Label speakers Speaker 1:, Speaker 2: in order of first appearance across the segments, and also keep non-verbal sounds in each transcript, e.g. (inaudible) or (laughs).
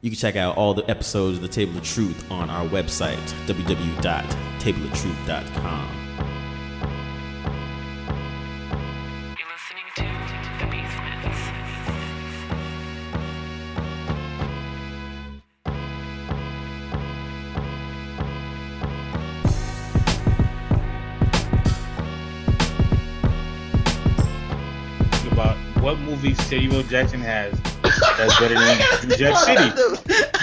Speaker 1: You can check out all the episodes of The Table of Truth on our website, www.tableoftruth.com.
Speaker 2: You're listening to The Basements.
Speaker 3: Think about what movie Samuel Jackson has (laughs) that's better than Jet
Speaker 4: Oh,
Speaker 3: City. You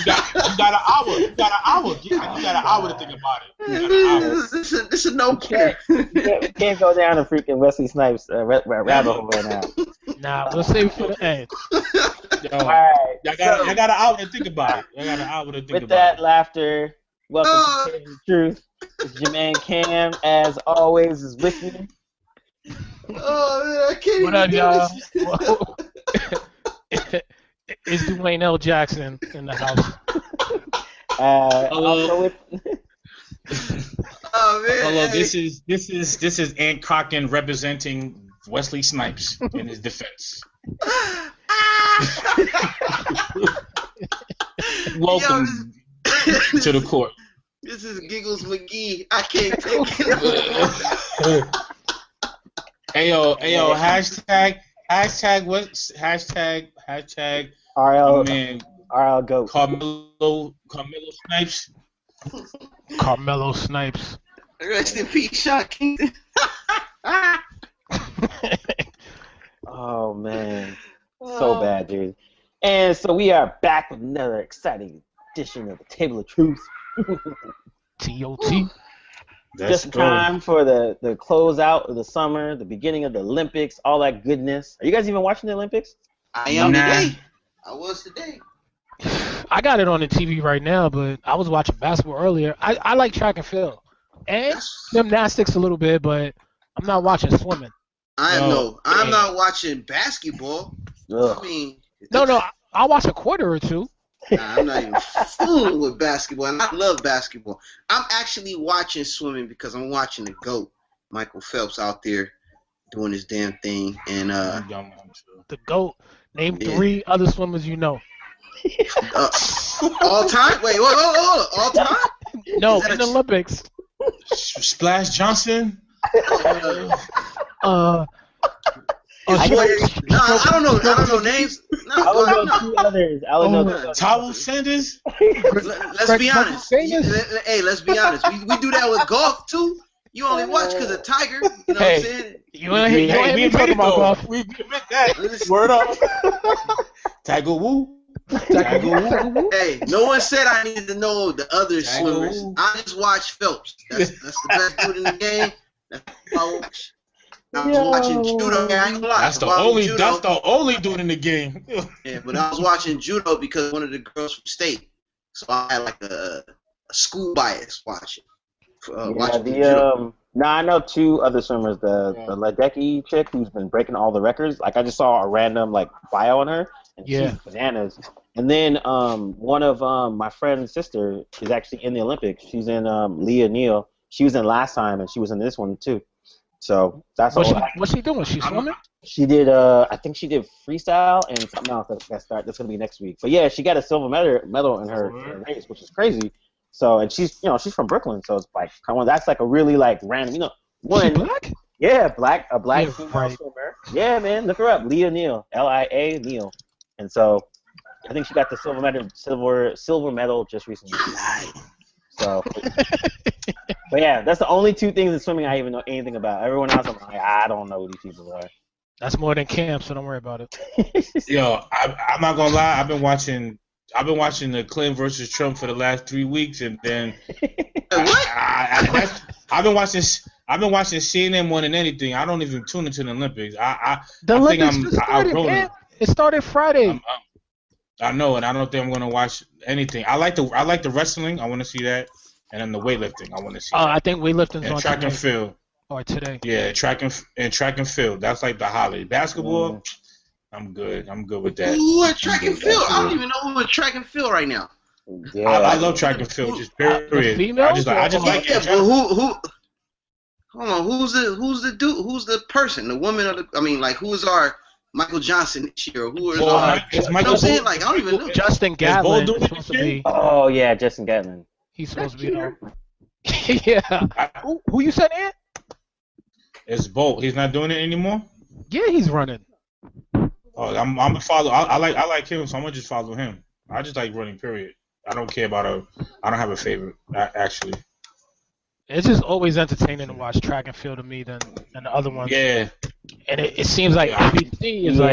Speaker 3: got, you got an hour. You got an hour. You got, you got an hour to think about it. You got (laughs) an hour.
Speaker 4: (laughs) This is a- this is no
Speaker 5: (laughs)
Speaker 4: care. Oh,
Speaker 6: You can't, can't go down to freaking Wesley Snipes uh, ra- ra- rabbit hole right now.
Speaker 5: Nah, we'll save it for the end.
Speaker 3: Yo,
Speaker 6: All right.
Speaker 3: (laughs) y'all got,
Speaker 6: so,
Speaker 3: y'all got an hour to think about it. Y'all got an hour to think
Speaker 6: with
Speaker 3: about
Speaker 6: that laughter, welcome to Tales of Truth. It's your man Cam, as always, is with me.
Speaker 4: Oh man, I can't even
Speaker 5: What up,
Speaker 4: do
Speaker 5: y'all?
Speaker 4: this.
Speaker 5: (laughs) Whoa. (laughs) it's Dwayne L. Jackson in the house.
Speaker 6: Uh,
Speaker 3: Hello.
Speaker 6: also with
Speaker 4: Oh
Speaker 3: it.
Speaker 4: man.
Speaker 3: Hello,
Speaker 4: hey. (laughs)
Speaker 3: this is this is this is Ann Cochran representing Wesley Snipes in his defense. Welcome to the court.
Speaker 4: This is Giggles McGee. I can't take it.
Speaker 3: (laughs) Ayo, ayo, hashtag, hashtag, what, hashtag, hashtag, oh,
Speaker 6: RL,
Speaker 3: man,
Speaker 6: RL Goat.
Speaker 3: Carmelo, Carmelo Snipes.
Speaker 5: Carmelo Snipes.
Speaker 4: Rest in peace, Sean Kingston. (laughs)
Speaker 6: Oh, man.
Speaker 4: Oh,
Speaker 6: So bad, dude. And so we are back with another exciting edition of the Table of Truth.
Speaker 5: T.O.T.
Speaker 3: That's
Speaker 6: Just in time for the, the closeout of the summer, the beginning of the Olympics, all that goodness. Are you guys even watching the Olympics?
Speaker 4: I am
Speaker 3: Nah.
Speaker 4: today. I was today.
Speaker 5: I got it on the TV right now, but I was watching basketball earlier. I, I like track and field and gymnastics a little bit, but I'm not watching swimming.
Speaker 4: I
Speaker 3: No.
Speaker 4: know. I'm
Speaker 3: Damn.
Speaker 4: not watching basketball. I
Speaker 6: Ugh.
Speaker 4: mean,
Speaker 5: No, no, I, I watch a quarter or two.
Speaker 4: Nah, I'm not even fooling with basketball, and I love basketball. I'm actually watching swimming because I'm watching the goat, Michael Phelps, out there doing his damn thing, and uh,
Speaker 3: Young man, too.
Speaker 5: The GOAT. Name
Speaker 4: Yeah.
Speaker 5: three other swimmers you know.
Speaker 4: uh all time. Wait, whoa, whoa, whoa, all time.
Speaker 5: No,
Speaker 4: Is that
Speaker 5: in the
Speaker 4: a-
Speaker 5: Olympics.
Speaker 3: S- Splash Johnson.
Speaker 5: Uh,
Speaker 4: Nah,
Speaker 5: (laughs) oh, she-
Speaker 4: I don't know. I don't know names. No,
Speaker 6: I
Speaker 4: go
Speaker 6: would
Speaker 4: ahead,
Speaker 6: know
Speaker 4: no.
Speaker 6: two others. I would know
Speaker 5: Oh,
Speaker 6: two others.
Speaker 3: Towel Sanders.
Speaker 4: Let- Let's be
Speaker 5: Greg- Greg
Speaker 4: honest.
Speaker 5: Famous?
Speaker 4: You- let- let- Hey, let's be honest. We, we do that with golf too. You only watch because of Tiger. You know
Speaker 5: Hey.
Speaker 4: what I'm saying?
Speaker 5: You ain't, you
Speaker 3: Hey, we
Speaker 5: ain't me
Speaker 3: admit
Speaker 5: talking
Speaker 3: it,
Speaker 5: about
Speaker 3: though.
Speaker 5: golf.
Speaker 3: We admit that.
Speaker 4: Listen,
Speaker 3: Word up. Tiger Woo. Tiger Woo.
Speaker 4: Hey, no one said I needed to know the other
Speaker 3: Dang.
Speaker 4: swimmers. I just watch Phelps. That's, that's the best dude in the game. That's what I watch. I was
Speaker 6: Yo.
Speaker 4: watching judo. Yeah, I ain't gonna lie.
Speaker 3: That's the
Speaker 4: I was watching
Speaker 3: only.
Speaker 4: Judo,
Speaker 3: That's the only dude in the game.
Speaker 4: yeah, but I was watching judo because one of the girls from state, so I had like a, a school bias watching. for, Uh,
Speaker 6: Yeah,
Speaker 4: watching the,
Speaker 6: the,
Speaker 4: judo.
Speaker 6: um, no, I know two other swimmers. The
Speaker 3: Yeah.
Speaker 6: the Ledecky chick who's been breaking all the records. Like I just saw a random like bio on her, and
Speaker 5: Yeah.
Speaker 6: she's bananas. And then um, one of um, my friend's sister is actually in the Olympics. She's in um, Leah Neal. She was in last time, and she was in this one too. So that's all.
Speaker 5: What's she,
Speaker 6: I-
Speaker 5: what's she doing? She
Speaker 3: I'm-
Speaker 5: swimming?
Speaker 6: She did. Uh, I think she did freestyle and something else. That's that's, start, that's gonna be next week. But yeah, she got a silver medal medal in her, her race, which is crazy. So and she's you know she's from Brooklyn, so it's like come on, that's like a really like random. You know,
Speaker 5: She
Speaker 6: one
Speaker 5: black?
Speaker 6: yeah, black a black
Speaker 5: Yeah,
Speaker 6: female
Speaker 5: right.
Speaker 6: swimmer. Yeah, man, look her up, Leah Neal, L I A Neal, and so I think she got the silver medal silver silver medal just recently.
Speaker 5: (laughs)
Speaker 6: So, but yeah, that's the only two things in swimming I even know anything about. Everyone else, I'm like, I don't know who these people are.
Speaker 5: That's more than camp, so don't worry about it.
Speaker 3: Yo, I, I'm not gonna lie. I've been watching. I've been watching the Clinton versus Trump for the last three weeks, and then
Speaker 4: Hey, what?
Speaker 3: I, I, that's- I've been watching. I've been watching CNN more than anything. I don't even tune into the Olympics. I I,
Speaker 5: The
Speaker 3: I think
Speaker 5: Olympics
Speaker 3: I'm-
Speaker 5: just
Speaker 3: I- I've
Speaker 5: started,
Speaker 3: grown
Speaker 5: man. It started Friday.
Speaker 3: I'm, i I know, and I don't think I'm gonna watch anything. I like the I like the wrestling. I want to see that, and then the weightlifting. I want to see.
Speaker 5: Uh, I
Speaker 3: that.
Speaker 5: think weightlifting's
Speaker 3: And
Speaker 5: on
Speaker 3: track and
Speaker 5: today,
Speaker 3: field.
Speaker 5: or today.
Speaker 3: Yeah, track and f- and track and field. That's like the highlight. Basketball. I'm good. I'm good with that.
Speaker 4: Who at track and field? I don't even know who at track and field right now.
Speaker 6: Yeah.
Speaker 3: I, I love track and field. Just period.
Speaker 5: The
Speaker 3: I
Speaker 5: females
Speaker 3: just like I just
Speaker 5: or-
Speaker 3: like
Speaker 4: Yeah, but who who? Hold on, who's the who's the dude? Who's the person? The woman or the? I mean, like, who's our Michael Johnson this year, or who is
Speaker 3: Well,
Speaker 4: all
Speaker 3: Mike- it's Michael
Speaker 4: I'm saying
Speaker 3: Jordan.
Speaker 4: like I don't even know.
Speaker 5: Justin
Speaker 3: Ball
Speaker 5: Gatlin
Speaker 3: doing
Speaker 5: is supposed to
Speaker 3: shit?
Speaker 5: be.
Speaker 6: Oh yeah, Justin Gatlin.
Speaker 5: He's supposed to be. there. (laughs) yeah. Who, who you said Ant?
Speaker 3: It's Bolt. He's not doing it anymore.
Speaker 5: Yeah, he's running.
Speaker 3: Oh, I'm I'm a follow. I, I like I like him, so I'm gonna just follow him. I just like running. Period. I don't care about a. I don't have a favorite a- actually.
Speaker 5: It's just always entertaining to watch track and field to me than, than the other ones.
Speaker 3: Yeah,
Speaker 5: And it, it seems like
Speaker 3: Yeah.
Speaker 5: NBC is
Speaker 6: Yeah.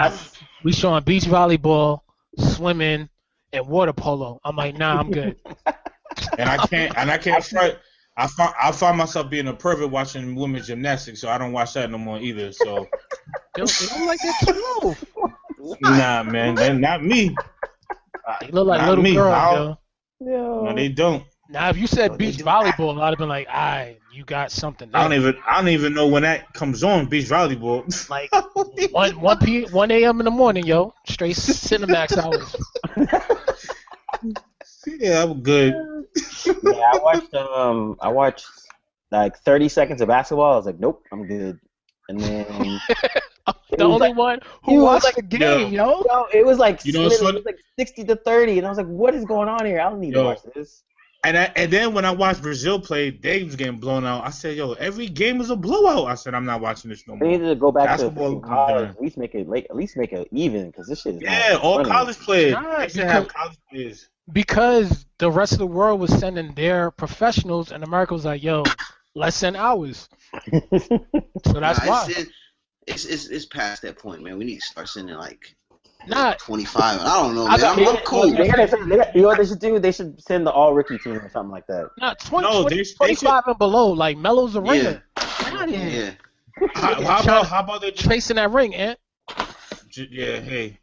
Speaker 5: like, nah, we showing beach volleyball, swimming, and water polo. I'm like, nah, I'm good.
Speaker 3: and I can't and I can't fight. I find I find myself being a pervert watching women's gymnastics, so I don't watch that no more either. So
Speaker 5: they, look- they look like they're 12.
Speaker 3: nah, man, they not me.
Speaker 5: They look like
Speaker 3: Not
Speaker 5: little
Speaker 3: me.
Speaker 5: girls,
Speaker 3: I'll-
Speaker 5: yo.
Speaker 3: No, they don't.
Speaker 5: Now, if you said beach volleyball, I'd have been like, "Ah, you got something."
Speaker 3: I don't
Speaker 5: there."
Speaker 3: even I don't even know when that comes on beach volleyball. (laughs)
Speaker 5: like one one p one a.m. in the morning, yo, straight Cinemax hours.
Speaker 3: yeah, I'm good.
Speaker 6: yeah, I watched um I watched like 30 seconds of basketball. I was like, nope, I'm good. And then
Speaker 3: (laughs)
Speaker 6: It
Speaker 5: The
Speaker 6: was
Speaker 5: only
Speaker 6: like-
Speaker 5: one
Speaker 6: it
Speaker 5: who
Speaker 6: was
Speaker 5: watched the game, yo.
Speaker 6: yo, it was like
Speaker 3: You know what's
Speaker 6: literally, it was like 60 to 30, and I was like, what is going on here? I don't need
Speaker 3: Yo.
Speaker 6: to watch this.
Speaker 3: And I, and then when I watched Brazil play, they was getting blown out. I said, "Yo, every game is a blowout." I said, "I'm not watching this no
Speaker 6: They
Speaker 3: more."
Speaker 6: needed to go back
Speaker 3: Basketball
Speaker 6: to freaking college.
Speaker 3: was
Speaker 6: At least make it late. At least make it even, because this shit is not
Speaker 3: Yeah, all
Speaker 6: funny.
Speaker 3: college players.
Speaker 5: Nah,
Speaker 3: They should have college players.
Speaker 5: Because the rest of the world was sending their professionals, and America was like, "Yo, let's send ours." So that's
Speaker 4: Nah,
Speaker 5: why.
Speaker 4: It's, it- it's, it's it's past that point, man. We need to start sending like
Speaker 5: Nah,
Speaker 4: 25. I don't know,
Speaker 5: I
Speaker 4: man.
Speaker 5: got-
Speaker 4: I'm,
Speaker 5: yeah,
Speaker 4: I'm cool.
Speaker 6: They gotta, send- they got- you know what they should do? They should send the all rookie team or something like that.
Speaker 5: nah, 20,
Speaker 3: No,
Speaker 5: 20,
Speaker 3: they- they should-
Speaker 5: 25 and below, like Melo's a
Speaker 4: Yeah.
Speaker 5: ringer. Get out of here.
Speaker 4: Yeah.
Speaker 3: How, how about how about they just,
Speaker 5: Chasing that ring, Ant.
Speaker 3: j- yeah hey,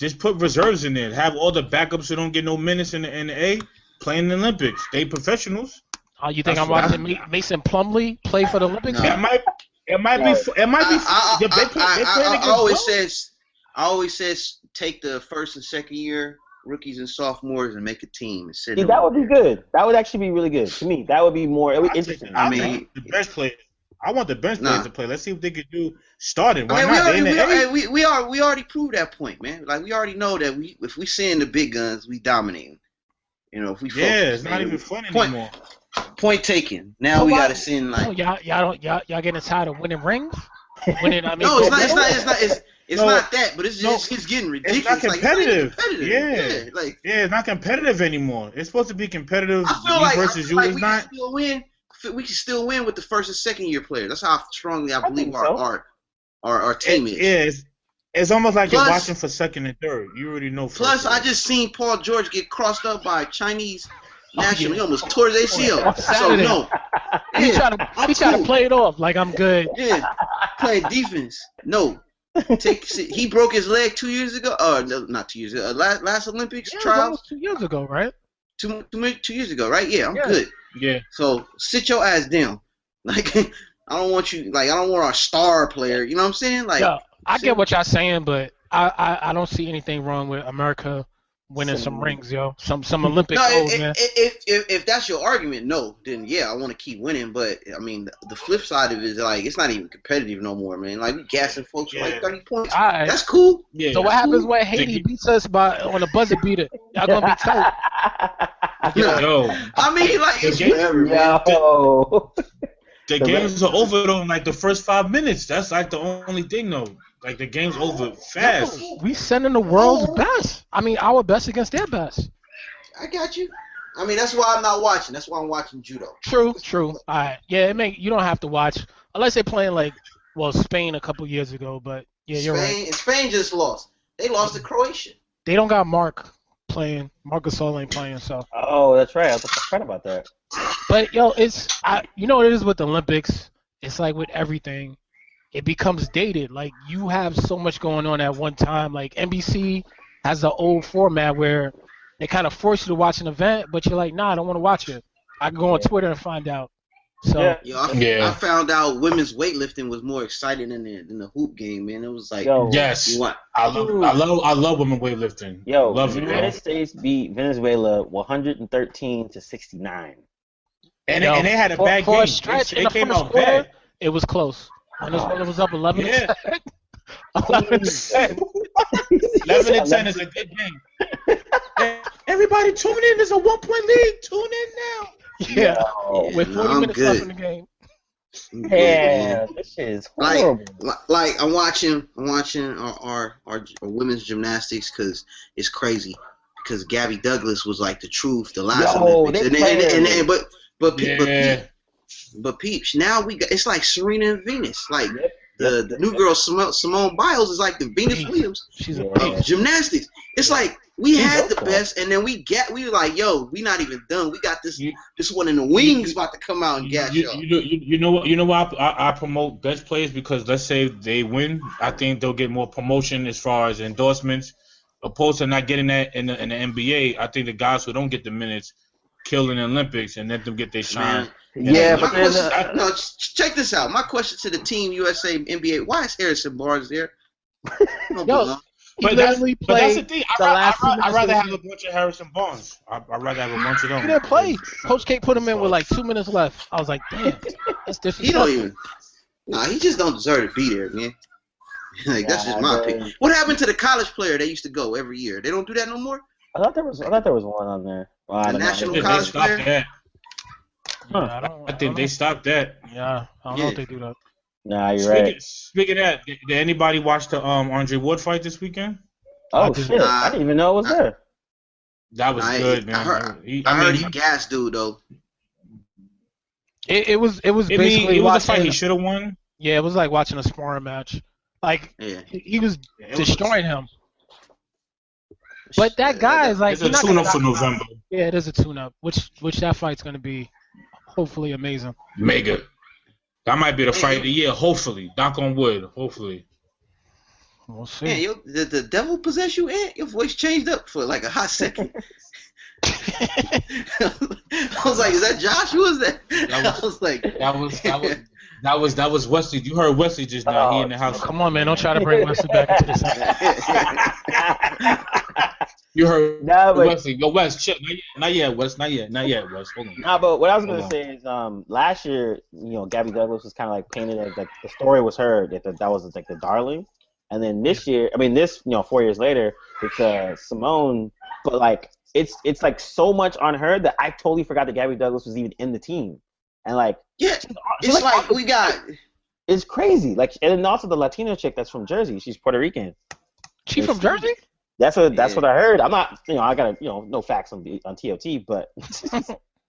Speaker 3: just put reserves in there. Have all the backups who don't get no minutes in the NA playing the Olympics. They professionals.
Speaker 5: Oh, you think
Speaker 3: That's
Speaker 5: I'm
Speaker 3: what
Speaker 4: (laughs)
Speaker 5: watching Ma- Mason Plumley play for the Olympics?
Speaker 4: Nah.
Speaker 3: It might it might be f- it might be. f-
Speaker 4: Uh-huh. I, I,
Speaker 3: they
Speaker 4: I,
Speaker 3: play- they
Speaker 4: I,
Speaker 3: playing
Speaker 4: I, I,
Speaker 3: against
Speaker 4: always
Speaker 3: Brazil.
Speaker 4: says I always says take the first and second year rookies and sophomores and make a team and sit.
Speaker 6: See,
Speaker 4: them
Speaker 6: that
Speaker 4: over
Speaker 6: would be
Speaker 4: there.
Speaker 6: good. That would actually be really good to me. That would be more it would
Speaker 3: I
Speaker 6: be interesting.
Speaker 3: take- I
Speaker 4: mean-
Speaker 3: want the bench players. I want the bench players
Speaker 4: Nah.
Speaker 3: to play. Let's see what they could do. Starting. Why
Speaker 4: I mean, we
Speaker 3: not? They
Speaker 4: already,
Speaker 3: in
Speaker 4: we,
Speaker 3: the NA.
Speaker 4: already, we, we, are, we already proved that point, man. Like, we already know that we if we send the big guns, we dominate. You know, if we
Speaker 3: Yeah,
Speaker 4: focus,
Speaker 3: it's not
Speaker 4: man.
Speaker 3: even fun
Speaker 4: Point.
Speaker 3: anymore.
Speaker 4: point taken. Now we
Speaker 5: Nobody-
Speaker 4: gotta send
Speaker 5: Oh,
Speaker 4: like
Speaker 5: y'all, y'all don't, y'all, y'all getting tired of winning rings?
Speaker 4: (laughs)
Speaker 5: Winning, I mean,
Speaker 4: no, it's not, it's not, it's not, it's, it's
Speaker 3: No.
Speaker 4: not that, but it's
Speaker 3: No.
Speaker 4: just it's getting
Speaker 3: not
Speaker 4: ridiculous. Like, it's not even
Speaker 3: competitive.
Speaker 4: competitive.
Speaker 3: Yeah.
Speaker 4: like
Speaker 3: Yeah, it's not competitive anymore. It's supposed to be competitive.
Speaker 4: I feel
Speaker 3: you
Speaker 4: like, I
Speaker 3: versus
Speaker 4: feel
Speaker 3: you.
Speaker 4: like we
Speaker 3: it's
Speaker 4: can
Speaker 3: not.
Speaker 4: still win. We can still win with the first and second year players. That's how strongly I
Speaker 6: I
Speaker 4: believe
Speaker 6: think
Speaker 4: our,
Speaker 6: so.
Speaker 4: our our our
Speaker 3: It
Speaker 4: team is.
Speaker 3: is. It's almost like you're
Speaker 4: Plus-
Speaker 3: watching for second and third. You already know. first
Speaker 4: Plus,
Speaker 3: and
Speaker 4: I just seen Paul George get crossed up by a Chinese
Speaker 5: Oh,
Speaker 4: national.
Speaker 5: yeah.
Speaker 4: He almost tore his
Speaker 5: On
Speaker 4: ACL. So
Speaker 5: Saturday.
Speaker 4: no,
Speaker 5: He
Speaker 4: yeah,
Speaker 5: trying to,
Speaker 4: I'm
Speaker 5: he trying to
Speaker 4: cool.
Speaker 5: play it off like I'm good.
Speaker 4: yeah, playing defense. No, take he broke his leg two years ago. Uh, no, not two years ago. Uh, last, last Olympics
Speaker 5: Yeah, it was
Speaker 4: trials.
Speaker 5: almost two years ago, right?
Speaker 4: two, two, mi- two years ago, right? Yeah, I'm
Speaker 5: Yeah.
Speaker 4: good.
Speaker 3: Yeah.
Speaker 4: So sit your ass down. (laughs) Like I don't want you. Like I don't want our star player. You know what I'm saying? Like
Speaker 5: Yo, I
Speaker 4: see-
Speaker 5: get what y'all saying, but I, I, I don't see anything wrong with America winning some,
Speaker 6: Some-
Speaker 5: rings, yo. Some some Olympic
Speaker 4: no,
Speaker 5: gold,
Speaker 4: if,
Speaker 5: man.
Speaker 4: if, if, if if that's your argument, no, then yeah, I want to keep winning. But I mean, the, the flip side of it is like it's not even competitive no more, man. Like we gassing folks for
Speaker 3: Yeah.
Speaker 4: like 30 points.
Speaker 5: All right.
Speaker 4: That's cool.
Speaker 3: Yeah.
Speaker 5: So what happens when
Speaker 3: Did
Speaker 5: Haiti
Speaker 3: you-
Speaker 5: beats us by on a buzzer beater? Y'all gonna be
Speaker 4: (laughs)
Speaker 5: tight.
Speaker 4: No,
Speaker 3: Yo,
Speaker 4: I mean, like
Speaker 3: The
Speaker 4: it's
Speaker 3: game-
Speaker 4: whatever, man.
Speaker 6: (laughs) Yo.
Speaker 3: the games are over though in like the first five minutes. That's like the only thing though. Like the game's over fast.
Speaker 5: We sending the world's best. I mean, our best against their best.
Speaker 4: I got you. I mean, that's why I'm not watching. That's why I'm watching judo.
Speaker 5: True, true. All right. Yeah, it may you don't have to watch unless they're playing like well Spain a couple years ago, but yeah, you're right.
Speaker 4: Spain, Spain just lost. They lost to Croatia.
Speaker 5: They don't got Mark playing. Marc Gasol ain't playing, so.
Speaker 6: Oh, that's right. I forgot about that.
Speaker 5: But yo, it's I you know what it is with the Olympics? It's like with everything. It becomes dated. Like you have so much going on at one time. Like NBC has the old format where they kind of force you to watch an event, but you're like, nah, I don't want to watch it. I can go on
Speaker 6: Yeah.
Speaker 5: Twitter and find out. So
Speaker 6: Yeah.
Speaker 4: Yo, I,
Speaker 3: Yeah.
Speaker 4: I found out women's weightlifting was more exciting than the, than the hoop game, man. It was like,
Speaker 6: Yo.
Speaker 3: Yes.
Speaker 4: you want,
Speaker 3: I love I love I love women weightlifting.
Speaker 6: Yo,
Speaker 3: love
Speaker 6: the
Speaker 3: it.
Speaker 6: United
Speaker 3: Yo.
Speaker 6: States beat Venezuela 113 to 69.
Speaker 3: And,
Speaker 5: Yo,
Speaker 3: and they had a
Speaker 5: for-
Speaker 3: bad
Speaker 5: for a
Speaker 3: game.
Speaker 5: stretch
Speaker 3: They,
Speaker 5: in
Speaker 3: they
Speaker 5: the
Speaker 3: came
Speaker 5: first
Speaker 3: out
Speaker 5: quarter,
Speaker 3: bad.
Speaker 5: (laughs) it was close. Venezuela was up 11.
Speaker 3: Yeah. (laughs)
Speaker 5: 11 and 10.
Speaker 3: 11 and 10 is a good game.
Speaker 5: (laughs)
Speaker 3: Everybody tune in. It's a one point league. Tune in now.
Speaker 5: Yeah.
Speaker 4: Yeah,
Speaker 5: With
Speaker 4: nah,
Speaker 5: 40
Speaker 4: I'm
Speaker 5: minutes
Speaker 4: good.
Speaker 5: left in the game.
Speaker 4: I'm good, man.
Speaker 6: Yeah, this shit is
Speaker 4: Like-
Speaker 6: horrible.
Speaker 4: Li- like I'm watching, I'm watching our our, our, j- our women's gymnastics because it's crazy. Because Gabby Douglas was like the truth, the lies.
Speaker 6: Yo,
Speaker 4: Olympics.
Speaker 6: they
Speaker 4: and, and, and, and, and- but but pe- but,
Speaker 3: Yeah.
Speaker 4: peep, but peeps. Now we got it's like Serena and Venus. Like
Speaker 6: Yep.
Speaker 4: the the new girl Simone, Simone Biles is like the Venus
Speaker 3: Mm.
Speaker 5: Yeah.
Speaker 4: Williams
Speaker 5: She's a
Speaker 6: Yeah.
Speaker 3: Oh.
Speaker 5: pig.
Speaker 4: of gymnastics. It's like we
Speaker 6: She's
Speaker 4: had the
Speaker 6: dope, though.
Speaker 4: best, and then we get we were like, yo, we not even done. We got this
Speaker 3: You-
Speaker 4: this one in the wings about to come out and
Speaker 3: You,
Speaker 4: gas
Speaker 3: you,
Speaker 4: y'all.
Speaker 3: you, know- you, you know what? You know why I, I, I promote best players because let's say they win, I think they'll get more promotion as far as endorsements. Opposed to not getting that in the, in the NBA, I think the guys who don't get the minutes kill in the Olympics and let them get their shine.
Speaker 4: Man,
Speaker 3: Yeah,
Speaker 4: my
Speaker 3: but then,
Speaker 4: question,
Speaker 3: uh,
Speaker 4: no, ch- ch- check this out. My question to the team USA NBA: Why is Harrison
Speaker 3: (laughs)
Speaker 4: Barnes there? He don't
Speaker 5: Yo,
Speaker 4: belong.
Speaker 5: He
Speaker 3: But that's-
Speaker 5: literally
Speaker 3: But that's the
Speaker 5: played.
Speaker 3: thing.
Speaker 5: the
Speaker 3: I, I,
Speaker 5: last
Speaker 3: I,
Speaker 5: few
Speaker 3: I'd rather
Speaker 5: minutes of
Speaker 3: have
Speaker 5: the
Speaker 3: a bunch of Harrison Barnes. I, I'd rather have a bunch of them.
Speaker 5: He didn't play. Coach K put him in with like two minutes left. I was like, damn, that's
Speaker 4: (laughs) he don't
Speaker 5: disrespectful.
Speaker 4: even. Nah, he just don't deserve to be there, man. (laughs) like that's just my
Speaker 6: Nah,
Speaker 4: opinion.
Speaker 6: man.
Speaker 4: What happened to the college player that used to go every year? They don't do that no more.
Speaker 6: I thought there was I thought there was one on there. Well, I
Speaker 4: The
Speaker 6: don't know.
Speaker 4: national
Speaker 3: They
Speaker 6: Maybe-
Speaker 4: college
Speaker 3: stopped
Speaker 4: player?
Speaker 3: that.
Speaker 5: Yeah, I don't.
Speaker 3: I think they stopped that.
Speaker 5: Yeah, I don't know if
Speaker 4: Yeah.
Speaker 5: they do that.
Speaker 6: Nah, you're
Speaker 3: Speaking,
Speaker 6: right.
Speaker 3: speaking of that, did, did anybody watch the um Andre Ward fight this weekend?
Speaker 6: Oh shit! I didn't even know it was
Speaker 4: Nah.
Speaker 6: there. (laughs)
Speaker 3: That was
Speaker 4: I-
Speaker 3: good, man.
Speaker 4: I heard-
Speaker 3: He-
Speaker 4: I, heard
Speaker 3: mean,
Speaker 4: he gassed dude though.
Speaker 5: It, it was it was
Speaker 3: I mean,
Speaker 5: basically
Speaker 3: it was a fight
Speaker 5: watching.
Speaker 3: he should have won.
Speaker 5: yeah, it was like watching a sparring match. Like
Speaker 4: Yeah,
Speaker 5: he- he was
Speaker 3: It was-
Speaker 5: destroying him. But that guy is like
Speaker 3: It's a
Speaker 5: he's not gonna
Speaker 3: tune-up for
Speaker 5: knock him out.
Speaker 3: November.
Speaker 5: Yeah, it is a tune-up, which which that fight's gonna be hopefully amazing.
Speaker 3: Mega. That might be the fight of the year. Hopefully, knock on wood. Hopefully.
Speaker 5: We'll see.
Speaker 4: man, yo, did the devil possess you? Ant? Your voice changed up for like a hot
Speaker 5: (laughs)
Speaker 4: second. (laughs) I was like, is that Josh? Who is that?
Speaker 3: That was-
Speaker 4: (laughs) I was like,
Speaker 3: That was that was that was that was Wesley. You heard Wesley just now. he in the house.
Speaker 5: Oh, Come on, man! Don't try to bring Wesley back into this.
Speaker 3: You heard
Speaker 6: Nah, but
Speaker 3: Wesley. Yo, Wes, chill. Not yet, not yet, Wes. Not yet, not yet, Wes. Hold on.
Speaker 6: Nah, but what I was gonna
Speaker 3: Hold
Speaker 6: say is, um, last year, you know, Gabby Douglas was kind of like painted as like the story was her that that- that was like the darling, and then this year, I mean, this you know, four years later, it's uh Simone, but like it's it's like so much on her that I totally forgot that Gabby Douglas was even in the team, and like
Speaker 4: yeah,
Speaker 6: she's,
Speaker 4: it's like we got
Speaker 6: it's crazy, like and then also the Latino chick that's from Jersey, she's Puerto Rican.
Speaker 5: She from Jersey?
Speaker 6: That's what that's
Speaker 4: Yeah.
Speaker 6: what I heard. I'm not, you know, I gotta, you know, no facts on the- on TOT, but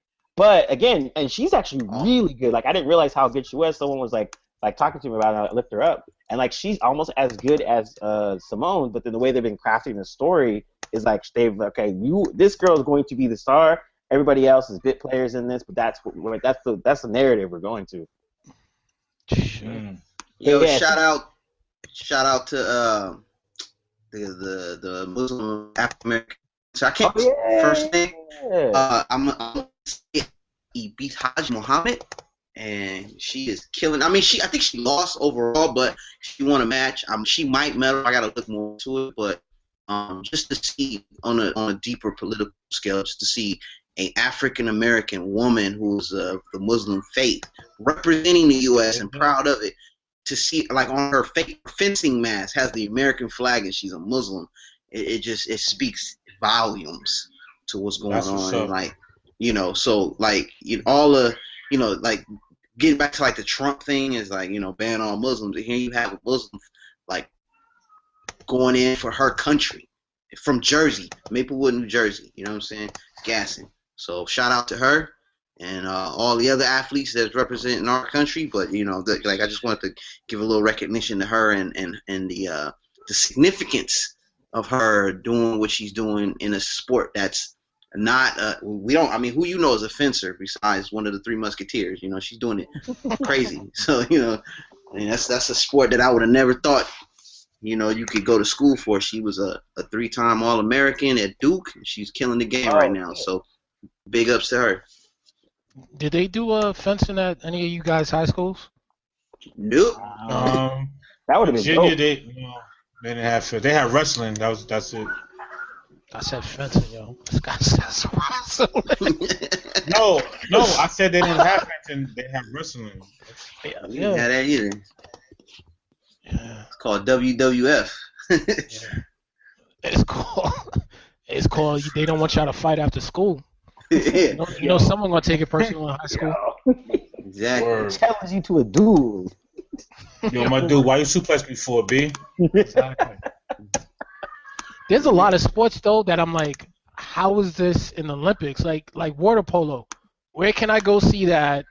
Speaker 6: (laughs) but again, and she's actually
Speaker 4: Oh.
Speaker 6: really good. Like I didn't realize how good she was. Someone was like like talking to me about it. And I looked her up, and like she's almost as good as uh, Simone. But then the way they've been crafting the story is like they've okay, you this girl is going to be the star. Everybody else is bit players in this, but that's what like, that's the that's the narrative we're going to.
Speaker 5: Shit.
Speaker 3: Mm.
Speaker 4: Yo,
Speaker 6: Yeah.
Speaker 4: shout out, shout out to uh, the the the Muslim African American. So I can't
Speaker 6: Oh,
Speaker 4: first thing. Uh, I'm I'm beat Haj Muhammad, and she is killing. I mean, she I think she lost overall, but she won a match. Um, she might medal. I gotta look more into it, but um, just to see on a on a deeper political scale, just to see a African American woman who's of the Muslim faith representing the U.S. and proud of it. To see, like on her fa- fencing mask, has the American flag, and she's a Muslim. It, it just it speaks volumes to what's going
Speaker 3: That's what's
Speaker 4: on.
Speaker 3: up.
Speaker 4: Like you know, so like you all the you know like getting back to like the Trump thing is like you know ban all Muslims, and here you have a Muslim like going in for her country from Jersey, Maplewood, New Jersey. You know what I'm saying? Gassing. So shout out to her and uh, all the other athletes that's representing our country. But you know, the, like I just wanted to give a little recognition to her and and and the uh, the significance of her doing what she's doing in a sport that's not uh, we don't. I mean, who you know is a fencer besides one of the three musketeers. You know, she's doing
Speaker 6: (laughs)
Speaker 4: it crazy. So you know, I mean, that's that's a sport that I would have never thought. You know, you could go to school for. She was a, a three-time All-American at Duke. She's killing the game
Speaker 6: Oh,
Speaker 4: right now.
Speaker 6: shit.
Speaker 4: So, big ups to her.
Speaker 5: Did they do a fencing at any of you guys' high schools?
Speaker 4: Nope.
Speaker 3: Um,
Speaker 6: that would have been
Speaker 3: Virginia,
Speaker 6: dope.
Speaker 3: they, you know, they didn't have they had wrestling. That was that's it.
Speaker 5: I said fencing, yo. This guy (laughs) says wrestling.
Speaker 3: No, no, I said they didn't have fencing. They had wrestling.
Speaker 5: Yeah,
Speaker 4: We didn't have that either.
Speaker 5: yeah. Yeah.
Speaker 4: It's called WWF. (laughs)
Speaker 5: It's called. (laughs) It's called. They don't want y'all to fight after school. You
Speaker 4: yeah,
Speaker 5: know, you know someone gonna take it personal in high school.
Speaker 4: exactly.
Speaker 3: Word.
Speaker 6: (laughs) Challenge you to a duel.
Speaker 3: Yo, my dude, why you suplex me for, B?
Speaker 5: Exactly. (laughs) There's a lot of sports though that I'm like, how is this in the Olympics? Like like water polo. Where can I go see that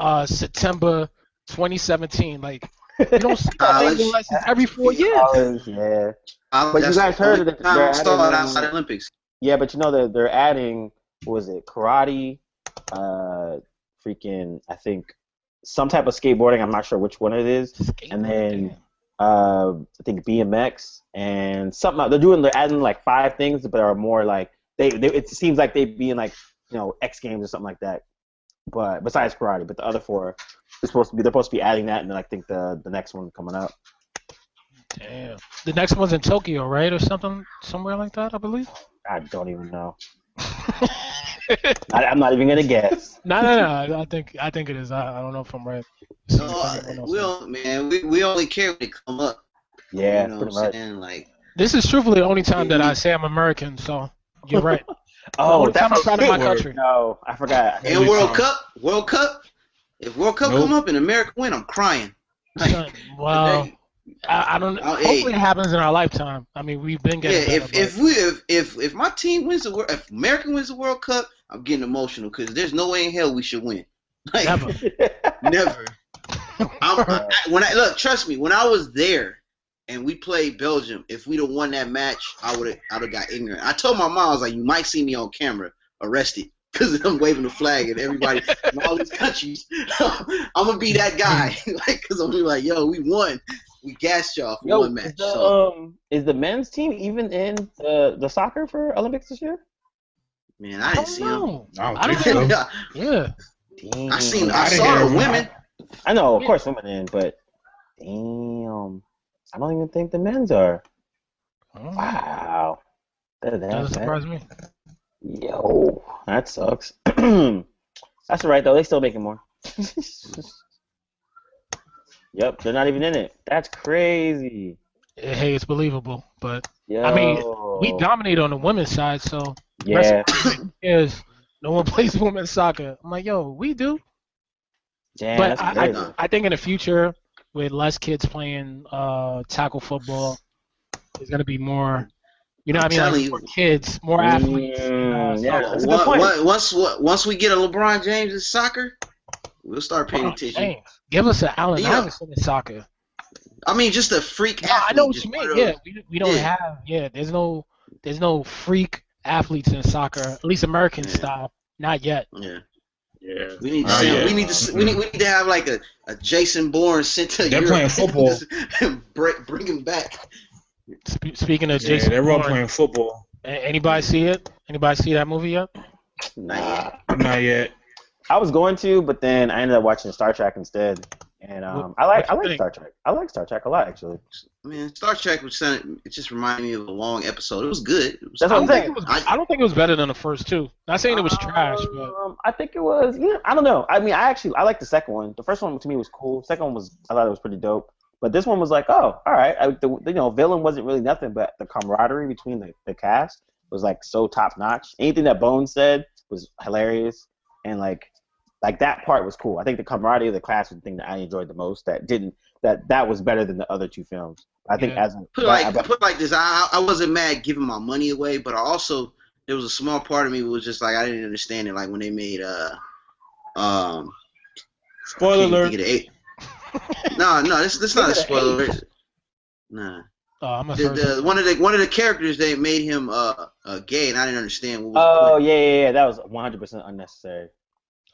Speaker 5: uh September 2017? Like you don't see that
Speaker 4: College.
Speaker 5: thing unless it's every four years.
Speaker 6: College, yeah.
Speaker 4: I,
Speaker 6: But you guys heard of the-
Speaker 4: time
Speaker 6: the-
Speaker 4: it started
Speaker 6: I
Speaker 4: outside
Speaker 6: didn't-
Speaker 4: Olympics.
Speaker 6: Yeah, but you know they're they're adding what was it karate, uh, freaking I think some type of skateboarding. I'm not sure which one it is. And then Uh, I think BMX and something. They're doing they're adding like five things, but are more like they, they it seems like they be in like you know X Games or something like that. But besides karate, but the other four they're supposed to be they're supposed to be adding that, and then I think the the next one coming up.
Speaker 5: Damn. The next one's in Tokyo, right? Or something somewhere like that, I believe. (laughs)
Speaker 6: I don't even know.
Speaker 5: no,
Speaker 6: I, I'm not even gonna guess.
Speaker 5: no, no. I think I think it is. I, I don't know if I'm right.
Speaker 4: No, I- we don't, man. We, we only care when it come up. (laughs)
Speaker 6: Yeah,
Speaker 4: you know
Speaker 6: pretty
Speaker 4: what I'm
Speaker 6: much.
Speaker 4: saying? Like,
Speaker 5: This is truthfully the only time that I say I'm American, so you're right.
Speaker 6: Oh,
Speaker 5: Only time I'm
Speaker 6: that's
Speaker 5: proud of my country.
Speaker 6: no,
Speaker 4: (laughs)
Speaker 6: I forgot.
Speaker 4: in
Speaker 5: Really
Speaker 4: World
Speaker 5: sorry.
Speaker 4: Cup, World Cup. If World Cup
Speaker 3: Nope.
Speaker 4: come up and America win, I'm crying. (laughs) Like,
Speaker 5: Wow. I, I don't.
Speaker 4: Oh, hey.
Speaker 5: hopefully, it happens in our lifetime. I mean, we've been
Speaker 4: yeah,
Speaker 5: getting better.
Speaker 4: if
Speaker 5: but
Speaker 4: if we if, if if my team wins the world, if America wins the World Cup, I'm getting emotional because there's no way in hell we should win. (laughs) Like,
Speaker 5: never.
Speaker 6: (laughs)
Speaker 4: Never. I'm, I, when I look, trust me, when I was there and we played Belgium, if we'd have won that match, I would have I'd have got ignorant. I told my mom, I was like, you might see me on camera arrested because I'm waving the flag at everybody in all these countries. (laughs) I'm gonna be that guy, (laughs) like, cause I'm gonna be like, yo, we won, we gassed y'all for
Speaker 6: Yo,
Speaker 4: one
Speaker 6: is
Speaker 4: match.
Speaker 6: the,
Speaker 4: so
Speaker 6: um, is the men's team even in the, the soccer for Olympics this year?
Speaker 4: man, I
Speaker 5: I
Speaker 4: didn't
Speaker 5: don't
Speaker 4: see
Speaker 6: oh,
Speaker 4: (laughs) him.
Speaker 5: know.
Speaker 3: I
Speaker 5: I
Speaker 3: don't
Speaker 5: don't
Speaker 3: think so.
Speaker 4: I
Speaker 5: Yeah.
Speaker 6: Damn.
Speaker 4: seen,
Speaker 3: I
Speaker 4: I
Speaker 3: didn't
Speaker 4: saw
Speaker 3: hear
Speaker 4: the
Speaker 3: him.
Speaker 4: women.
Speaker 6: I know, of course, women in, but damn, I don't even think the men's are.
Speaker 5: Wow.
Speaker 6: Wow, that, that,
Speaker 5: That doesn't
Speaker 6: that-
Speaker 5: surprise me.
Speaker 6: yo, that sucks. (clears throat) That's all right though. They still making more. (laughs) yep, they're not even in it. That's crazy.
Speaker 5: Eh, Hey, it's believable, but
Speaker 6: Yo.
Speaker 5: I mean,
Speaker 6: Oh.
Speaker 5: we dominate on the women's side, so
Speaker 6: Yeah,
Speaker 5: yes, no one (laughs) plays women's soccer. I'm like, yo, we do.
Speaker 6: damn,
Speaker 5: but
Speaker 6: that's
Speaker 5: I,
Speaker 6: crazy.
Speaker 5: I, I think in the future, with less kids playing uh, tackle football, there's gonna be more. You know,
Speaker 4: I'm
Speaker 5: what I mean,
Speaker 4: telling
Speaker 5: like
Speaker 4: you.
Speaker 5: more kids, more athletes. you know,
Speaker 6: Mm,
Speaker 5: so-
Speaker 6: yeah, that's a good
Speaker 4: Once-
Speaker 6: point.
Speaker 4: once- once once we get a LeBron James in soccer, we'll start paying
Speaker 5: Oh,
Speaker 4: attention.
Speaker 5: dang. Give us an Allen
Speaker 4: Yeah.
Speaker 5: Iverson in soccer.
Speaker 4: I mean, just a freak
Speaker 5: No,
Speaker 4: athlete.
Speaker 5: I know what
Speaker 4: just
Speaker 5: you
Speaker 4: one
Speaker 5: mean.
Speaker 4: of
Speaker 5: Yeah,
Speaker 4: those-
Speaker 5: we, we don't
Speaker 4: Yeah.
Speaker 5: have yeah. There's no there's no freak athletes in soccer, at least American
Speaker 4: Yeah.
Speaker 5: style. Not yet.
Speaker 4: Yeah.
Speaker 3: Yeah.
Speaker 4: We need to
Speaker 3: Oh,
Speaker 4: see,
Speaker 3: yeah.
Speaker 4: we need to see, we need we need to have like a, a Jason Bourne sent to
Speaker 3: They're
Speaker 4: Europe.
Speaker 3: playing football.
Speaker 4: Just (laughs) bring, bring him back.
Speaker 5: Spe- speaking of
Speaker 3: Yeah,
Speaker 5: Jason,
Speaker 3: they're all
Speaker 5: Bourne,
Speaker 3: playing football.
Speaker 5: a- anybody see it? Anybody see that movie yet?
Speaker 6: Nah.
Speaker 3: Not yet.
Speaker 6: I was going to, but then I ended up watching Star Trek instead. And um, I like
Speaker 5: what
Speaker 6: I
Speaker 5: you
Speaker 6: like
Speaker 5: think?
Speaker 6: Star Trek. I like Star Trek a lot actually.
Speaker 4: Man, Star Trek was sound- it just reminded me of a long episode. It was good. It was,
Speaker 6: That's
Speaker 5: I
Speaker 6: what
Speaker 5: don't
Speaker 6: I'm
Speaker 5: think
Speaker 6: saying.
Speaker 5: it was.
Speaker 4: I- Uh,
Speaker 5: I don't think it was better than the first two. Not saying it was trash, but
Speaker 6: Um, I think it was. Yeah, I don't know. I mean, I actually I like the second one. The first one to me was cool. Second one was I thought it was pretty dope. But this one was like, oh, all right. I, the, you know, villain wasn't really nothing, but the camaraderie between the, the cast was like so top notch. Anything that Bones said was hilarious, and like like that part was cool. I think the camaraderie of the class was the thing that I enjoyed the most. That didn't that that was better than the other two films. I think
Speaker 5: Yeah.
Speaker 6: as a,
Speaker 4: put like (laughs) put like this. I I wasn't mad giving my money away, but I also there was a small part of me was just like I didn't understand it. Like when they made uh um
Speaker 3: Spoiler
Speaker 4: can't
Speaker 3: alert.
Speaker 4: even think of (laughs) the eight- no, no, this this not a
Speaker 5: Give it an
Speaker 4: spoiler. alert. Nah.
Speaker 5: oh, I'm a
Speaker 4: the,
Speaker 5: first.
Speaker 4: the one of the one of the characters they made him uh, uh gay, and I didn't understand what was.
Speaker 6: oh yeah, yeah, yeah, that was 100 percent unnecessary.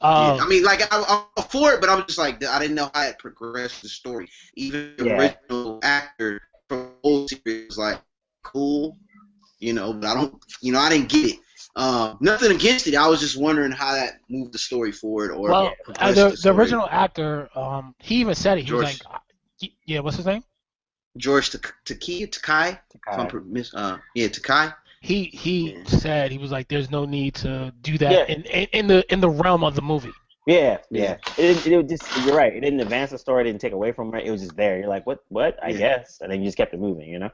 Speaker 5: Um,
Speaker 4: I mean, like I, I'm all for it, but I'm just like I didn't know how it progressed the story. Even the
Speaker 6: Yeah.
Speaker 4: original actor from the whole series was like cool, you know, but I don't, you know, I didn't get it. Um, nothing against it. I was just wondering how that moved the story forward or
Speaker 5: well, uh,
Speaker 4: progressed
Speaker 5: the, the
Speaker 4: story.
Speaker 5: original actor, um, he even said it. He was
Speaker 4: George.
Speaker 5: like, uh, yeah, what's his name?
Speaker 4: George Tak- Taki Takai. if I'm pro- mis- uh, yeah, Takai.
Speaker 5: He he
Speaker 4: Yeah.
Speaker 5: said he was like, there's no need to do that
Speaker 6: Yeah.
Speaker 5: in, in in the in the realm of the movie.
Speaker 6: Yeah, yeah. It, didn't- it, was just you're right. It didn't advance the story. It didn't take away from it. It was just there. You're like, what? What? I
Speaker 4: Yeah.
Speaker 6: guess. And then you just kept it moving. You know.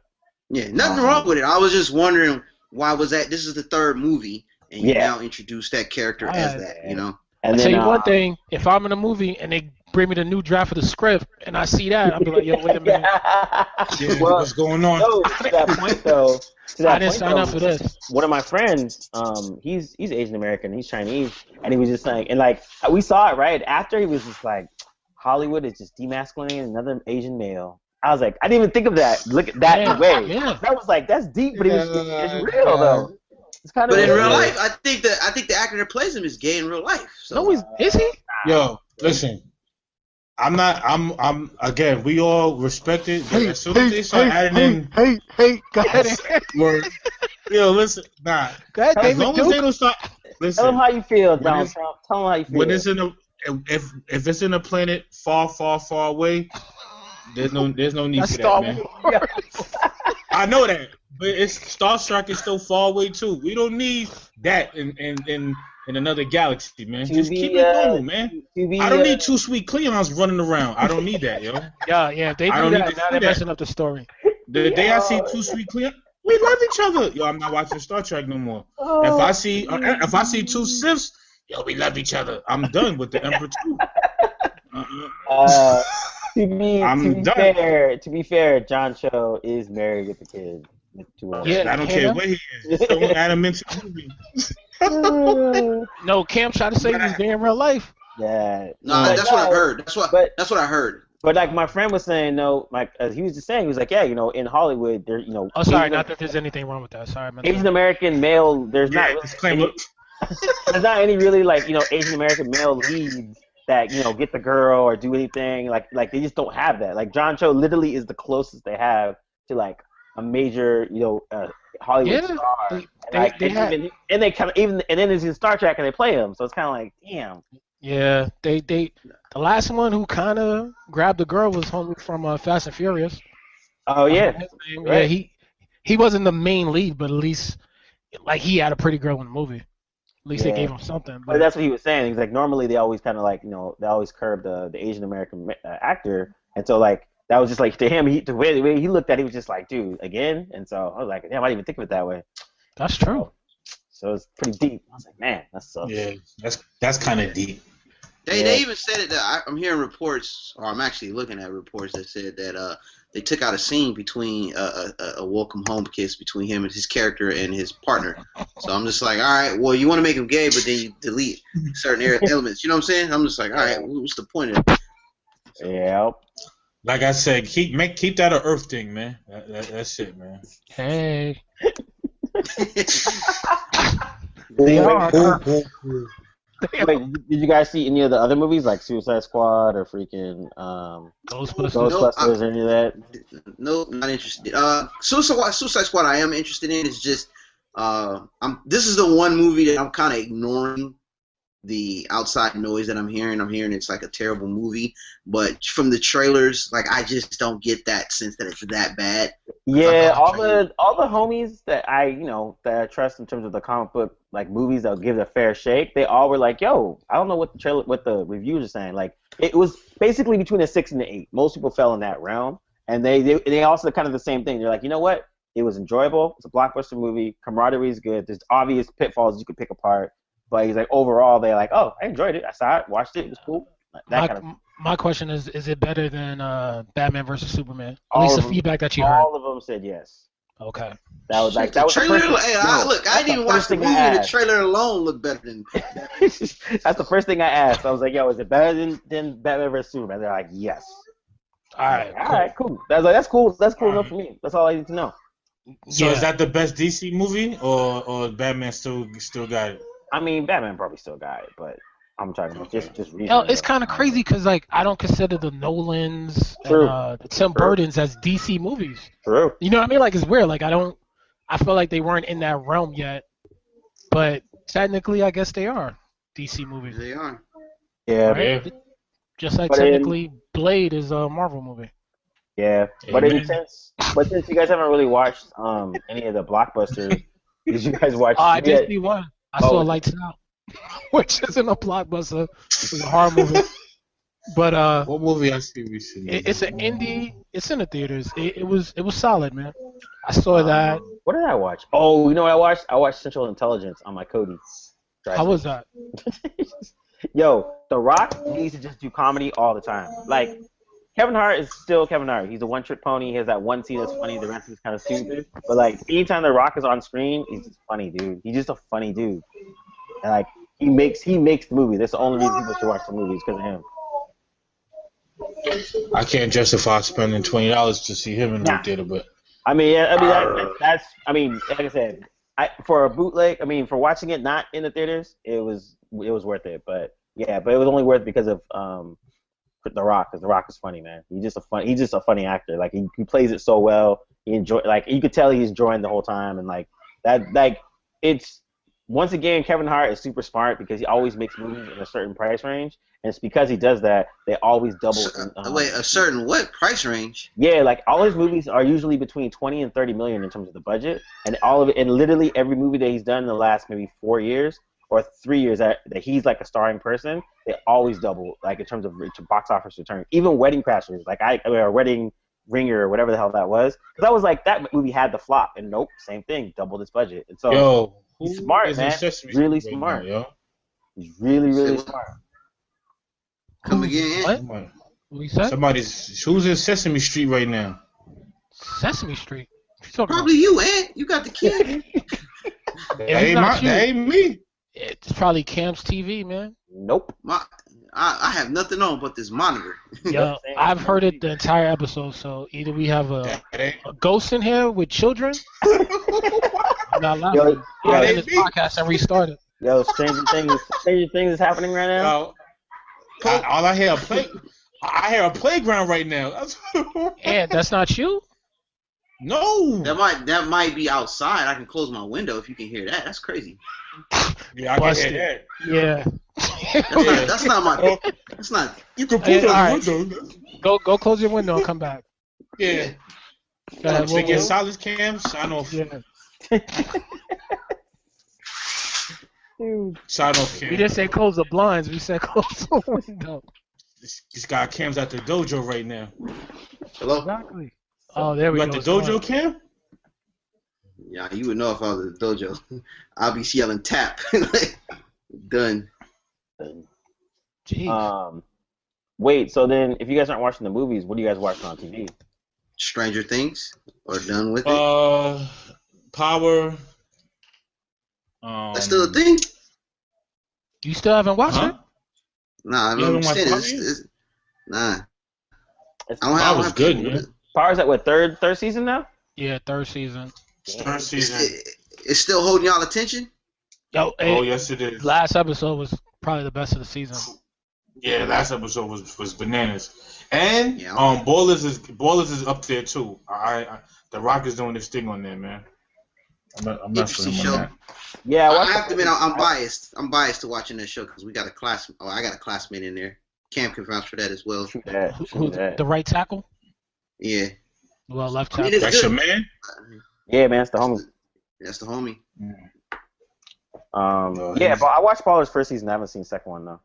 Speaker 4: Yeah, nothing wrong with it. I was just wondering why was that? This is the third movie, and you
Speaker 6: Yeah.
Speaker 4: now introduce that character as
Speaker 5: Alright.
Speaker 4: that. You know,
Speaker 6: And then
Speaker 5: I tell you
Speaker 6: uh,
Speaker 5: one thing: if I'm in a movie and they bring me the new draft of the script and I see that, I'll be like, "Yo, wait a
Speaker 6: (laughs)
Speaker 5: minute,
Speaker 3: Yeah,
Speaker 6: Well,
Speaker 3: what's going on?
Speaker 6: no, to that point though, to that
Speaker 5: I didn't
Speaker 6: point,
Speaker 5: sign
Speaker 6: though,
Speaker 5: up for this."
Speaker 6: One of my friends, um, he's he's Asian American, he's Chinese, and he was just like, and like we saw it right after, he was just like, Hollywood is just demasculinating another Asian male. I was like, I didn't even think of that. Look at that
Speaker 5: Yeah,
Speaker 6: way.
Speaker 5: yeah.
Speaker 6: That was like that's deep, but it was,
Speaker 7: Yeah,
Speaker 6: it's real though. It's kind of
Speaker 4: but in
Speaker 6: real.
Speaker 4: real life, I think that I think the actor that plays him is gay in real life. So
Speaker 5: No, he's, is he?
Speaker 3: Yo, listen. I'm not. I'm. I'm. Again, we all respect it. But as soon as they start adding in
Speaker 5: hey, hey, go ahead, and-
Speaker 3: word, yo, listen, nah.
Speaker 5: go ahead,
Speaker 3: As
Speaker 5: David
Speaker 3: long as they
Speaker 5: Duke.
Speaker 3: don't start,
Speaker 6: Tell him
Speaker 3: listen.
Speaker 6: how you feel, Donald
Speaker 3: it's-
Speaker 6: Trump. Tell him how you feel.
Speaker 3: When it's in a, if if it's in a planet far, far, far away, there's no there's no need
Speaker 5: That's
Speaker 3: for
Speaker 5: Star
Speaker 3: that, man.
Speaker 5: Wars.
Speaker 3: (laughs) I know that, but it's Star Trek is still far away too. We don't need that in in in, in another galaxy, man.
Speaker 6: To
Speaker 3: Just
Speaker 6: be,
Speaker 3: keep it
Speaker 6: uh,
Speaker 3: normal, man.
Speaker 6: To be,
Speaker 3: I don't
Speaker 6: uh,
Speaker 3: need two sweet Cleons running around. I don't need that, yo.
Speaker 5: Yeah, yeah. If they
Speaker 3: I
Speaker 5: do
Speaker 3: don't need
Speaker 5: that,
Speaker 3: to
Speaker 5: now
Speaker 3: see
Speaker 5: they're
Speaker 3: that.
Speaker 5: messing up the story.
Speaker 6: (laughs)
Speaker 3: The day I see
Speaker 6: Yo.
Speaker 3: two sweet Cleon, we love each other. Yo, I'm not watching Star Trek no more. If
Speaker 6: Oh.
Speaker 3: I see uh, if I see two Siths, yo, we love each other. I'm done with the Emperor too. Uh-uh. (laughs)
Speaker 6: Uh, to be, to
Speaker 3: I'm
Speaker 6: be
Speaker 3: done.
Speaker 6: fair, to be fair, John Cho is married with a kid. With two women.
Speaker 5: Yeah.
Speaker 3: I don't care what he is. (laughs) Throw Adam into the movie.
Speaker 5: No, Cam tried to say he was gay in real life.
Speaker 6: (laughs) yeah.
Speaker 4: no,
Speaker 6: But-
Speaker 4: that's what I heard. That's what
Speaker 6: But-
Speaker 4: that's what I heard.
Speaker 6: But like my friend was saying, no, like as he was just saying, he was like, yeah, you know, in Hollywood, there, you know,
Speaker 5: Oh, sorry.
Speaker 6: Asian-
Speaker 5: Not that there's anything wrong with that. Sorry, man.
Speaker 6: Asian American male. There's
Speaker 3: Yeah,
Speaker 6: not really,
Speaker 3: disclaimer.
Speaker 6: there's not any really like you know Asian American male leads that you know get the girl or do anything like like they just don't have that. Like John Cho literally is the closest they have to like a major you know uh, Hollywood
Speaker 5: Yeah,
Speaker 6: star.
Speaker 5: they-
Speaker 6: And, like,
Speaker 5: they
Speaker 6: and
Speaker 5: had-
Speaker 6: even, and they kind of even and then it's in Star Trek and they play him, so it's kind of like damn.
Speaker 5: Yeah, they they the last one who kind of grabbed the girl was homie from uh, Fast and Furious.
Speaker 6: Oh
Speaker 5: Uh-huh.
Speaker 6: yeah,
Speaker 5: Yeah,
Speaker 6: Right.
Speaker 5: he he wasn't the main lead, but at least like he had a pretty girl in the movie. At least
Speaker 6: Yeah.
Speaker 5: they gave him something.
Speaker 6: but
Speaker 5: But
Speaker 6: that's what he was saying. He's like normally they always kind of like you know they always curb the the Asian American uh, actor, and so like that was just like to him he the way, the way he looked at it, he was just like dude again, and so I was like damn I didn't even think of it that way.
Speaker 5: that's true.
Speaker 6: So it's pretty deep. I was like, man, that's so.
Speaker 3: Yeah, that's that's kind of deep.
Speaker 4: They
Speaker 6: Yeah.
Speaker 4: they even said it. That I, I'm hearing reports, or I'm actually looking at reports that said that uh they took out a scene between uh, a, a, a welcome home kiss between him and his character and his partner. So I'm just like, all right, well you want to make him gay, but then you delete (laughs) certain er- elements. You know what I'm saying? I'm just like, all right, what's the point of it?
Speaker 6: Yeah.
Speaker 3: Like I said, keep make keep that a Earth thing, man. That, that, that's it, man.
Speaker 5: Hey,
Speaker 6: They
Speaker 5: are.
Speaker 6: Wait, did did you guys see any of the other movies like Suicide Squad or freaking um,
Speaker 5: Ghostbusters.
Speaker 6: Ghostbusters or any of that?
Speaker 4: no, not interested. Uh, Suicide Squad, Suicide Squad, I am interested in. It's just, uh, I'm. This is the one movie that I'm kind of ignoring the outside noise that I'm hearing. I'm hearing it's like a terrible movie, but from the trailers, like I just don't get that sense that it's that bad.
Speaker 6: Yeah,
Speaker 4: Fuck off,
Speaker 6: all the all the homies that I you know that I trust in terms of the comic book like movies that'll give it a fair shake, they all were like, "Yo, I don't know what the trailer, what the reviews are saying." Like it was basically between a six and an eight. Most people fell in that realm, and they they, they also kind of the same thing. They're like, "You know what? It was enjoyable. It's a blockbuster movie. Camaraderie is good. There's obvious pitfalls you could pick apart, but he's like overall they're like, "Oh, I enjoyed it. I saw it, watched it. It was cool." Like, That
Speaker 5: My,
Speaker 6: kind of
Speaker 5: my question is: Is it better than uh, Batman versus Superman? At
Speaker 6: All
Speaker 5: least the
Speaker 6: of them.
Speaker 5: feedback that you heard.
Speaker 6: all of them said yes.
Speaker 5: Okay.
Speaker 6: That was like
Speaker 4: Shit,
Speaker 6: that was
Speaker 4: the
Speaker 6: the
Speaker 4: trailer.
Speaker 6: first thing-
Speaker 4: hey, I,
Speaker 6: no,
Speaker 4: look, I
Speaker 6: that's
Speaker 4: didn't
Speaker 6: the
Speaker 4: even watch
Speaker 6: first
Speaker 4: the
Speaker 6: thing
Speaker 4: movie,
Speaker 6: I
Speaker 4: and the
Speaker 6: asked.
Speaker 4: trailer alone looked better than.
Speaker 6: (laughs) That's the first thing I asked. I was like, "Yo, is it better than, than Batman vs Superman?" They're like, "Yes."
Speaker 5: All right.
Speaker 6: All right, cool. That's like that's cool. That's cool
Speaker 3: All
Speaker 6: enough for me. That's all I need to know.
Speaker 3: So
Speaker 5: yeah.
Speaker 3: is that the best DC movie, or or Batman still still got it?
Speaker 6: I mean, Batman probably still got it, but I'm talking about just just reason.
Speaker 5: Yo, Oh, it's kind of crazy because like I don't consider the Nolans and
Speaker 6: True.
Speaker 5: uh, the Tim
Speaker 6: True.
Speaker 5: Burton's as DC movies.
Speaker 6: True.
Speaker 5: You know what I mean? Like it's weird. Like I don't. I feel like they weren't in that realm yet, but technically, I guess they are DC movies.
Speaker 4: They are.
Speaker 6: Yeah,
Speaker 5: Right? Just like
Speaker 6: But in-
Speaker 5: technically, Blade is a Marvel movie.
Speaker 6: yeah. But in
Speaker 3: Amen.
Speaker 6: since but since you guys haven't really watched um
Speaker 5: (laughs)
Speaker 6: any of the blockbusters, did you guys watch?
Speaker 5: Oh, I
Speaker 6: yeah,
Speaker 5: did see one. I saw
Speaker 6: Oh.
Speaker 5: Lights Out. (laughs) which isn't a blockbuster. It's a horror movie. But uh,
Speaker 3: What movie I see recently?
Speaker 5: it, it's an indie. It's in the theaters. It, it was it was solid, man. I
Speaker 6: Oh,
Speaker 5: saw that.
Speaker 6: What did I watch? Oh, you know what I watched? I watched Central Intelligence on my Cody.
Speaker 5: How was that?
Speaker 6: Yo, The Rock needs to just do comedy all the time. Like, Kevin Hart is still Kevin Hart. He's a one trick pony. He has that one scene that's funny, the rest is kind of stupid. But, like, anytime The Rock is on screen, he's just funny, dude. He's just a funny dude. And, like, he makes he makes the movie. That's the only reason people should watch the movies because of him.
Speaker 3: I can't justify spending twenty dollars to see him in the
Speaker 6: Nah.
Speaker 3: theater, but
Speaker 6: I mean, yeah, I mean that,
Speaker 4: Uh.
Speaker 6: that- that's I mean, like I said, I for a bootleg, I mean, for watching it not in the theaters, it was it was worth it. But yeah, but it was only worth it because of um, The Rock, because The Rock is funny, man. He's just a fun, he's just a funny actor. Like he, he plays it so well. He enjoy like you could tell he's enjoying the whole time, and like that like it's once again Kevin Hart is super smart because he always makes movies in a certain price range, and it's because he does that they always double.
Speaker 4: So, uh,
Speaker 6: um,
Speaker 4: wait, a certain what price range?
Speaker 6: yeah, like all his movies are usually between twenty and thirty million in terms of the budget, and all of it, and literally every movie that he's done in the last maybe four years or three years that, that he's like a starring person, they always double like in terms of re- to box office return. Even Wedding Crashers, like I, I mean, or Wedding Ringer or whatever the hell that was, because I was like that movie had the flop, and nope, same thing, doubled its budget. And so
Speaker 3: yo,
Speaker 6: Oh. he's smart,
Speaker 3: is in
Speaker 6: man.
Speaker 3: Sesame
Speaker 6: Really
Speaker 3: Street right
Speaker 6: smart.
Speaker 3: now, yo?
Speaker 6: he's really, really
Speaker 4: Say what?
Speaker 6: smart. (laughs)
Speaker 4: Come again?
Speaker 5: What?
Speaker 3: Somebody-
Speaker 5: What you said?
Speaker 3: Somebody's who's in Sesame Street right now?
Speaker 5: Sesame Street. What you talking
Speaker 4: Probably you, Aunt. You got the
Speaker 6: (laughs)
Speaker 4: kid.
Speaker 3: That
Speaker 5: If it's
Speaker 3: ain't,
Speaker 5: not
Speaker 3: my,
Speaker 5: you.
Speaker 3: that ain't me.
Speaker 5: about? It's probably Cam's TV, man.
Speaker 3: (laughs)
Speaker 6: Nope.
Speaker 4: My, I, I have nothing on but this monitor.
Speaker 5: Yeah, I've heard it the entire episode. So either we have a,
Speaker 6: Oh.
Speaker 3: That ain't.
Speaker 5: a ghost in here with (laughs) children. I'm not lying.
Speaker 6: Yo,
Speaker 5: I'll
Speaker 6: yo,
Speaker 5: end this podcast and restart it.
Speaker 6: yo, Stranger Things, Stranger Things is happening right now.
Speaker 3: Yo, Uh, I, all I hear a play. I hear a playground right now. (laughs) That's-
Speaker 5: And that's not you.
Speaker 4: That
Speaker 3: no.
Speaker 4: might that might be outside. I can close my window if you can hear that. That's crazy.
Speaker 3: Yeah, I can
Speaker 5: Busted.
Speaker 3: hear that.
Speaker 5: Yeah.
Speaker 4: That's, not, that's not my.
Speaker 3: Oh.
Speaker 4: That's not.
Speaker 3: You can
Speaker 5: Hey,
Speaker 3: pull
Speaker 5: all
Speaker 3: that
Speaker 5: right.
Speaker 3: window.
Speaker 5: go go close your window and come back.
Speaker 3: Yeah.
Speaker 5: Go ahead,
Speaker 3: Take your
Speaker 5: we'll-
Speaker 3: silence cam. Sign off.
Speaker 6: (laughs)
Speaker 5: yeah.
Speaker 3: Sign off
Speaker 5: We
Speaker 3: cam.
Speaker 5: didn't say close the blinds. We said (laughs) close the window.
Speaker 3: This, this guy Cam's at the dojo right now.
Speaker 4: Hello.
Speaker 5: Exactly. Oh, there we
Speaker 3: You
Speaker 5: go.
Speaker 3: at the
Speaker 5: It's
Speaker 3: dojo,
Speaker 5: on.
Speaker 3: Cam?
Speaker 4: Yeah, you would know if I was at the dojo. (laughs) I'll be yelling tap. (laughs) Done.
Speaker 5: Jeez.
Speaker 6: Um, wait. So then, if you guys aren't watching the movies, what are you guys watching on TV?
Speaker 4: Stranger Things or done with it.
Speaker 3: Uh, power. Um,
Speaker 4: that's still a thing.
Speaker 5: you still haven't watched
Speaker 3: huh?
Speaker 4: Nah, I
Speaker 3: You
Speaker 4: don't
Speaker 3: haven't watched
Speaker 4: understand.
Speaker 3: Power
Speaker 4: It's, it's, nah,
Speaker 6: It's,
Speaker 4: I don't
Speaker 3: Power's
Speaker 4: have. I don't have
Speaker 3: good,
Speaker 4: people
Speaker 3: man.
Speaker 4: with it.
Speaker 6: Power's at what third third season now?
Speaker 5: it? Yeah, third season.
Speaker 3: Stern
Speaker 4: It's,
Speaker 3: season.
Speaker 4: it- it's still holding y'all attention.
Speaker 5: Yo,
Speaker 3: Oh
Speaker 5: eh,
Speaker 3: yes, it is.
Speaker 5: last episode was probably the best of the season.
Speaker 3: Yeah, last episode was, was bananas, and
Speaker 4: Yeah.
Speaker 3: um, Ballers is Ballers is up there too. I, I the Rock is doing this thing on there, man. I'm not, I'm not
Speaker 4: Interesting
Speaker 3: feeling
Speaker 4: show.
Speaker 3: that.
Speaker 6: Yeah,
Speaker 4: I
Speaker 6: watched
Speaker 4: have to
Speaker 6: the-
Speaker 4: admit, I'm, I'm biased. I'm biased to watching that show because we got a class. Oh, I got a classmate in there. Cam can vouch for that as well.
Speaker 6: Shoot that,
Speaker 5: Who,
Speaker 6: shoot
Speaker 5: who,
Speaker 6: that.
Speaker 5: the right tackle?
Speaker 4: Yeah,
Speaker 5: Well, left
Speaker 4: I mean,
Speaker 5: tackle.
Speaker 4: it's
Speaker 3: That's
Speaker 4: good.
Speaker 3: your man.
Speaker 6: Yeah, man, it's the homie.
Speaker 4: That's the homie.
Speaker 3: No,
Speaker 4: Oh,
Speaker 6: Um, yeah,
Speaker 3: he's-
Speaker 6: but I watched Ballers first season. I haven't seen second one though.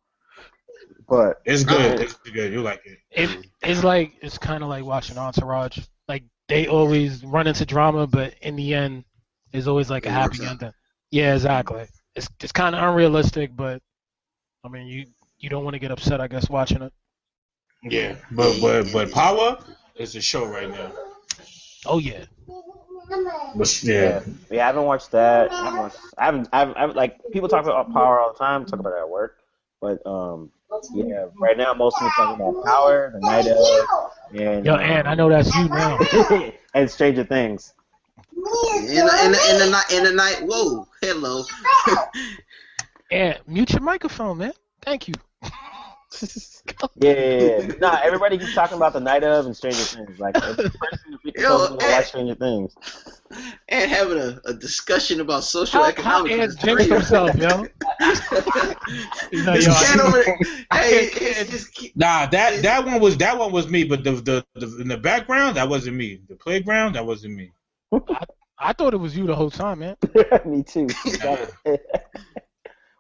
Speaker 6: But
Speaker 3: It's good.
Speaker 4: Uh,
Speaker 3: It's good. You like it?
Speaker 5: It, it's like it's kind of like watching Entourage. Like they always run into drama, but in the end, there's always like a
Speaker 4: It
Speaker 5: happy
Speaker 4: works out.
Speaker 5: ending. Yeah, exactly. It's it's kind of unrealistic, but I mean, you you don't want to get upset, I guess, watching it.
Speaker 3: Yeah, but but but Power is a show right now.
Speaker 5: Oh yeah.
Speaker 3: But
Speaker 6: yeah,
Speaker 3: yeah,
Speaker 6: yeah, I haven't watched that. I haven't, watched, I haven't, I haven't, I haven't- like people talk about Power all the time. Talk about it at work, but um, yeah, right now mostly talking about Power, The Night of, and
Speaker 5: Yo,
Speaker 6: um,
Speaker 5: Ann, I know that's you now.
Speaker 6: (laughs) and Stranger Things.
Speaker 4: In the, in the, in the night, in the night. Whoa, hello.
Speaker 5: Ann, mute your microphone, man. Thank you.
Speaker 6: Yeah, yeah, yeah. nah, everybody keeps talking about the night of and Stranger Things. Like, every person who freaking tells me to watch Stranger Things. (laughs)
Speaker 4: and having a, a discussion about social
Speaker 5: How, how
Speaker 4: economics.
Speaker 5: Ann jinxed himself, yo? (laughs) You know,
Speaker 4: this
Speaker 5: yo,
Speaker 4: cat
Speaker 5: I-
Speaker 4: over there. Hey,
Speaker 5: can't-
Speaker 4: it's just. keep-
Speaker 3: nah, that that one was that one was me. But the the, the in the background that wasn't me. The playground that wasn't me.
Speaker 5: I thought it was you the whole time, man.
Speaker 6: me too.
Speaker 3: Yeah.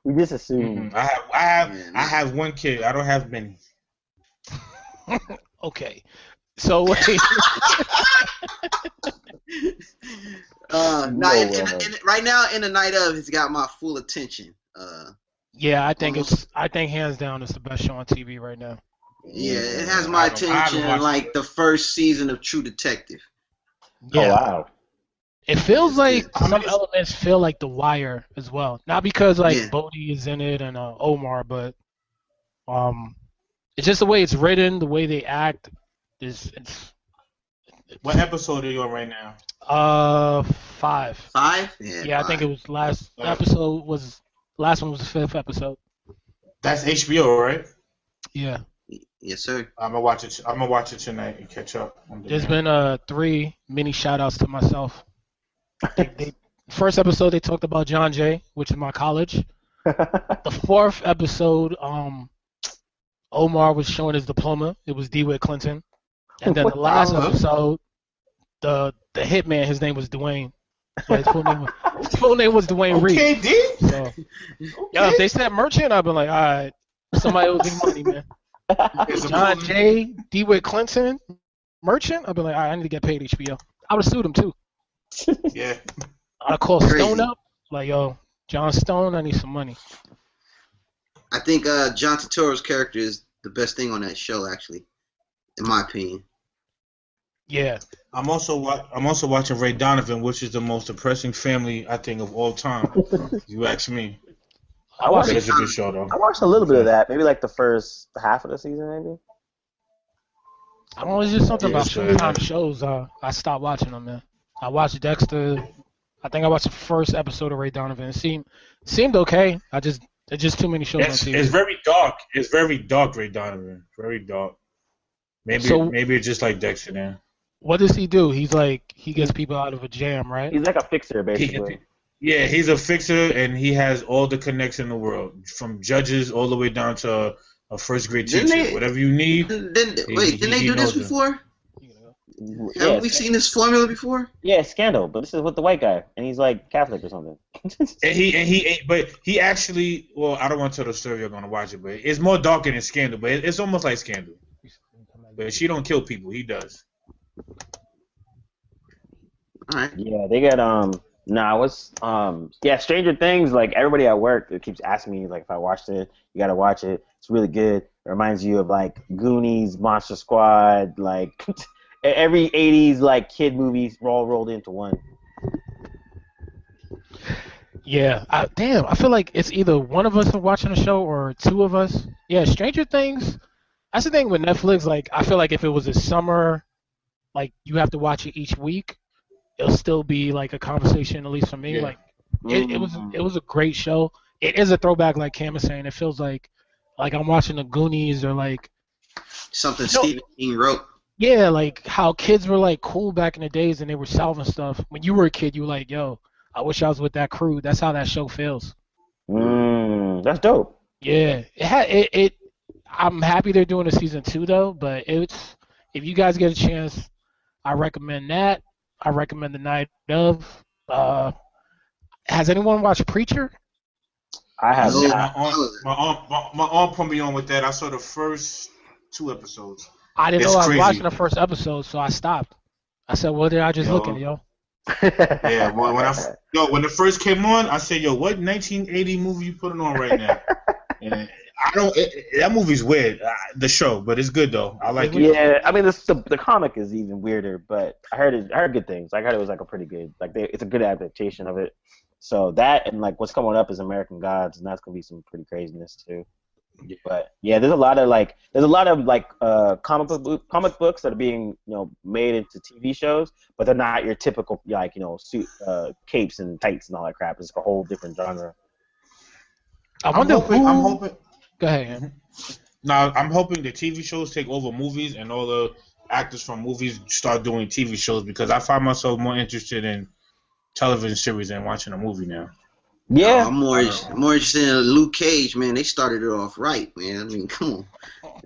Speaker 6: we We just assume.
Speaker 3: Mm-mm. Mm-hmm. I have, I have,
Speaker 4: Hmm. Yeah,
Speaker 3: I have one kid. I don't have many.
Speaker 5: Okay. So (laughs) wait.
Speaker 4: Uh, nah,
Speaker 6: No
Speaker 4: in- in-
Speaker 6: way.
Speaker 4: in- right now in the night of, it's got my full attention. Uh,
Speaker 5: yeah, I think it's. I think hands down, it's the best show on TV right now.
Speaker 4: yeah, it has
Speaker 3: I
Speaker 4: my
Speaker 3: haven't- I haven't
Speaker 4: attention.
Speaker 3: watched
Speaker 4: Like the first season of True Detective.
Speaker 5: Yeah.
Speaker 6: Oh wow.
Speaker 5: It feels like
Speaker 4: I mean,
Speaker 5: some
Speaker 4: it's-
Speaker 5: elements feel like The Wire as well. Not because like
Speaker 4: Yeah.
Speaker 5: Bodie is in it and uh, Omar, but um, it's just the way it's written, the way they act. Is it's
Speaker 3: What episode are you on right now?
Speaker 5: uh five.
Speaker 4: Five.
Speaker 5: Yeah, I think it was last episode was last one was the fifth episode.
Speaker 3: That's HBO, right?
Speaker 5: Yeah,
Speaker 4: Yes, sir.
Speaker 3: I'm gonna watch it. I'm gonna watch it tonight and catch up. on the-
Speaker 5: there's been uh three mini shout outs to myself. I think they, first episode they talked about John Jay, which is my college. the fourth episode, um, Omar was showing his diploma. It was D. Witt Clinton, and then the last
Speaker 4: Wow.
Speaker 5: episode, the the hitman, his name was Dwayne. But his full name was, his full name was Dwayne Reed.
Speaker 3: (laughs) Okay, D.
Speaker 5: So, yo, if they said merchant, I'd be like, all right, somebody owes me money, man.
Speaker 3: It's a
Speaker 5: John
Speaker 3: cool-
Speaker 5: Jay, D. Witt Clinton, merchant. I'd be like, all right, I need to get paid HBO. I would have sued him too.
Speaker 3: Yeah.
Speaker 5: I'd have called Stone
Speaker 4: Crazy.
Speaker 5: up, like, yo, John Stone, I need some money.
Speaker 4: I think uh, John Turturro's character is the best thing on that show, actually, in my opinion.
Speaker 5: Yeah,
Speaker 3: I'm also wa- I'm also watching Ray Donovan, which is the most depressing family I think of all time. if you ask (laughs) me.
Speaker 6: I
Speaker 3: But
Speaker 6: watched.
Speaker 3: it's a good show though.
Speaker 6: (laughs) I watched a little bit of that. Maybe like the first half of the season, maybe.
Speaker 5: I don't know. It's just something
Speaker 3: Yeah,
Speaker 5: about
Speaker 3: it's fair.
Speaker 5: Showtime shows. Uh, I stopped watching them, man. I watched Dexter. I think I watched the first episode of Ray Donovan. It seemed seemed okay. I just there's just too many shows
Speaker 3: It's,
Speaker 5: on
Speaker 3: it's
Speaker 5: TV.
Speaker 3: very dark. It's very dark, Ray Donovan. Very dark. Maybe
Speaker 5: So-
Speaker 3: maybe it's just like Dexter then.
Speaker 5: What does he do? He's like he gets people out of a jam, right?
Speaker 6: He's like a fixer,
Speaker 3: He-
Speaker 6: basically.
Speaker 3: (laughs) yeah, he's a fixer and he has all the connects in the world, from judges all the way down to a first grade teacher.
Speaker 4: Didn't they-
Speaker 3: Whatever you need.
Speaker 4: Didn't- Didn't, wait, didn't they
Speaker 3: he
Speaker 4: do this
Speaker 3: knows him.
Speaker 4: before?
Speaker 6: Yeah,
Speaker 4: Haven't we seen this formula before?
Speaker 6: yeah, scandal. But this is with the white guy, and he's like Catholic or something. (laughs)
Speaker 3: And he and he but he actually well I don't want to tell the story you're gonna watch it but it's more darker than Scandal but it- it's almost like Scandal but she don't kill people he does
Speaker 4: All right.
Speaker 6: yeah, they got um. Nah, what's um? Yeah, Stranger Things. Like everybody at work it keeps asking me like if I watched it. You gotta watch it. It's really good. It reminds you of like Goonies, Monster Squad, like (laughs) e-, every '80s like kid movies all rolled into one.
Speaker 5: Yeah. I, damn, I feel like it's either one of us are watching a show or two of us. Yeah, Stranger Things. That's the thing with Netflix. Like, I feel like if it was a summer, like you have to watch it each week, it'll still be like a conversation. At least for me,
Speaker 3: Yeah.
Speaker 5: like. It, it was it was a great show. It is a throwback, like Cam was saying. It feels like like I'm watching the Goonies or like
Speaker 4: something
Speaker 5: No.
Speaker 4: Stephen King wrote.
Speaker 5: yeah, like how kids were like cool back in the days and they were solving stuff. When you were a kid, you were like, yo, I wish I was with that crew. That's how that show feels.
Speaker 6: Mm, that's dope.
Speaker 5: Yeah, it had it. it I'm happy they're doing a season two though, but it's if you guys get a chance, I recommend that. I recommend the night of. Uh, has anyone watched Preacher?
Speaker 6: I have.
Speaker 4: No.
Speaker 6: not. (laughs)
Speaker 3: my aunt my aunt, my, my aunt put me on with that I saw the first two episodes
Speaker 5: I didn't
Speaker 3: It's
Speaker 5: know I was
Speaker 3: crazy.
Speaker 5: watching the first episode, so I stopped. I said, "What did I just
Speaker 3: Yo.
Speaker 5: look at, yo?"
Speaker 3: yeah when, when I
Speaker 6: (laughs)
Speaker 3: f- yo when it first came on I said yo what 1980 movie you putting on right
Speaker 6: (laughs)
Speaker 3: now and I don't it, it- that movie's weird uh, the show but it's good though I like it
Speaker 6: Yeah, I mean the, the the comic is even weirder, but I heard it. I heard good things. I heard it was like a pretty good, like they, it's a good adaptation of it. So that and like what's coming up is American Gods, and that's gonna be some pretty craziness too. But yeah, there's a lot of like there's a lot of like uh comic book comic books that are being you know made into TV shows, but they're not your typical like you know suit uh capes and tights and all that crap. It's a whole different genre.
Speaker 5: I
Speaker 3: I'm
Speaker 5: wonder
Speaker 3: hoping
Speaker 5: who.
Speaker 3: I'm hoping Mm-hmm.
Speaker 5: Go ahead.
Speaker 3: Now I'm hoping the TV shows take over movies, and all the actors from movies start doing TV shows because I find myself more interested in television series than watching a movie now.
Speaker 6: Yeah,
Speaker 4: Oh, I'm more I'm more interested in Luke Cage, man. They started it off right, man. I mean, come on.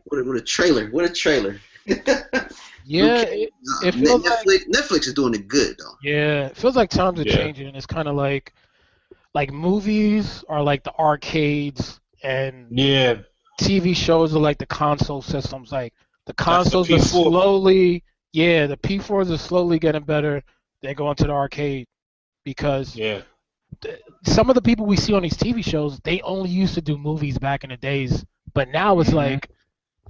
Speaker 4: What a, what a trailer! What a
Speaker 3: (laughs)
Speaker 4: trailer!
Speaker 5: Yeah,
Speaker 4: Okay.
Speaker 5: it,
Speaker 4: Nah,
Speaker 5: It
Speaker 4: Ne-
Speaker 5: feels
Speaker 4: Netflix, Netflix is doing it good though.
Speaker 5: yeah. It feels like times are
Speaker 3: Yeah.
Speaker 5: changing. It's kind of like like movies are like the arcades and
Speaker 3: Yeah,
Speaker 5: TV shows are like the console systems. Like the consoles are
Speaker 3: P4.
Speaker 5: slowly, yeah, the P4s are slowly getting better. They're going to the arcade because
Speaker 3: yeah.
Speaker 5: some of the people we see on these TV shows, they only used to do movies back in the days, but now it's
Speaker 3: Mhm.
Speaker 5: like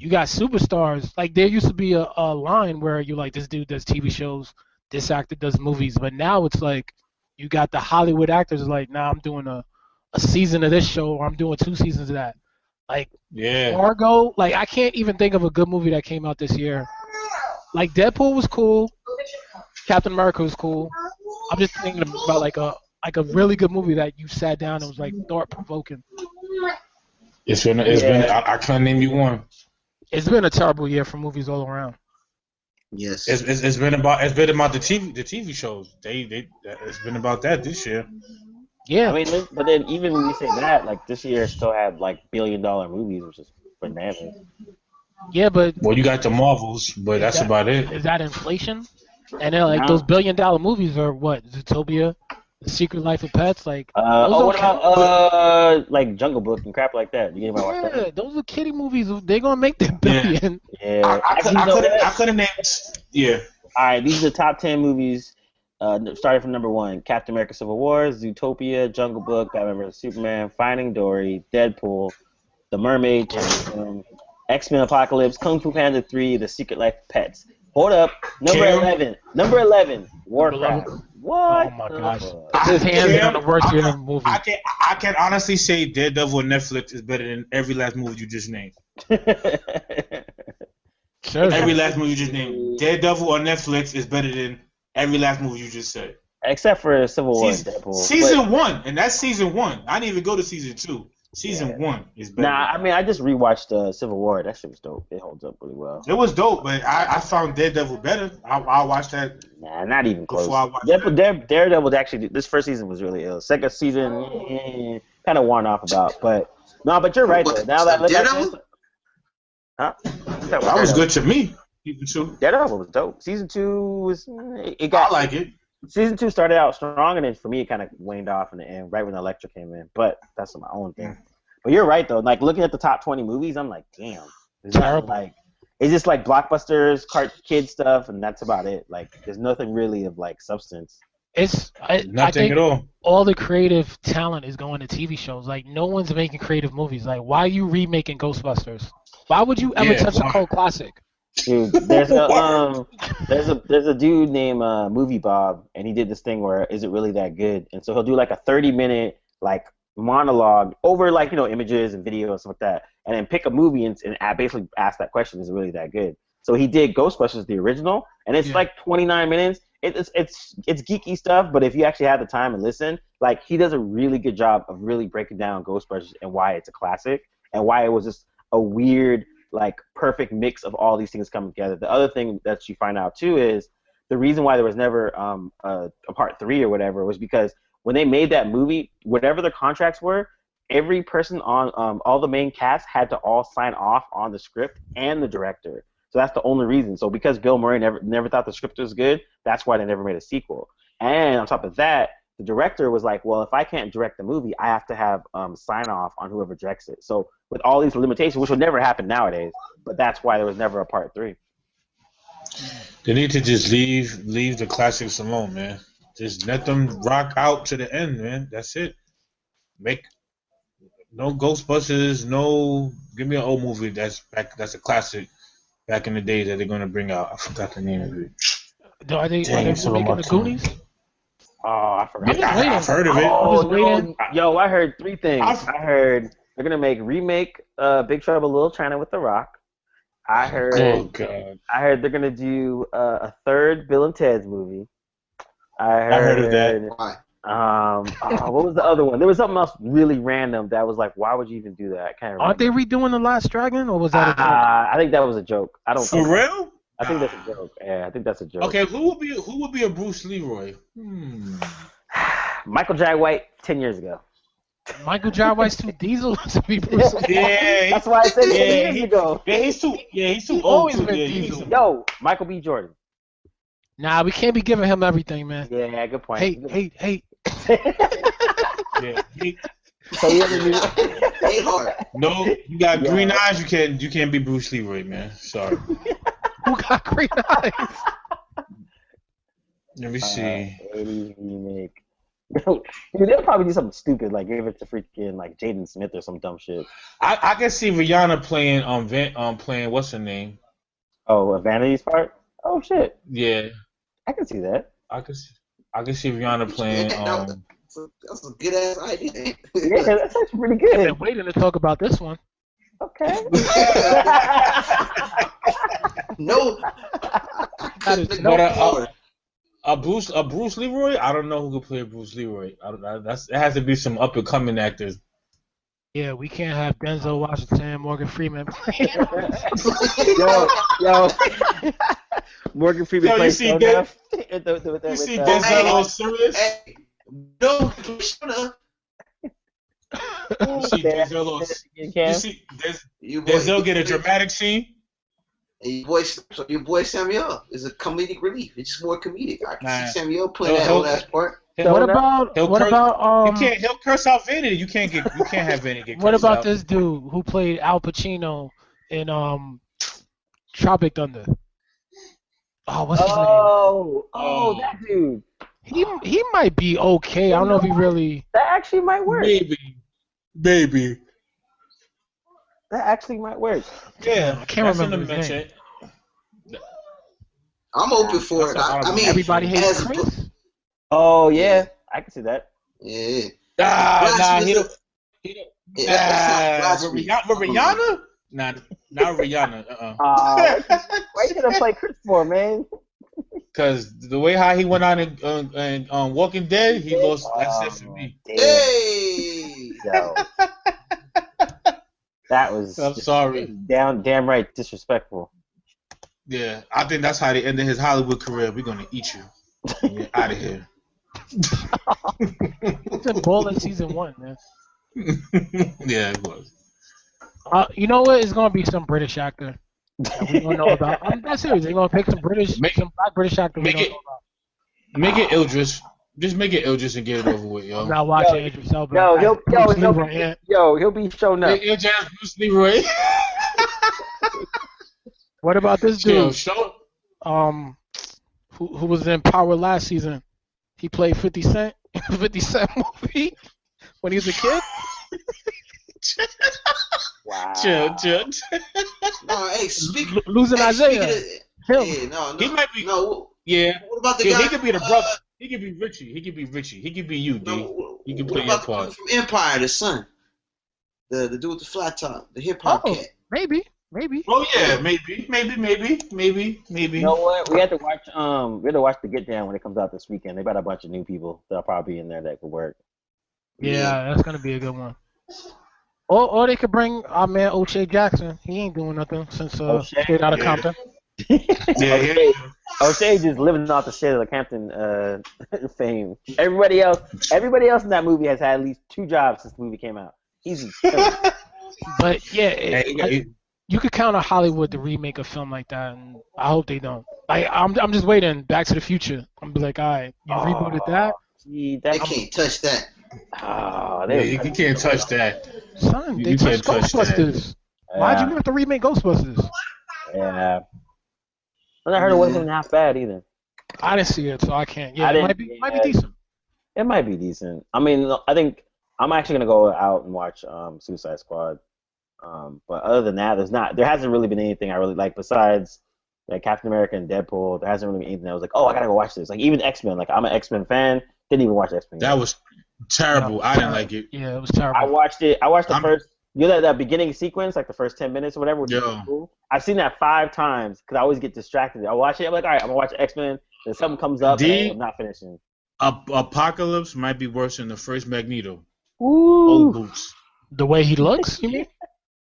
Speaker 5: you got superstars. Like there used to be a, a line where you like this dude does TV shows, this actor does movies, but now it's like you got the Hollywood actors like, nah, I'm doing a, a season of this show or I'm doing two seasons of that. Like
Speaker 3: Yeah,
Speaker 5: Fargo, like I can't even think of a good movie that came out this year. Like Deadpool was cool, Captain America was cool. I'm just thinking about like a like a really good movie that you sat down and was like thought provoking.
Speaker 3: it's been, it's been. I, I can't name you one.
Speaker 5: It's been a terrible year for movies all around.
Speaker 4: Yes.
Speaker 3: It's, it's, it's been about, it's been about the TV, the TV shows. They, they, it's been about that this year.
Speaker 5: Yeah,
Speaker 6: I mean, this- but then even when you say that, like this year still had like billion dollar movies, which is bananas.
Speaker 5: yeah, but
Speaker 3: Well, you got the Marvels, but that's
Speaker 5: Yeah.
Speaker 3: about it.
Speaker 5: is that inflation? And then like
Speaker 6: No.
Speaker 5: those billion dollar movies are what Zootopia, The Secret Life of Pets, like
Speaker 6: Uh,
Speaker 5: Those
Speaker 6: oh,
Speaker 5: don't
Speaker 6: what about
Speaker 5: count.
Speaker 6: uh, like Jungle Book and crap like that? You didn't watch
Speaker 5: yeah,
Speaker 6: that?
Speaker 5: those are kiddie movies. They're gonna make their billion.
Speaker 6: Yeah.
Speaker 3: I, I,
Speaker 6: Actually,
Speaker 3: could,
Speaker 6: you
Speaker 3: I
Speaker 6: know
Speaker 3: couldn't,
Speaker 6: what?
Speaker 3: I couldn't name. Yeah,
Speaker 6: All right, these are the top ten movies. Uh, n- starting from number one: Captain America: Civil War, Zootopia, Jungle Book, Batman vs Superman, Finding Dory, Deadpool, The Mermaid, X Men: Apocalypse, Kung Fu Panda 3, The Secret Life of Pets. Hold up, number
Speaker 3: Kim?
Speaker 6: eleven. Number eleven, Warcraft. What?
Speaker 5: Oh my
Speaker 6: the
Speaker 5: gosh.
Speaker 6: fuck?
Speaker 3: I
Speaker 5: This hands
Speaker 3: can't-
Speaker 5: down the worst year in movies.
Speaker 3: I can, I can honestly say Daredevil on Netflix is better than every last movie you just named.
Speaker 5: Seriously.
Speaker 3: Every last movie you just named. Daredevil on Netflix is better than every last movie you just said.
Speaker 6: (laughs) Except for Civil War and
Speaker 3: Season,
Speaker 6: Deadpool.
Speaker 3: season one, and that's season one. I didn't even go to season two. Season
Speaker 6: Yeah.
Speaker 3: one is better.
Speaker 6: But, nah, I mean, I just rewatched uh, Civil War. That shit was dope. It holds up really well.
Speaker 3: it was dope, but I, I found Daredevil better. I, I watched that.
Speaker 6: Nah, not even close.
Speaker 3: Before I watched
Speaker 6: Dare, Dare, Daredevil actually this first season was really ill. Second season
Speaker 3: Oh.
Speaker 6: kind of worn off about, but no, but you're right though. Now that I look at this,
Speaker 4: Daredevil?
Speaker 6: huh? That
Speaker 3: That was good to me. Season two,
Speaker 6: Daredevil was dope. Season two was eh, it- it
Speaker 3: I
Speaker 6: got
Speaker 3: like it.
Speaker 6: season two started out strong and then for me it kind of waned off in the end right when Electra came in. But that's my own thing. But you're right though. Like looking at the top 20 movies, I'm like, damn, there's nothing,
Speaker 5: Terrible.
Speaker 6: Like it's just like blockbusters, cart kid stuff, and that's about it. Like there's nothing really of like substance.
Speaker 5: It's I, I
Speaker 3: Nothing
Speaker 5: think
Speaker 3: at all.
Speaker 5: all the creative talent is going to TV shows. Like no one's making creative movies. Like why are you remaking Ghostbusters? Why would you ever
Speaker 3: Yeah,
Speaker 5: touch
Speaker 3: why?
Speaker 5: a cult classic?
Speaker 6: Dude, there's a um, there's a there's a dude named uh, Movie Bob, and he did this thing where is it really that good? And so he'll do like a 30 minute like monologue over like you know images and video and stuff like that, and then pick a movie and, and a- basically ask that question: Is it really that good? So he did Ghostbusters the original, and it's
Speaker 5: Yeah.
Speaker 6: like 29 minutes. It, it's it's it's geeky stuff, but if you actually have the time and listen, like he does a really good job of really breaking down Ghostbusters and why it's a classic and why it was just a weird like perfect mix of all these things coming together. The other thing that you find out too is the reason why there was never um, a, a part three or whatever was because when they made that movie, whatever their contracts were, every person on um, all the main cast had to all sign off on the script and the director. So that's the only reason. So because Bill Murray never never thought the script was good, that's why they never made a sequel. And on top of that, the director was like, "Well, if I can't direct the movie, I have to have um, sign off on whoever directs it." So with all these limitations, which would never happen nowadays, but that's why there was never a part three.
Speaker 3: They need to just leave leave the classics alone, man. Just let them rock out to the end, man. That's it. Make no Ghostbusters, no give me an old movie that's back that's a classic back in the day that they're gonna bring out. I forgot the name of it.
Speaker 5: Do- Are they,
Speaker 3: Dang,
Speaker 5: are they
Speaker 3: so
Speaker 5: remaking the
Speaker 3: much.
Speaker 5: Goonies?
Speaker 6: Oh, I forgot.
Speaker 3: Yeah, I, have heard of it.
Speaker 5: I'm
Speaker 6: Oh,
Speaker 5: just waiting.
Speaker 6: no. yo, I heard three things.
Speaker 3: I've-
Speaker 6: I heard they're gonna make remake uh, Big Trouble in Little China with The Rock. I heard
Speaker 3: Oh god.
Speaker 6: I heard they're gonna do uh, a third Bill and Ted's movie. I heard,
Speaker 3: heard of that.
Speaker 4: Why?
Speaker 6: Um, oh, what was the other one? There was something else really random that was like, why would you even do that? I can't remember.
Speaker 5: Aren't they redoing the Last Dragon, or was that a joke?
Speaker 6: Ah, I think that was a joke. I don't.
Speaker 3: For
Speaker 6: Think,
Speaker 3: real?
Speaker 6: I think that's a joke. Yeah, I think that's a joke.
Speaker 3: Okay, who would be who would be a Bruce Leroy? Hmm.
Speaker 6: Michael J. White, ten years ago.
Speaker 5: Michael J. White's too diesel to be Bruce. Lee.
Speaker 3: Yeah,
Speaker 6: (laughs) That's why I said ten
Speaker 3: Yeah,
Speaker 6: years
Speaker 3: he-
Speaker 6: ago.
Speaker 3: yeah, he's too yeah, he's too
Speaker 5: He
Speaker 3: old.
Speaker 5: always
Speaker 3: Too.
Speaker 5: been
Speaker 3: Yeah, he's
Speaker 5: Diesel.
Speaker 3: too-
Speaker 6: Yo, Michael B. Jordan.
Speaker 5: Nah, we can't be giving him everything, man.
Speaker 6: Yeah, good point.
Speaker 5: Hate, hate, hate.
Speaker 3: there. He-
Speaker 6: So you have to do-
Speaker 4: (laughs) They hard.
Speaker 3: No, you got
Speaker 6: Yeah.
Speaker 3: green eyes. You can't. You can't be Bruce Leroy, man. Sorry.
Speaker 5: Who got green eyes?
Speaker 3: Let me
Speaker 6: Uh,
Speaker 3: see.
Speaker 6: 80s (laughs) remake. Dude, they'll probably do something stupid, like give it to freaking like Jaden Smith or some dumb shit.
Speaker 3: I, I can see Rihanna playing um Van, um playing what's her name?
Speaker 6: Oh, a vanity's part? Oh shit.
Speaker 3: Yeah,
Speaker 6: I can see that.
Speaker 3: I can see I can see Rihanna playing um
Speaker 4: That's a- That's a good ass idea. (laughs)
Speaker 6: Yeah, that's actually pretty
Speaker 5: I've
Speaker 6: good.
Speaker 5: been waiting to talk about this one.
Speaker 6: Okay.
Speaker 4: no, I (laughs) couldn't think
Speaker 3: But,
Speaker 4: of
Speaker 3: uh,
Speaker 4: more.
Speaker 3: a Bruce a Bruce Leroy. I don't know who could play Bruce Leroy. I don't, I, that's it has to be some up and coming actors.
Speaker 5: Yeah, we can't have Denzel Washington, Morgan Freeman. (laughs)
Speaker 6: (laughs)
Speaker 3: (laughs) uh,
Speaker 6: yo, yo. Morgan Freeman
Speaker 3: Yo, you
Speaker 6: plays
Speaker 3: see
Speaker 6: so
Speaker 3: Den-
Speaker 6: rough (laughs) with the- with the-
Speaker 3: You
Speaker 6: with
Speaker 3: see
Speaker 6: the-
Speaker 3: Denzel on serious?
Speaker 4: Hey, no, Commissioner,
Speaker 3: You see Denzel on.
Speaker 6: You
Speaker 3: You
Speaker 6: can.
Speaker 3: see Des-
Speaker 4: you boy-
Speaker 3: Denzel get a dramatic scene.
Speaker 4: And your boy, so your boy Samuel is a comedic relief. It's just more comedic. I can
Speaker 3: Nah.
Speaker 4: see Samuel playing that
Speaker 3: He'll-
Speaker 4: whole last part.
Speaker 5: what
Speaker 6: Donut.
Speaker 5: about
Speaker 3: He'll
Speaker 5: what
Speaker 3: curse-
Speaker 5: about
Speaker 3: You
Speaker 5: um?
Speaker 3: can't. He'll curse out Vanity. You can't get. You can't have Vanity get.
Speaker 5: What
Speaker 3: cursed
Speaker 5: about
Speaker 3: out.
Speaker 5: this dude who played Al Pacino in um Tropic Thunder? Oh, what's his
Speaker 6: Oh, oh, that dude.
Speaker 5: name? He he might be okay. I don't know if he really.
Speaker 6: That actually might work.
Speaker 3: Maybe. Maybe.
Speaker 6: That actually might work.
Speaker 3: Yeah,
Speaker 5: I can't
Speaker 3: that's
Speaker 5: remember
Speaker 3: in the
Speaker 5: his name.
Speaker 3: mention.
Speaker 4: I'm open for
Speaker 3: That's
Speaker 4: it.
Speaker 3: a
Speaker 4: I,
Speaker 3: hard
Speaker 4: I
Speaker 3: one.
Speaker 4: mean,
Speaker 5: Everybody hates
Speaker 4: as-
Speaker 6: (laughs)
Speaker 5: Chris.
Speaker 6: Oh yeah, I can see that.
Speaker 4: Yeah.
Speaker 3: Ah,
Speaker 4: Blasphemy
Speaker 3: nah, he
Speaker 4: is a-
Speaker 3: don't. He don't
Speaker 4: yeah,
Speaker 3: nah,
Speaker 4: that's
Speaker 3: but
Speaker 4: not blasphemy.
Speaker 3: Rihanna, but Rihanna? Nah, not Rihanna. Uh, uh
Speaker 6: Uh,
Speaker 4: (laughs)
Speaker 6: why you gonna play Chris for, man?
Speaker 3: Because the way how he went on and uh, and um, Walking Dead, he lost. That's it for
Speaker 6: Oh,
Speaker 3: me.
Speaker 6: damn,
Speaker 4: Hey.
Speaker 6: yo. (laughs) that was
Speaker 3: I'm
Speaker 6: just
Speaker 3: sorry.
Speaker 6: down, damn right disrespectful.
Speaker 3: Yeah, I think that's how they ended his Hollywood career. We're gonna eat you. Get out of
Speaker 4: (laughs)
Speaker 3: here. (laughs)
Speaker 5: He's in Bowling season one, man.
Speaker 3: yeah, it was.
Speaker 5: Uh, you know what? It's gonna be some British actor that we don't know
Speaker 6: (laughs)
Speaker 5: about. I'm not serious. They're gonna pick some British,
Speaker 3: Make-
Speaker 5: some black British actor we
Speaker 3: make
Speaker 5: don't
Speaker 3: it-
Speaker 5: know about.
Speaker 3: Make it Ildris. Just make it Ildris and get it over with, yo.
Speaker 5: I'm not watching
Speaker 6: Yo,
Speaker 5: Idris Elba.
Speaker 6: yo, he'll-
Speaker 5: I-
Speaker 6: yo,
Speaker 5: Bruce
Speaker 6: he'll-
Speaker 5: Leroy, yeah.
Speaker 6: Yo, he'll be showing up.
Speaker 3: Make Ildris as Bruce
Speaker 4: (laughs)
Speaker 3: Leroy.
Speaker 5: What about this
Speaker 3: Yo,
Speaker 5: dude?
Speaker 3: show.
Speaker 5: Um, who who was in Power last season? He played 50 Cent. (laughs) 50 Cent movie when he was a kid.
Speaker 6: Wow.
Speaker 3: Chill, chill, chill.
Speaker 4: No, hey, speak.
Speaker 5: L- losing
Speaker 4: hey, speaking
Speaker 5: Isaiah.
Speaker 4: of-
Speaker 5: Him.
Speaker 4: yeah, no, no,
Speaker 3: He might be-
Speaker 4: No,
Speaker 3: Yeah.
Speaker 4: what about the
Speaker 3: Yeah,
Speaker 4: guy?
Speaker 3: he could be the
Speaker 4: uh,
Speaker 3: brother. He could be Richie. He could be Richie. He could be you, D.
Speaker 4: no,
Speaker 3: You can
Speaker 4: what
Speaker 3: play your
Speaker 4: about the
Speaker 3: part.
Speaker 4: dude from Empire, the son, the the dude with the flat top, the hip hop
Speaker 5: Oh.
Speaker 4: cat.
Speaker 5: Maybe, maybe.
Speaker 3: Oh yeah, maybe, maybe, maybe, maybe, maybe.
Speaker 6: You know what? We had to watch. Um, we had to watch the Get Down when it comes out this weekend. They got a bunch of new people that'll probably be in there that could work.
Speaker 5: Yeah, that's gonna be a good one. Or, or they could bring our man O'Shea Jackson. He ain't doing nothing since uh,
Speaker 6: O'Shea?
Speaker 5: straight out of
Speaker 3: Yeah.
Speaker 5: Compton.
Speaker 3: Yeah, yeah.
Speaker 6: O'Shea just living off the shit of the Campton uh, (laughs) fame. Everybody else, everybody else in that movie has had at least two jobs since the movie came out. Easy.
Speaker 5: But yeah,
Speaker 3: Hey,
Speaker 5: it-
Speaker 3: you
Speaker 5: I-
Speaker 3: got- you-
Speaker 5: you could count on Hollywood to remake a film like that, and I hope they don't. I, I'm I'm just waiting. Back to the Future. I'm be like, all right, you rebooted that,
Speaker 6: Gee,
Speaker 4: They
Speaker 6: that
Speaker 4: can't
Speaker 3: (laughs)
Speaker 4: touch that.
Speaker 6: Ah,
Speaker 3: yeah,
Speaker 6: they-
Speaker 3: you can't touch that.
Speaker 5: son.
Speaker 3: You-
Speaker 5: They
Speaker 3: you
Speaker 5: touched
Speaker 3: can't touch that.
Speaker 5: Ghostbusters.
Speaker 6: Yeah,
Speaker 5: Why'd you have to remake Ghostbusters?
Speaker 6: Yeah. And I heard it wasn't half bad either.
Speaker 5: I didn't see it, so I
Speaker 6: I
Speaker 5: can't. Yeah, it
Speaker 6: didn't-
Speaker 5: might be might
Speaker 6: yeah.
Speaker 5: be decent.
Speaker 6: It might be decent. I mean, I think I'm actually gonna go out and watch um, Suicide Squad. Um, but other than that, there's not. There hasn't really been anything I really like besides like Captain America and Deadpool. There hasn't really been anything I was like, oh, I gotta go watch this. Like even X Men. Like I'm an X Men fan. Didn't even watch X Men.
Speaker 3: That was terrible. I didn't like it.
Speaker 5: Yeah, it was
Speaker 6: I
Speaker 5: terrible.
Speaker 6: watched it. I watched the
Speaker 3: I'm-
Speaker 6: first. You know that, that beginning sequence, like the first ten minutes or whatever. Which is
Speaker 3: Yeah.
Speaker 6: cool. I've seen that five times because I always get distracted. I watch it. I'm like, all right, I'm gonna watch X Men. Then something comes up.
Speaker 3: D-
Speaker 6: and I'm not finishing.
Speaker 3: Ap- Apocalypse might be worse than the first Magneto. Old
Speaker 6: Ooh.
Speaker 3: boots.
Speaker 5: The way he looks, you mean?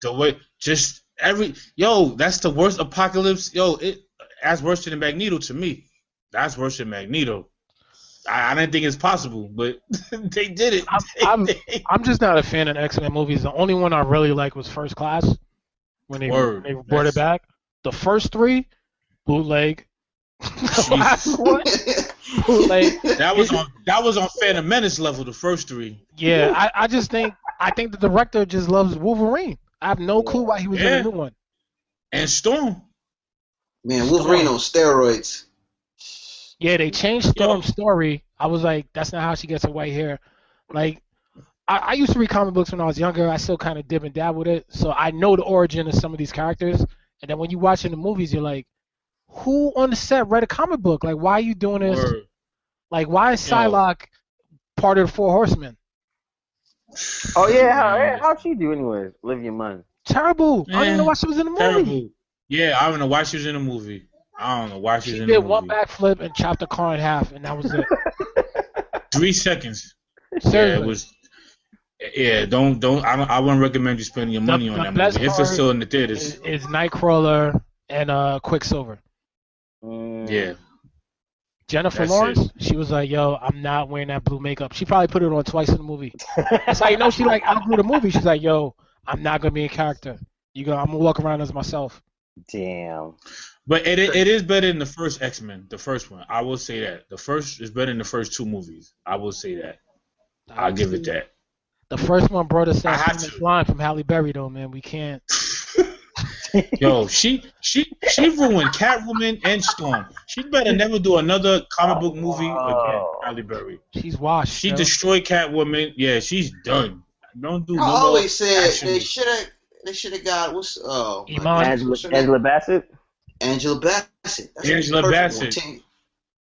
Speaker 3: The way just every yo, that's the worst apocalypse. Yo, it that's worse than Magneto to me. That's worse than Magneto. I, I didn't think it's possible, but (laughs) they did it.
Speaker 5: I'm-
Speaker 3: They (laughs)
Speaker 5: I'm-
Speaker 3: did it.
Speaker 5: I'm just not a fan of X Men movies. The only one I really like was First Class when they,
Speaker 3: Word.
Speaker 5: they brought
Speaker 3: That's-
Speaker 5: (laughs) it back. The first three, bootleg. The last one,
Speaker 4: (laughs) That's
Speaker 6: (laughs)
Speaker 5: Like,
Speaker 3: That was on that was on Phantom Menace level. The first three.
Speaker 6: (laughs)
Speaker 5: yeah, I, I just think I think the director just loves Wolverine. I have no clue why he was
Speaker 3: Yeah.
Speaker 5: in the new one.
Speaker 3: And Storm.
Speaker 4: Man, Wolverine on steroids.
Speaker 5: Yeah, they changed Storm's story. I was like, that's not how she gets her white hair. Like, I, I used to read comic books when I was younger. I still kind of dib and dab with it, so I know the origin of some of these characters. And then when you watch in the movies, you're like, who on the set read a comic book? Like, why are you doing this?
Speaker 3: Word.
Speaker 5: Like, why is
Speaker 3: Yo.
Speaker 5: Psylocke part of the Four Horsemen?
Speaker 6: Oh yeah, how, how'd she do anyways? Olivia Munn.
Speaker 5: Terrible. I don't even know
Speaker 3: Yeah.
Speaker 5: why she was in the movie.
Speaker 3: Terrible. Yeah, I don't know why she was in the movie. I don't know why she
Speaker 5: She
Speaker 3: was in
Speaker 5: did
Speaker 3: the
Speaker 5: one
Speaker 3: movie.
Speaker 5: backflip and chopped the car in half, and that was
Speaker 3: (laughs)
Speaker 5: it.
Speaker 3: Three seconds. Yeah,
Speaker 5: Seriously.
Speaker 3: it was. Yeah, don't don't. I don't. I wouldn't recommend you spending your money
Speaker 5: The- the
Speaker 3: on that
Speaker 5: best
Speaker 3: movie. If it's
Speaker 5: part
Speaker 3: still in the
Speaker 5: is,
Speaker 3: theaters,
Speaker 5: is Nightcrawler and uh, Quicksilver.
Speaker 6: Mm,
Speaker 3: yeah.
Speaker 5: Jennifer
Speaker 3: That's
Speaker 5: Lawrence, she was like, "Yo, I'm not wearing that blue makeup." She probably put it on twice in the movie. That's how you know she like outgrew the movie. She's like, "Yo, I'm not gonna be a character. You go, I'm gonna walk around as myself."
Speaker 6: Damn.
Speaker 3: But it it is better than the first X Men, the first one. I will say that the first is better than the first two movies. I will say that. I'll give it that.
Speaker 5: The first one brought us
Speaker 3: I
Speaker 5: that
Speaker 3: have
Speaker 5: famous
Speaker 3: to.
Speaker 5: line from Halle Berry, though, man. We can't.
Speaker 3: Yo, she she she ruined Catwoman and Storm. She better never do another comic book movie again.
Speaker 6: Wow.
Speaker 3: Halle Berry.
Speaker 5: She's washed.
Speaker 3: She
Speaker 5: She just.
Speaker 3: destroyed Catwoman. Yeah, she's done. Don't do
Speaker 4: I
Speaker 3: no more
Speaker 4: always said
Speaker 3: action.
Speaker 4: they should have. They should have got what's oh my
Speaker 5: Iman.
Speaker 4: God,
Speaker 6: Angela,
Speaker 4: what's her name?
Speaker 6: Angela Bassett.
Speaker 4: Angela Bassett. That's
Speaker 3: Angela
Speaker 4: a perfect
Speaker 3: Bassett.
Speaker 4: one.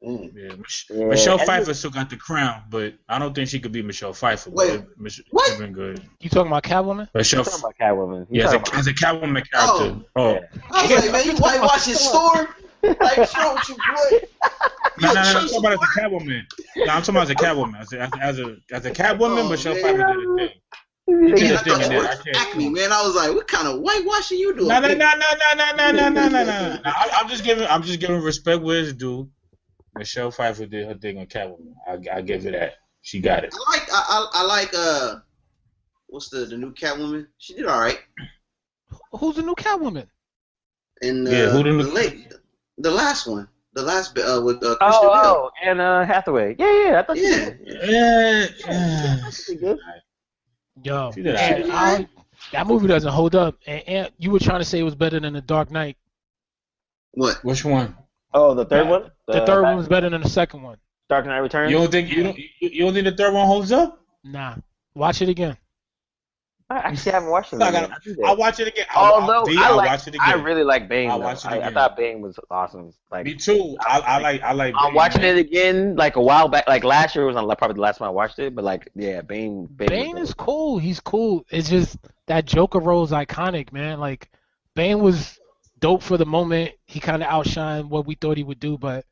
Speaker 4: Mm.
Speaker 3: Yeah, Mich-
Speaker 6: Yeah,
Speaker 3: Michelle
Speaker 6: Angela-
Speaker 3: Pfeiffer still got the crown, but I don't think she could be Michelle Pfeiffer.
Speaker 4: Wait,
Speaker 3: but Mich-
Speaker 4: what?
Speaker 3: would've Been good.
Speaker 5: You talking about Catwoman?
Speaker 3: Michelle.
Speaker 6: You're talking about Catwoman. You're
Speaker 3: Yeah, as
Speaker 6: talking
Speaker 3: a, as a Catwoman character. Oh,
Speaker 6: Yeah.
Speaker 4: I was like, man,
Speaker 3: (laughs)
Speaker 4: you whitewashing Storm. Like, show what you would.
Speaker 3: No, no, no, I'm talking about as a Catwoman. No, I'm talking about as a Catwoman. As a as a as a, as a Catwoman,
Speaker 4: Oh,
Speaker 3: Michelle
Speaker 4: man.
Speaker 3: Pfeiffer did a thing.
Speaker 6: about-
Speaker 3: She
Speaker 4: Man,
Speaker 3: did
Speaker 4: I
Speaker 3: a thing
Speaker 4: thought
Speaker 3: in
Speaker 4: you
Speaker 3: there.
Speaker 4: were
Speaker 3: I
Speaker 4: acme,
Speaker 3: can't.
Speaker 4: man. I was like, what kind of whitewashing you doing?
Speaker 3: No, no, no, no, no, no, no, no, no, no. No, I- I'm just giving. I'm just giving respect where it's due. Michelle Pfeiffer did her thing on Catwoman. I, I give her that. She got it.
Speaker 4: I like, I, I, I like, uh, what's the the new Catwoman? She did all right.
Speaker 5: Who's the new Catwoman?
Speaker 4: And uh,
Speaker 3: Yeah, who the
Speaker 4: the,
Speaker 3: new-
Speaker 4: late, the last one, the last uh, with uh, Christian Bale.
Speaker 6: Oh, oh, and uh, Hathaway. Yeah, yeah. I thought she
Speaker 4: Yeah,
Speaker 6: did.
Speaker 3: Yeah,
Speaker 6: I thought she did good.
Speaker 5: Yo,
Speaker 3: She did
Speaker 5: man,
Speaker 4: alright.
Speaker 5: I don't- that movie doesn't hold up. And, and you were trying to say it was better than The Dark Knight.
Speaker 4: what?
Speaker 3: Which one?
Speaker 6: Oh, the third
Speaker 3: Yeah.
Speaker 6: one.
Speaker 5: The third one was better than the second one.
Speaker 6: Dark Knight Returns.
Speaker 3: You don't think you don't you, you don't think the third one holds up?
Speaker 5: Nah, watch it again.
Speaker 6: I actually haven't watched it.
Speaker 3: I gotta- I'll watch it again. I'll,
Speaker 6: Although
Speaker 3: I'll,
Speaker 6: I
Speaker 3: I'll
Speaker 6: like-
Speaker 3: watch it again.
Speaker 6: I really like Bane.
Speaker 3: I'll
Speaker 6: though.
Speaker 3: watch it
Speaker 6: I, I
Speaker 3: again.
Speaker 6: thought Bane was awesome. Like
Speaker 3: Me too. I, I like I like.
Speaker 6: I'm watching it again like a while back. Like last year was on, like, probably the last time I watched it, but like yeah, Bane. Bane, was
Speaker 5: Bane
Speaker 6: dope.
Speaker 5: is cool. He's cool. It's just that Joker role's iconic, man. Like Bane was dope for the moment. He kind of outshined what we thought he would do, but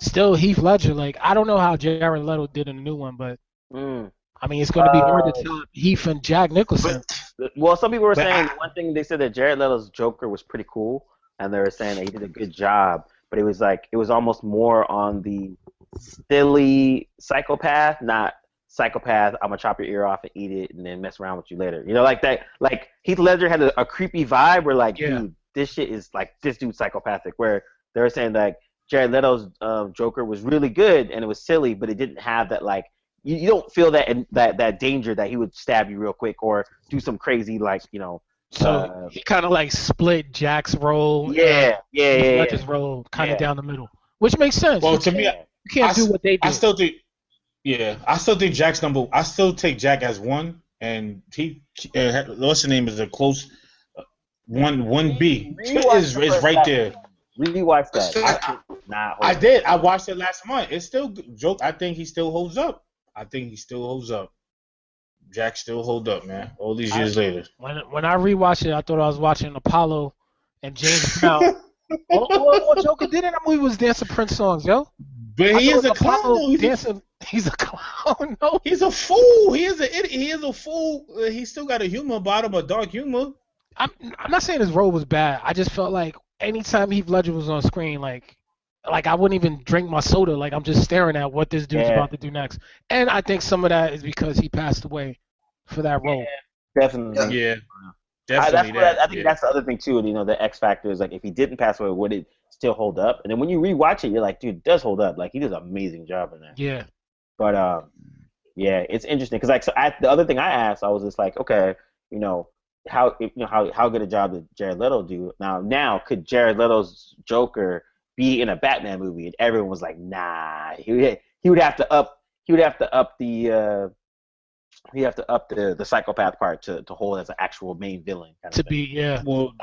Speaker 5: still Heath Ledger. Like I don't know how Jared Leto did in the new one, but
Speaker 6: Mm.
Speaker 5: I mean it's gonna be hard
Speaker 6: Uh,
Speaker 5: to top Heath and Jack Nicholson.
Speaker 6: Well, some people were
Speaker 3: But
Speaker 6: saying one thing they said that Jared Leto's Joker was pretty cool, and they were saying that he did a good job, but it was like it was almost more on the silly psychopath, not psychopath. I'm gonna chop your ear off and eat it, and then mess around with you later. You know, like that. Like Heath Ledger had a, a creepy vibe where like,
Speaker 5: Yeah.
Speaker 6: dude, this shit is like this dude's psychopathic. Where they were saying like Jared Leto's um, Joker was really good and it was silly, but it didn't have that like. You, you don't feel that in, that that danger that he would stab you real quick or do some crazy like you know
Speaker 5: so
Speaker 6: uh,
Speaker 5: he kind of like split Jack's role. and
Speaker 6: yeah yeah
Speaker 5: Heath
Speaker 6: yeah, yeah.
Speaker 5: Ledger's role kind of
Speaker 6: Yeah.
Speaker 5: down the middle, which makes sense.
Speaker 3: Well,
Speaker 5: you,
Speaker 3: to me,
Speaker 5: you can't
Speaker 3: I
Speaker 5: do
Speaker 3: s-
Speaker 5: what they do.
Speaker 3: I still think, yeah, I still think Jack's number. I still take Jack as one, and he, uh, what's the name is a close uh, one. One B
Speaker 6: Rewatch
Speaker 3: is
Speaker 6: the
Speaker 3: is
Speaker 6: first
Speaker 3: right
Speaker 6: half.
Speaker 3: there.
Speaker 6: Rewatch that.
Speaker 4: I-
Speaker 6: That shit not
Speaker 3: I
Speaker 6: hold
Speaker 3: did. I watched it last month. It's still good. joke. I think he still holds up. I think he still holds up. Jack still hold up, man. All these years later.
Speaker 5: When when I rewatched it, I thought I was watching Apollo and
Speaker 3: (laughs)
Speaker 5: James Brown. Oh, all, all, all Joker did in that movie was dancing Prince songs, yo.
Speaker 3: But he
Speaker 5: I
Speaker 3: is
Speaker 5: thought
Speaker 3: a clown. though. He's a
Speaker 5: dancing, he's a (laughs) clown. No,
Speaker 3: He's a fool. He is a idiot. He is a fool. Uh, He still got a humor about him, a dark humor.
Speaker 5: I'm I'm not saying his role was bad. I just felt like anytime Heath Ledger was on screen, like like I wouldn't even drink my soda. Like I'm just staring at what this dude's
Speaker 6: Yeah.
Speaker 5: about to do next. And I think some of that is because he passed away for that role.
Speaker 6: definitely.
Speaker 3: Yeah.
Speaker 6: I, that's
Speaker 3: Definitely
Speaker 6: what
Speaker 3: that.
Speaker 6: I, I think
Speaker 3: yeah.
Speaker 6: that's the other thing too. You know, the X factor is like if he didn't pass away, would it still hold up? And then when you rewatch it, you're like, dude, it does hold up. Like he does an amazing job in that.
Speaker 5: Yeah.
Speaker 6: But um, yeah, it's interesting because like so I, the other thing I asked, I was just like, okay, you know, how you know how how good a job did Jared Leto do? Now now could Jared Leto's Joker be in a Batman movie? And everyone was like, nah, he would- he would have to up he would have to up the uh, he'd have to up the the psychopath part to to hold as an actual main villain. kind of
Speaker 5: To
Speaker 6: thing.
Speaker 5: be yeah.
Speaker 3: Well,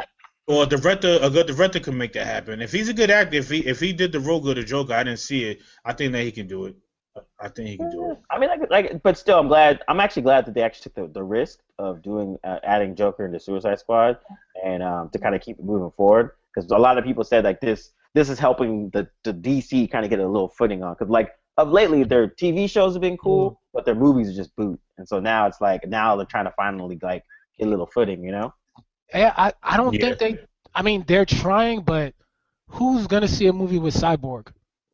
Speaker 3: or a director, a good director can make that happen. If he's a good actor, if he if he did the role good of Joker, I didn't see it. I think that he can do it. I think he can do it.
Speaker 6: I mean, like, like, but still, I'm glad. I'm actually glad that they actually took the, the risk of doing uh, adding Joker into Suicide Squad, and um, to kind of keep it moving forward. Because a lot of people said like this, this is helping the, the DC kind of get a little footing on. Because like of lately, their TV shows have been cool,
Speaker 3: Mm-hmm.
Speaker 6: but their movies are just boot. And so now it's like now they're trying to finally like get a little footing, you know?
Speaker 5: Yeah, I, I don't
Speaker 3: Yeah.
Speaker 5: think they I mean they're trying, but who's gonna see a movie with Cyborg?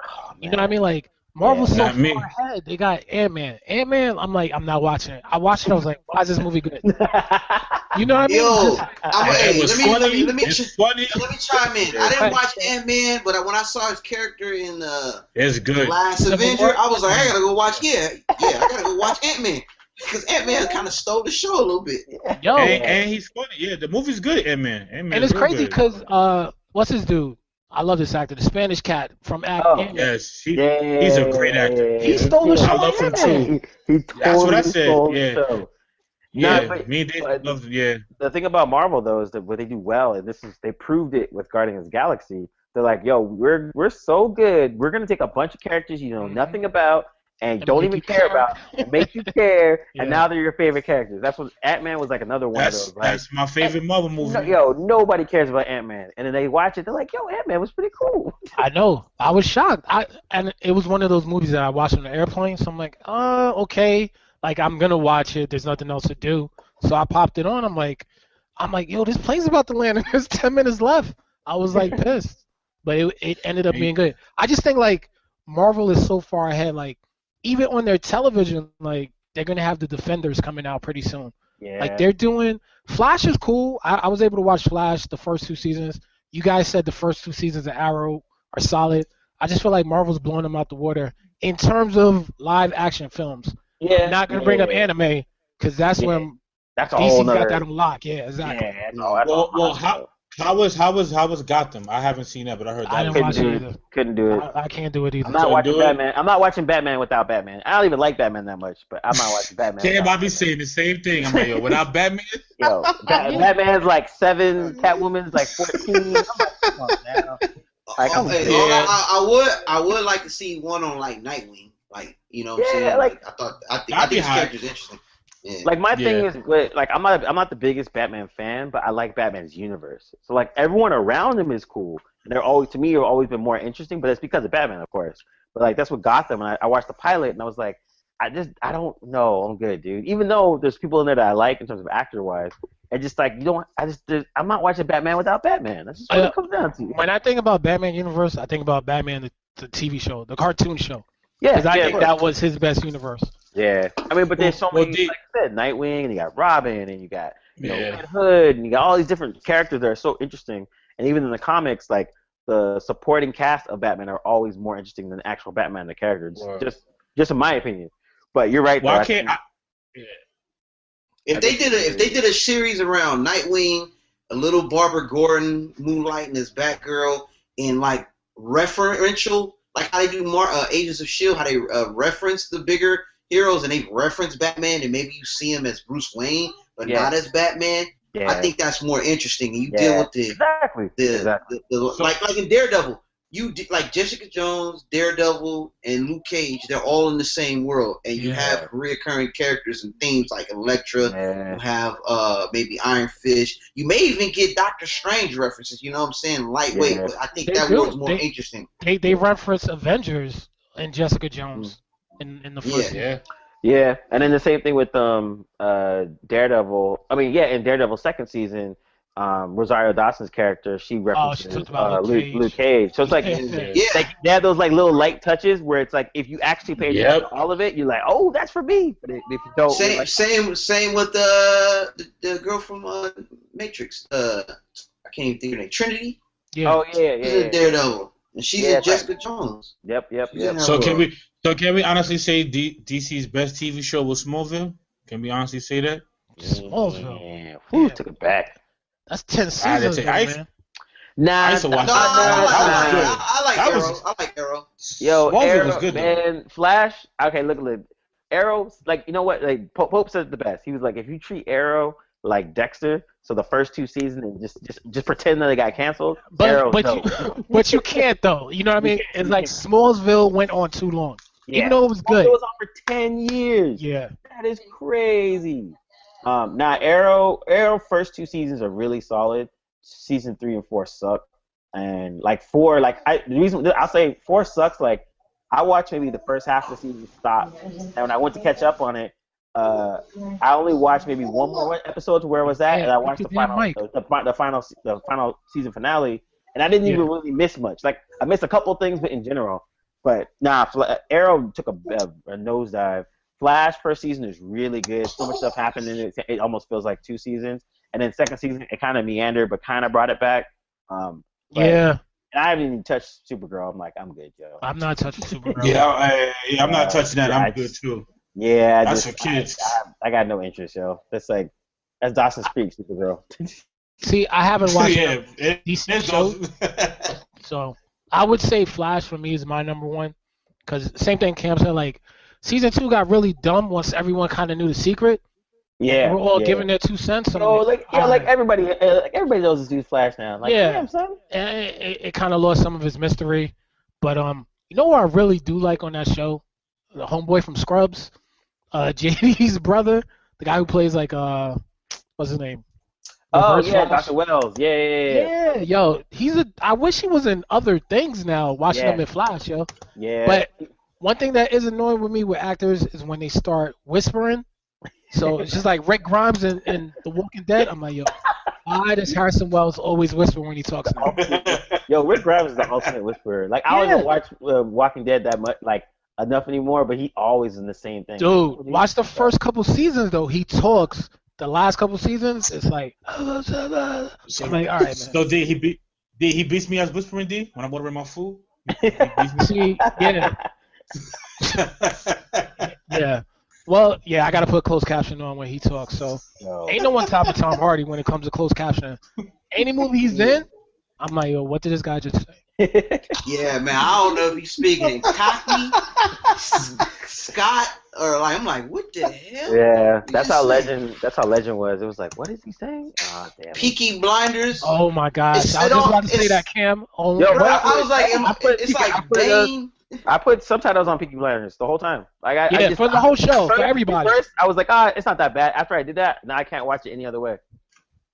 Speaker 3: Oh,
Speaker 5: You know what I mean? Like Marvel's
Speaker 3: Not
Speaker 5: so
Speaker 3: me.
Speaker 5: far ahead. They got Ant Man. Ant Man. I'm like, I'm not watching it. I watched it. I was like, why is this
Speaker 6: (laughs)
Speaker 5: movie good? You know what I mean?
Speaker 4: Yo,
Speaker 5: Just-
Speaker 4: I'm,
Speaker 3: It
Speaker 4: hey,
Speaker 3: was
Speaker 4: let me,
Speaker 3: funny.
Speaker 4: let me, let me,
Speaker 3: it's
Speaker 4: ch-
Speaker 3: funny.
Speaker 4: let me chime in. I didn't watch Ant Man, but I, when I saw his character in uh,
Speaker 3: It's good.
Speaker 4: Last
Speaker 5: Civil
Speaker 4: Avenger,
Speaker 5: War?
Speaker 4: I was like, I gotta go watch. Yeah, yeah, I gotta go watch Ant Man because Ant Man kind of stole the show a little bit.
Speaker 5: Yo,
Speaker 3: And, and he's funny. Yeah, the movie's good. Ant Man. Ant
Speaker 5: Oh. and it's crazy because uh, what's his dude? I love this actor, the Spanish cat from Ant
Speaker 6: Oh.
Speaker 5: Man.
Speaker 3: yes, he,
Speaker 6: Yeah.
Speaker 3: he's a great actor.
Speaker 6: He stole the
Speaker 3: I
Speaker 6: show.
Speaker 3: love him
Speaker 6: didn't He, he totally
Speaker 3: That's what I said,
Speaker 6: stole the
Speaker 3: yeah.
Speaker 6: show.
Speaker 3: yeah,
Speaker 6: Nah, but-
Speaker 3: me and Dave
Speaker 6: but-
Speaker 3: loved. Yeah,
Speaker 6: the thing about Marvel though is that what they do well, and this is they proved it with Guardians of the Galaxy. They're like, yo, we're we're so good. We're gonna take a bunch of characters you know nothing about and,
Speaker 5: Mm-hmm. And
Speaker 6: don't
Speaker 5: make
Speaker 6: even
Speaker 5: you
Speaker 6: care
Speaker 5: care.
Speaker 6: about, and make you
Speaker 5: (laughs)
Speaker 6: care, and
Speaker 5: Yeah.
Speaker 6: now they're your favorite characters. That's what Ant Man was like another one
Speaker 3: that's
Speaker 6: of those. Like,
Speaker 3: that's my favorite Marvel movie.
Speaker 6: no- yo, nobody cares about Ant Man, and then they watch it. They're like, yo, Ant Man was pretty cool.
Speaker 5: I know. I was shocked. I and it was one of those movies that I watched on the airplane. So I'm like, uh, okay. Like I'm gonna watch it. There's nothing else to do. So I popped it on. I'm like, I'm like, yo, this plane's about to land, and (laughs) there's ten minutes left. I was like pissed, but it it ended up being good. I just think like Marvel is so far ahead. Like even on their television, like they're gonna have the Defenders coming out pretty soon.
Speaker 6: Yeah,
Speaker 5: Like they're doing Flash is cool. I, I was able to watch Flash the first two seasons. You guys said the first two seasons of Arrow are solid. I just feel like Marvel's blowing them out the water in terms of live action films.
Speaker 6: yeah.
Speaker 5: I'm not gonna bring up
Speaker 6: Yeah.
Speaker 5: anime because that's
Speaker 6: Yeah.
Speaker 5: when
Speaker 6: That's a whole
Speaker 5: DC
Speaker 6: nother.
Speaker 5: got that on lock. Yeah, exactly.
Speaker 6: yeah, no, that's a
Speaker 3: Mm. Well- well,
Speaker 6: whole
Speaker 3: how- How was how was how was Gotham? I haven't seen that, but I heard that.
Speaker 5: I
Speaker 3: was
Speaker 5: didn't
Speaker 6: couldn't
Speaker 5: watch
Speaker 6: do
Speaker 5: it
Speaker 6: it.
Speaker 5: either.
Speaker 6: couldn't do it.
Speaker 5: I, I can't do it either.
Speaker 6: I'm not
Speaker 3: So
Speaker 6: watching
Speaker 3: do it.
Speaker 6: Batman. I'm not watching Batman without Batman. I don't even like Batman that much, but I'm not watching Batman.
Speaker 3: Damn,
Speaker 6: without
Speaker 3: I be saying the same thing. I'm like, yo,
Speaker 5: (laughs)
Speaker 3: without Batman, (laughs)
Speaker 6: Yo, Bat- Batman's like seven, Catwoman's like fourteen. I'm like, come on now. Like, I'm-
Speaker 4: Oh, hey,
Speaker 3: Yeah.
Speaker 4: all I, I, I would, I would like to see one on like Nightwing, like you know, what I'm
Speaker 6: Yeah,
Speaker 4: saying.
Speaker 6: like-
Speaker 4: I thought, I, think I
Speaker 3: That'd be
Speaker 4: think his
Speaker 3: hot.
Speaker 4: character's interesting. Yeah.
Speaker 6: Like my thing
Speaker 3: Yeah.
Speaker 6: is, with- like I'm not, I'm not the biggest Batman fan, but I like Batman's universe. So like everyone around him is cool, and they're always to me have always been more interesting. But it's because of Batman, of course. But like that's what Gotham. And I, I watched the pilot, and I was like, I just, I don't know, I'm good, dude. Even though there's people in there that I like in terms of actor wise, and just like you don't, I just, there's- I'm not watching Batman without Batman. That's just what
Speaker 5: Uh,
Speaker 6: it comes down to.
Speaker 5: When I think about Batman universe, I think about Batman the, the TV show, the cartoon show,
Speaker 6: Yeah,
Speaker 5: because I
Speaker 6: yeah,
Speaker 5: think
Speaker 6: of course.
Speaker 5: that was his best universe.
Speaker 6: Yeah, I mean, but there's so
Speaker 3: Well,
Speaker 6: many.
Speaker 3: the-
Speaker 6: like I said, Nightwing, and you got Robin, and you got you know
Speaker 3: yeah,
Speaker 6: Red Hood, and you got all these different characters that are so interesting. And even in the comics, like the supporting cast of Batman are always more interesting than the actual Batman the character. Just,
Speaker 3: Word.
Speaker 6: just, just in my opinion. But you're right.
Speaker 3: why
Speaker 6: though, I
Speaker 3: can't
Speaker 6: think-
Speaker 3: I,
Speaker 4: if they did a, if they did a series around Nightwing, a little Barbara Gordon moonlighting as Batgirl, and like referential, like how they do more uh, Agents of Shield, how they uh, reference the bigger heroes and they reference Batman, and maybe you see him as Bruce Wayne, but
Speaker 6: Yeah.
Speaker 4: not as Batman.
Speaker 6: yeah,
Speaker 4: I think that's more interesting. And you
Speaker 6: Yeah.
Speaker 4: deal with the
Speaker 6: exactly.
Speaker 4: the,
Speaker 6: exactly.
Speaker 4: the, the like like in Daredevil. You d- like Jessica Jones, Daredevil, and Luke Cage. They're all in the same world, and you
Speaker 3: Yeah.
Speaker 4: have reoccurring characters and themes like Elektra. You
Speaker 6: Yeah.
Speaker 4: have uh maybe Iron Fish. You may even get Doctor Strange references. You know what I'm saying? Lightweight,
Speaker 6: Yeah.
Speaker 4: but I think
Speaker 5: They
Speaker 4: that
Speaker 5: do.
Speaker 4: world's more
Speaker 5: They-
Speaker 4: interesting.
Speaker 5: They they reference Avengers and Jessica Jones in in the first.
Speaker 4: Yeah.
Speaker 5: season.
Speaker 3: yeah,
Speaker 6: Mm. Yeah, and then the same thing with um uh Daredevil. I mean, yeah, in Daredevil second season, um Rosario Dawson's character she references
Speaker 5: talked about
Speaker 6: uh,
Speaker 5: Luke
Speaker 6: Luke,
Speaker 5: Cage.
Speaker 6: Luke Cage. So it's
Speaker 5: (laughs)
Speaker 6: like
Speaker 3: yeah.
Speaker 4: Yeah,
Speaker 6: like they have those like little light touches where it's like if you actually pay attention
Speaker 3: Yep.
Speaker 6: to all of it, you're like, oh, that's for me. But if if you don't, you're
Speaker 4: same
Speaker 6: like,
Speaker 4: same same with uh, the the girl from uh, Matrix. Uh, I can't even think of her name. Trinity.
Speaker 5: Yeah.
Speaker 6: Oh yeah,
Speaker 4: She's
Speaker 6: yeah,
Speaker 4: in
Speaker 6: yeah.
Speaker 4: Daredevil, and she's
Speaker 6: Yeah,
Speaker 4: in
Speaker 6: that's right.
Speaker 4: Jessica Jones.
Speaker 6: Yep, yep,
Speaker 4: She's in
Speaker 6: yep.
Speaker 4: her
Speaker 3: So can
Speaker 4: role.
Speaker 3: we? So can we honestly say D- DC's best TV show was Smallville? Can we honestly say that?
Speaker 5: Smallsville.
Speaker 6: Yeah, whew,
Speaker 5: Yeah.
Speaker 6: took it back.
Speaker 5: Ah, That's ten
Speaker 3: I didn't
Speaker 5: seasons,
Speaker 3: say-
Speaker 5: though,
Speaker 3: I-
Speaker 5: man.
Speaker 6: Nah,
Speaker 3: I used to
Speaker 4: No,
Speaker 3: watch
Speaker 4: no,
Speaker 3: that.
Speaker 4: I,
Speaker 3: That was
Speaker 6: nah,
Speaker 3: good.
Speaker 4: I, like- I,
Speaker 3: That
Speaker 4: like
Speaker 3: was-
Speaker 4: Arrow. I like Arrow.
Speaker 6: Yo,
Speaker 3: Smallville was
Speaker 6: Arrow,
Speaker 3: good, though.
Speaker 6: man, Flash. Okay, look, look, Arrow. Like you know what? Like Pope, Pope said it the best. He was like, if you treat Arrow like Dexter, so the first two seasons, and just just just pretend that it got canceled.
Speaker 5: But
Speaker 6: Arrow,
Speaker 5: but
Speaker 3: (laughs)
Speaker 6: no.
Speaker 5: you (laughs) but you can't though. You know what I mean? It's like Smallsville went on too long.
Speaker 6: yeah.
Speaker 5: Even though it was
Speaker 6: Smallville
Speaker 5: good.
Speaker 6: was on for ten years.
Speaker 5: Yeah.
Speaker 6: That is crazy. Um, now Arrow, Arrow first two seasons are really solid. Season three and four suck, and like four, like I the reason I'll say four sucks. Like I watched maybe the first half of the season stop, and when I went to catch up on it, uh, I only watched maybe one more episode to where it was that, and I watched the final, the, the, fi- the final, se- the final season finale, and I didn't even really miss much. Like I missed a couple things, but in general, but nah, Fla- Arrow took a, a, a nosedive. Flash first season is really good. So much stuff happened in it. It almost feels like two seasons. And then second season, it kind of meandered, but kind of brought it back. Um, but-
Speaker 5: Yeah.
Speaker 6: and I haven't even touched Supergirl. I'm like, I'm good, yo.
Speaker 5: I'm not touching Supergirl.
Speaker 3: Yeah, I, I- yeah, I'm not
Speaker 6: Uh,
Speaker 3: touching that.
Speaker 6: yeah,
Speaker 3: I'm good too.
Speaker 6: yeah, I
Speaker 3: That's
Speaker 6: just,
Speaker 3: for kids.
Speaker 6: I, I got no interest, yo. That's like, that's Dawson's Creek, Supergirl.
Speaker 5: See,
Speaker 3: (laughs)
Speaker 5: I haven't watched
Speaker 3: yeah, it,
Speaker 5: DC
Speaker 3: it's
Speaker 5: shows.
Speaker 3: those-
Speaker 5: So I would say Flash for me is my number one. Cause same thing Cam said, like season two got really dumb once everyone kind of knew the secret.
Speaker 6: Yeah.
Speaker 5: We're all
Speaker 6: yeah.
Speaker 5: giving their two cents on
Speaker 6: So
Speaker 5: it.
Speaker 6: like, yeah,
Speaker 5: All
Speaker 6: like
Speaker 5: right.
Speaker 6: everybody, uh, like everybody knows this dude's Flash now. Like,
Speaker 5: Yeah.
Speaker 6: damn son.
Speaker 5: And it, it, it kind of lost some of his mystery. But um, you know what I really do like on that show, the homeboy from Scrubs, uh, (laughs) JD's brother, the guy who plays like uh, what's his name?
Speaker 6: Oh
Speaker 5: Reverse
Speaker 6: yeah,
Speaker 5: Flash.
Speaker 6: Doctor Wells. Yeah, yeah, yeah.
Speaker 5: Yeah, yo, he's a. I wish he was in other things now. Watching
Speaker 6: Yeah.
Speaker 5: him in Flash, yo.
Speaker 6: yeah.
Speaker 5: But one thing that is annoying with me with actors is when they start whispering. So it's just like Rick Grimes in, in The Walking Dead. I'm
Speaker 6: (laughs)
Speaker 5: like, yo, why does Harrison Wells always whisper when he talks
Speaker 6: Oh,
Speaker 5: now? (laughs)
Speaker 6: Yo, Rick Grimes is the ultimate whisperer. Like I don't
Speaker 5: Yeah.
Speaker 6: even watch uh, Walking Dead that much, like enough anymore. But he always in the same thing.
Speaker 5: Dude, watch the first couple seasons though. He talks. The last couple seasons, it's like, (laughs)
Speaker 3: so,
Speaker 5: I'm like, all right, man.
Speaker 3: so did he beat? Did he beats me as whispering D when I'm ordering my
Speaker 5: (laughs)
Speaker 3: food? He beats me. (laughs)
Speaker 5: See, yeah, yeah. Well, yeah, I gotta put closed caption on when he talks. So
Speaker 6: Yo.
Speaker 5: ain't no one top of Tom Hardy when it comes to closed captioning. Any movie he's in, I'm like, yo, what did this guy just say?
Speaker 4: Yeah, man. I don't know if he's speaking cocky, Scott, or like I'm like, what the hell?
Speaker 6: (laughs) yeah, that's how legend. That's how legend was. It was like, what is he saying? Ah, damn. it.
Speaker 4: Peaky Blinders.
Speaker 5: Oh my gosh!
Speaker 4: It's-
Speaker 5: I was
Speaker 4: it
Speaker 5: just
Speaker 4: all-
Speaker 5: about to say
Speaker 4: it's-
Speaker 5: that, Cam. Oh,
Speaker 6: Yo,
Speaker 4: Bro,
Speaker 6: but
Speaker 4: I,
Speaker 6: I put-
Speaker 4: was like, am-
Speaker 6: I put-
Speaker 4: it's
Speaker 6: I
Speaker 4: like
Speaker 6: put, uh,
Speaker 4: Bane.
Speaker 6: I put subtitles on Peaky Blinders the whole time. Like, I, I
Speaker 5: Yeah,
Speaker 6: just-
Speaker 5: for the whole show, for
Speaker 6: First-
Speaker 5: everybody.
Speaker 6: First, I was like, ah, it's not that bad. After I did that, now I can't watch it any other
Speaker 5: (laughs)
Speaker 6: way.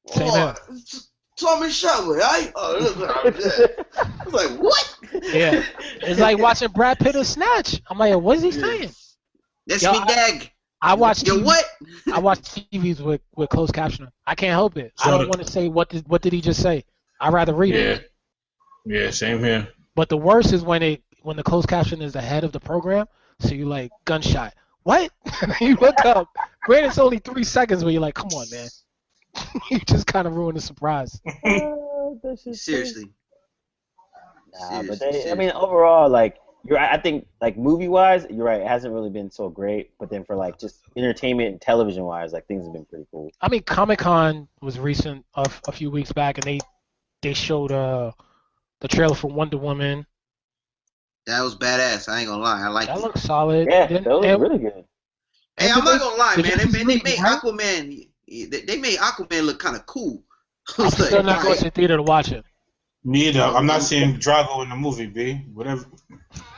Speaker 5: Say
Speaker 4: Oh,
Speaker 5: that.
Speaker 4: Thomas Shelby, right? Oh, look what I'm doing. I was like, what?
Speaker 5: Yeah. it's like watching Brad Pitt in Snatch. I'm like, what is he saying?
Speaker 4: (laughs) That's
Speaker 5: Yo,
Speaker 4: me,
Speaker 5: I-
Speaker 4: Dag.
Speaker 5: I watch
Speaker 4: Yo,
Speaker 5: TV
Speaker 4: what?
Speaker 5: I watch TVs with, with closed captioning. I can't help it. I
Speaker 3: So-
Speaker 5: don't want to say what did what did he just say. I would rather read
Speaker 3: yeah,
Speaker 5: it.
Speaker 3: yeah, same here.
Speaker 5: But the worst is when it when the closed caption is the head of the program, so you like gunshot. What? (laughs) you look up. Granted, it's only three seconds, but you're like, come on, man. (laughs) you just kind of ruined the surprise.
Speaker 4: Seriously.
Speaker 6: Nah, but
Speaker 4: Seriously,
Speaker 6: they, I
Speaker 4: seriously.
Speaker 6: mean, overall, like you're, right, I think, like movie wise, you're right. It hasn't really been so great. But then for like just entertainment and television wise, like things have been pretty cool.
Speaker 5: I mean, Comic Con was recent a, a few weeks back, and they they showed uh the trailer for Wonder Woman.
Speaker 4: That was badass. I ain't gonna lie. I like
Speaker 5: That
Speaker 4: it.
Speaker 5: looks solid.
Speaker 6: Yeah,
Speaker 5: Then-
Speaker 6: that was
Speaker 5: and-
Speaker 6: really good.
Speaker 4: Hey,
Speaker 5: and
Speaker 4: I'm
Speaker 5: did
Speaker 4: not gonna lie,
Speaker 5: did
Speaker 4: man.
Speaker 5: you
Speaker 4: They made, they
Speaker 5: see
Speaker 4: made
Speaker 5: Aquaman?
Speaker 4: Aquaman. They they made Aquaman look kind of cool. (laughs) I
Speaker 5: I'm
Speaker 4: was
Speaker 5: still
Speaker 4: like,
Speaker 5: not going to
Speaker 4: right.
Speaker 5: the theater to watch it.
Speaker 3: Neither. I'm not seeing Drago in the movie, B. Whatever.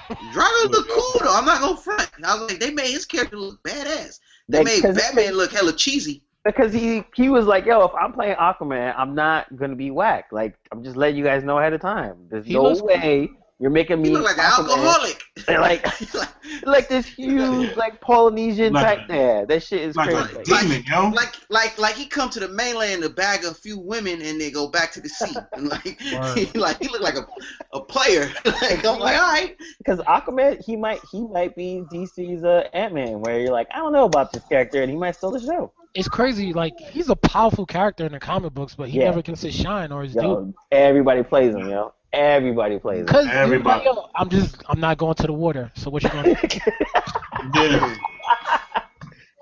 Speaker 4: Drago look cool though. I'm not gonna front. I was like, they made his character look badass. They
Speaker 6: They-
Speaker 4: made
Speaker 6: 'cause-
Speaker 4: Batman look hella cheesy.
Speaker 6: (laughs) because he he was like, "Yo, if I'm playing Aquaman, I'm not gonna be whack. Like, I'm just letting you guys know ahead of time. There's
Speaker 5: He
Speaker 6: no
Speaker 5: looks-
Speaker 6: way You're making me
Speaker 4: You look like an alcoholic.
Speaker 6: And, (laughs) like like this huge like Polynesian
Speaker 3: Like-
Speaker 6: type there. That shit is
Speaker 3: Like
Speaker 6: crazy.
Speaker 3: a demon, yo.
Speaker 4: like like like he come to the mainland to bag a few women and they go back to the
Speaker 6: (laughs)
Speaker 4: sea. And like (laughs) he
Speaker 5: Word.
Speaker 4: like he look like a a player. (laughs) like I'm like, all right.
Speaker 6: Because Aquaman, he might he might be DC's uh, Ant Man, where you're like, I don't know about this character, and he might steal the show.
Speaker 5: It's crazy. Like he's a powerful character in the comic books, but he
Speaker 6: Yeah.
Speaker 5: never gets his shine or his due.
Speaker 6: Yo, everybody plays him, yo. Everybody plays him.
Speaker 5: Cause
Speaker 3: Everybody.
Speaker 5: everybody. Yo, I'm just I'm not going to the water. So what you going
Speaker 6: (laughs)
Speaker 5: to do?
Speaker 3: Yeah.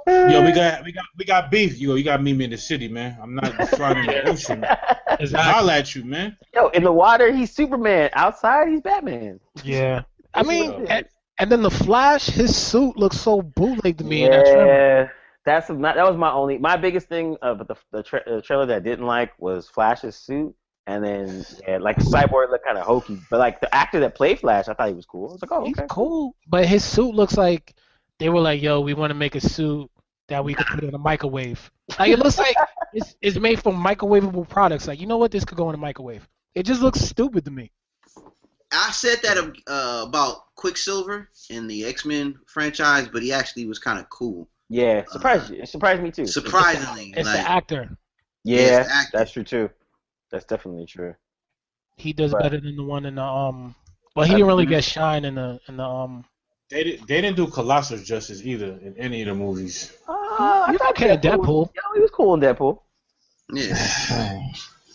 Speaker 3: Yo, we got we got we got beef. Yo, you got to meet me in the city, man. I'm not trying in the ocean.
Speaker 5: Exactly.
Speaker 3: (laughs) I'll at you, man.
Speaker 6: Yo, in the water, he's Superman. Outside, he's Batman.
Speaker 5: Yeah. I mean,
Speaker 6: Yeah.
Speaker 5: and, and then the Flash, his suit looks so bootleg to me in that trailer.
Speaker 6: yeah, that's not, that was my only my biggest thing. Uh, but the the, tra- the trailer that I didn't like was Flash's suit, and then yeah, like Cyborg looked kind of hokey. But like the actor that played Flash, I thought he was cool. I was like, oh,
Speaker 5: He's
Speaker 6: okay.
Speaker 5: cool, but his suit looks like they were like, "Yo, we want to make a suit that we could put in a microwave." Like it
Speaker 6: (laughs)
Speaker 5: looks like it's, it's made from microwavable products. Like you know what, this could go in a microwave. It just looks stupid to me.
Speaker 4: I said that uh, about Quicksilver in the X Men franchise, but he actually was kind of cool.
Speaker 6: Yeah, surprised you. It surprised me too.
Speaker 4: Surprisingly,
Speaker 5: It's the
Speaker 4: like
Speaker 5: actor.
Speaker 4: Yeah,
Speaker 6: Yeah,
Speaker 4: it's the actor.
Speaker 6: that's true too. That's definitely true.
Speaker 5: He does
Speaker 6: Right.
Speaker 5: better than the one in the um. Well, he didn't really get shine in the in the um.
Speaker 3: They did, they didn't do Colossus justice either in any of the
Speaker 4: (sighs)
Speaker 3: movies.
Speaker 6: Uh,
Speaker 5: He
Speaker 6: I
Speaker 5: was okay in Deadpool.
Speaker 6: Yo, he was cool in Deadpool.
Speaker 4: yeah.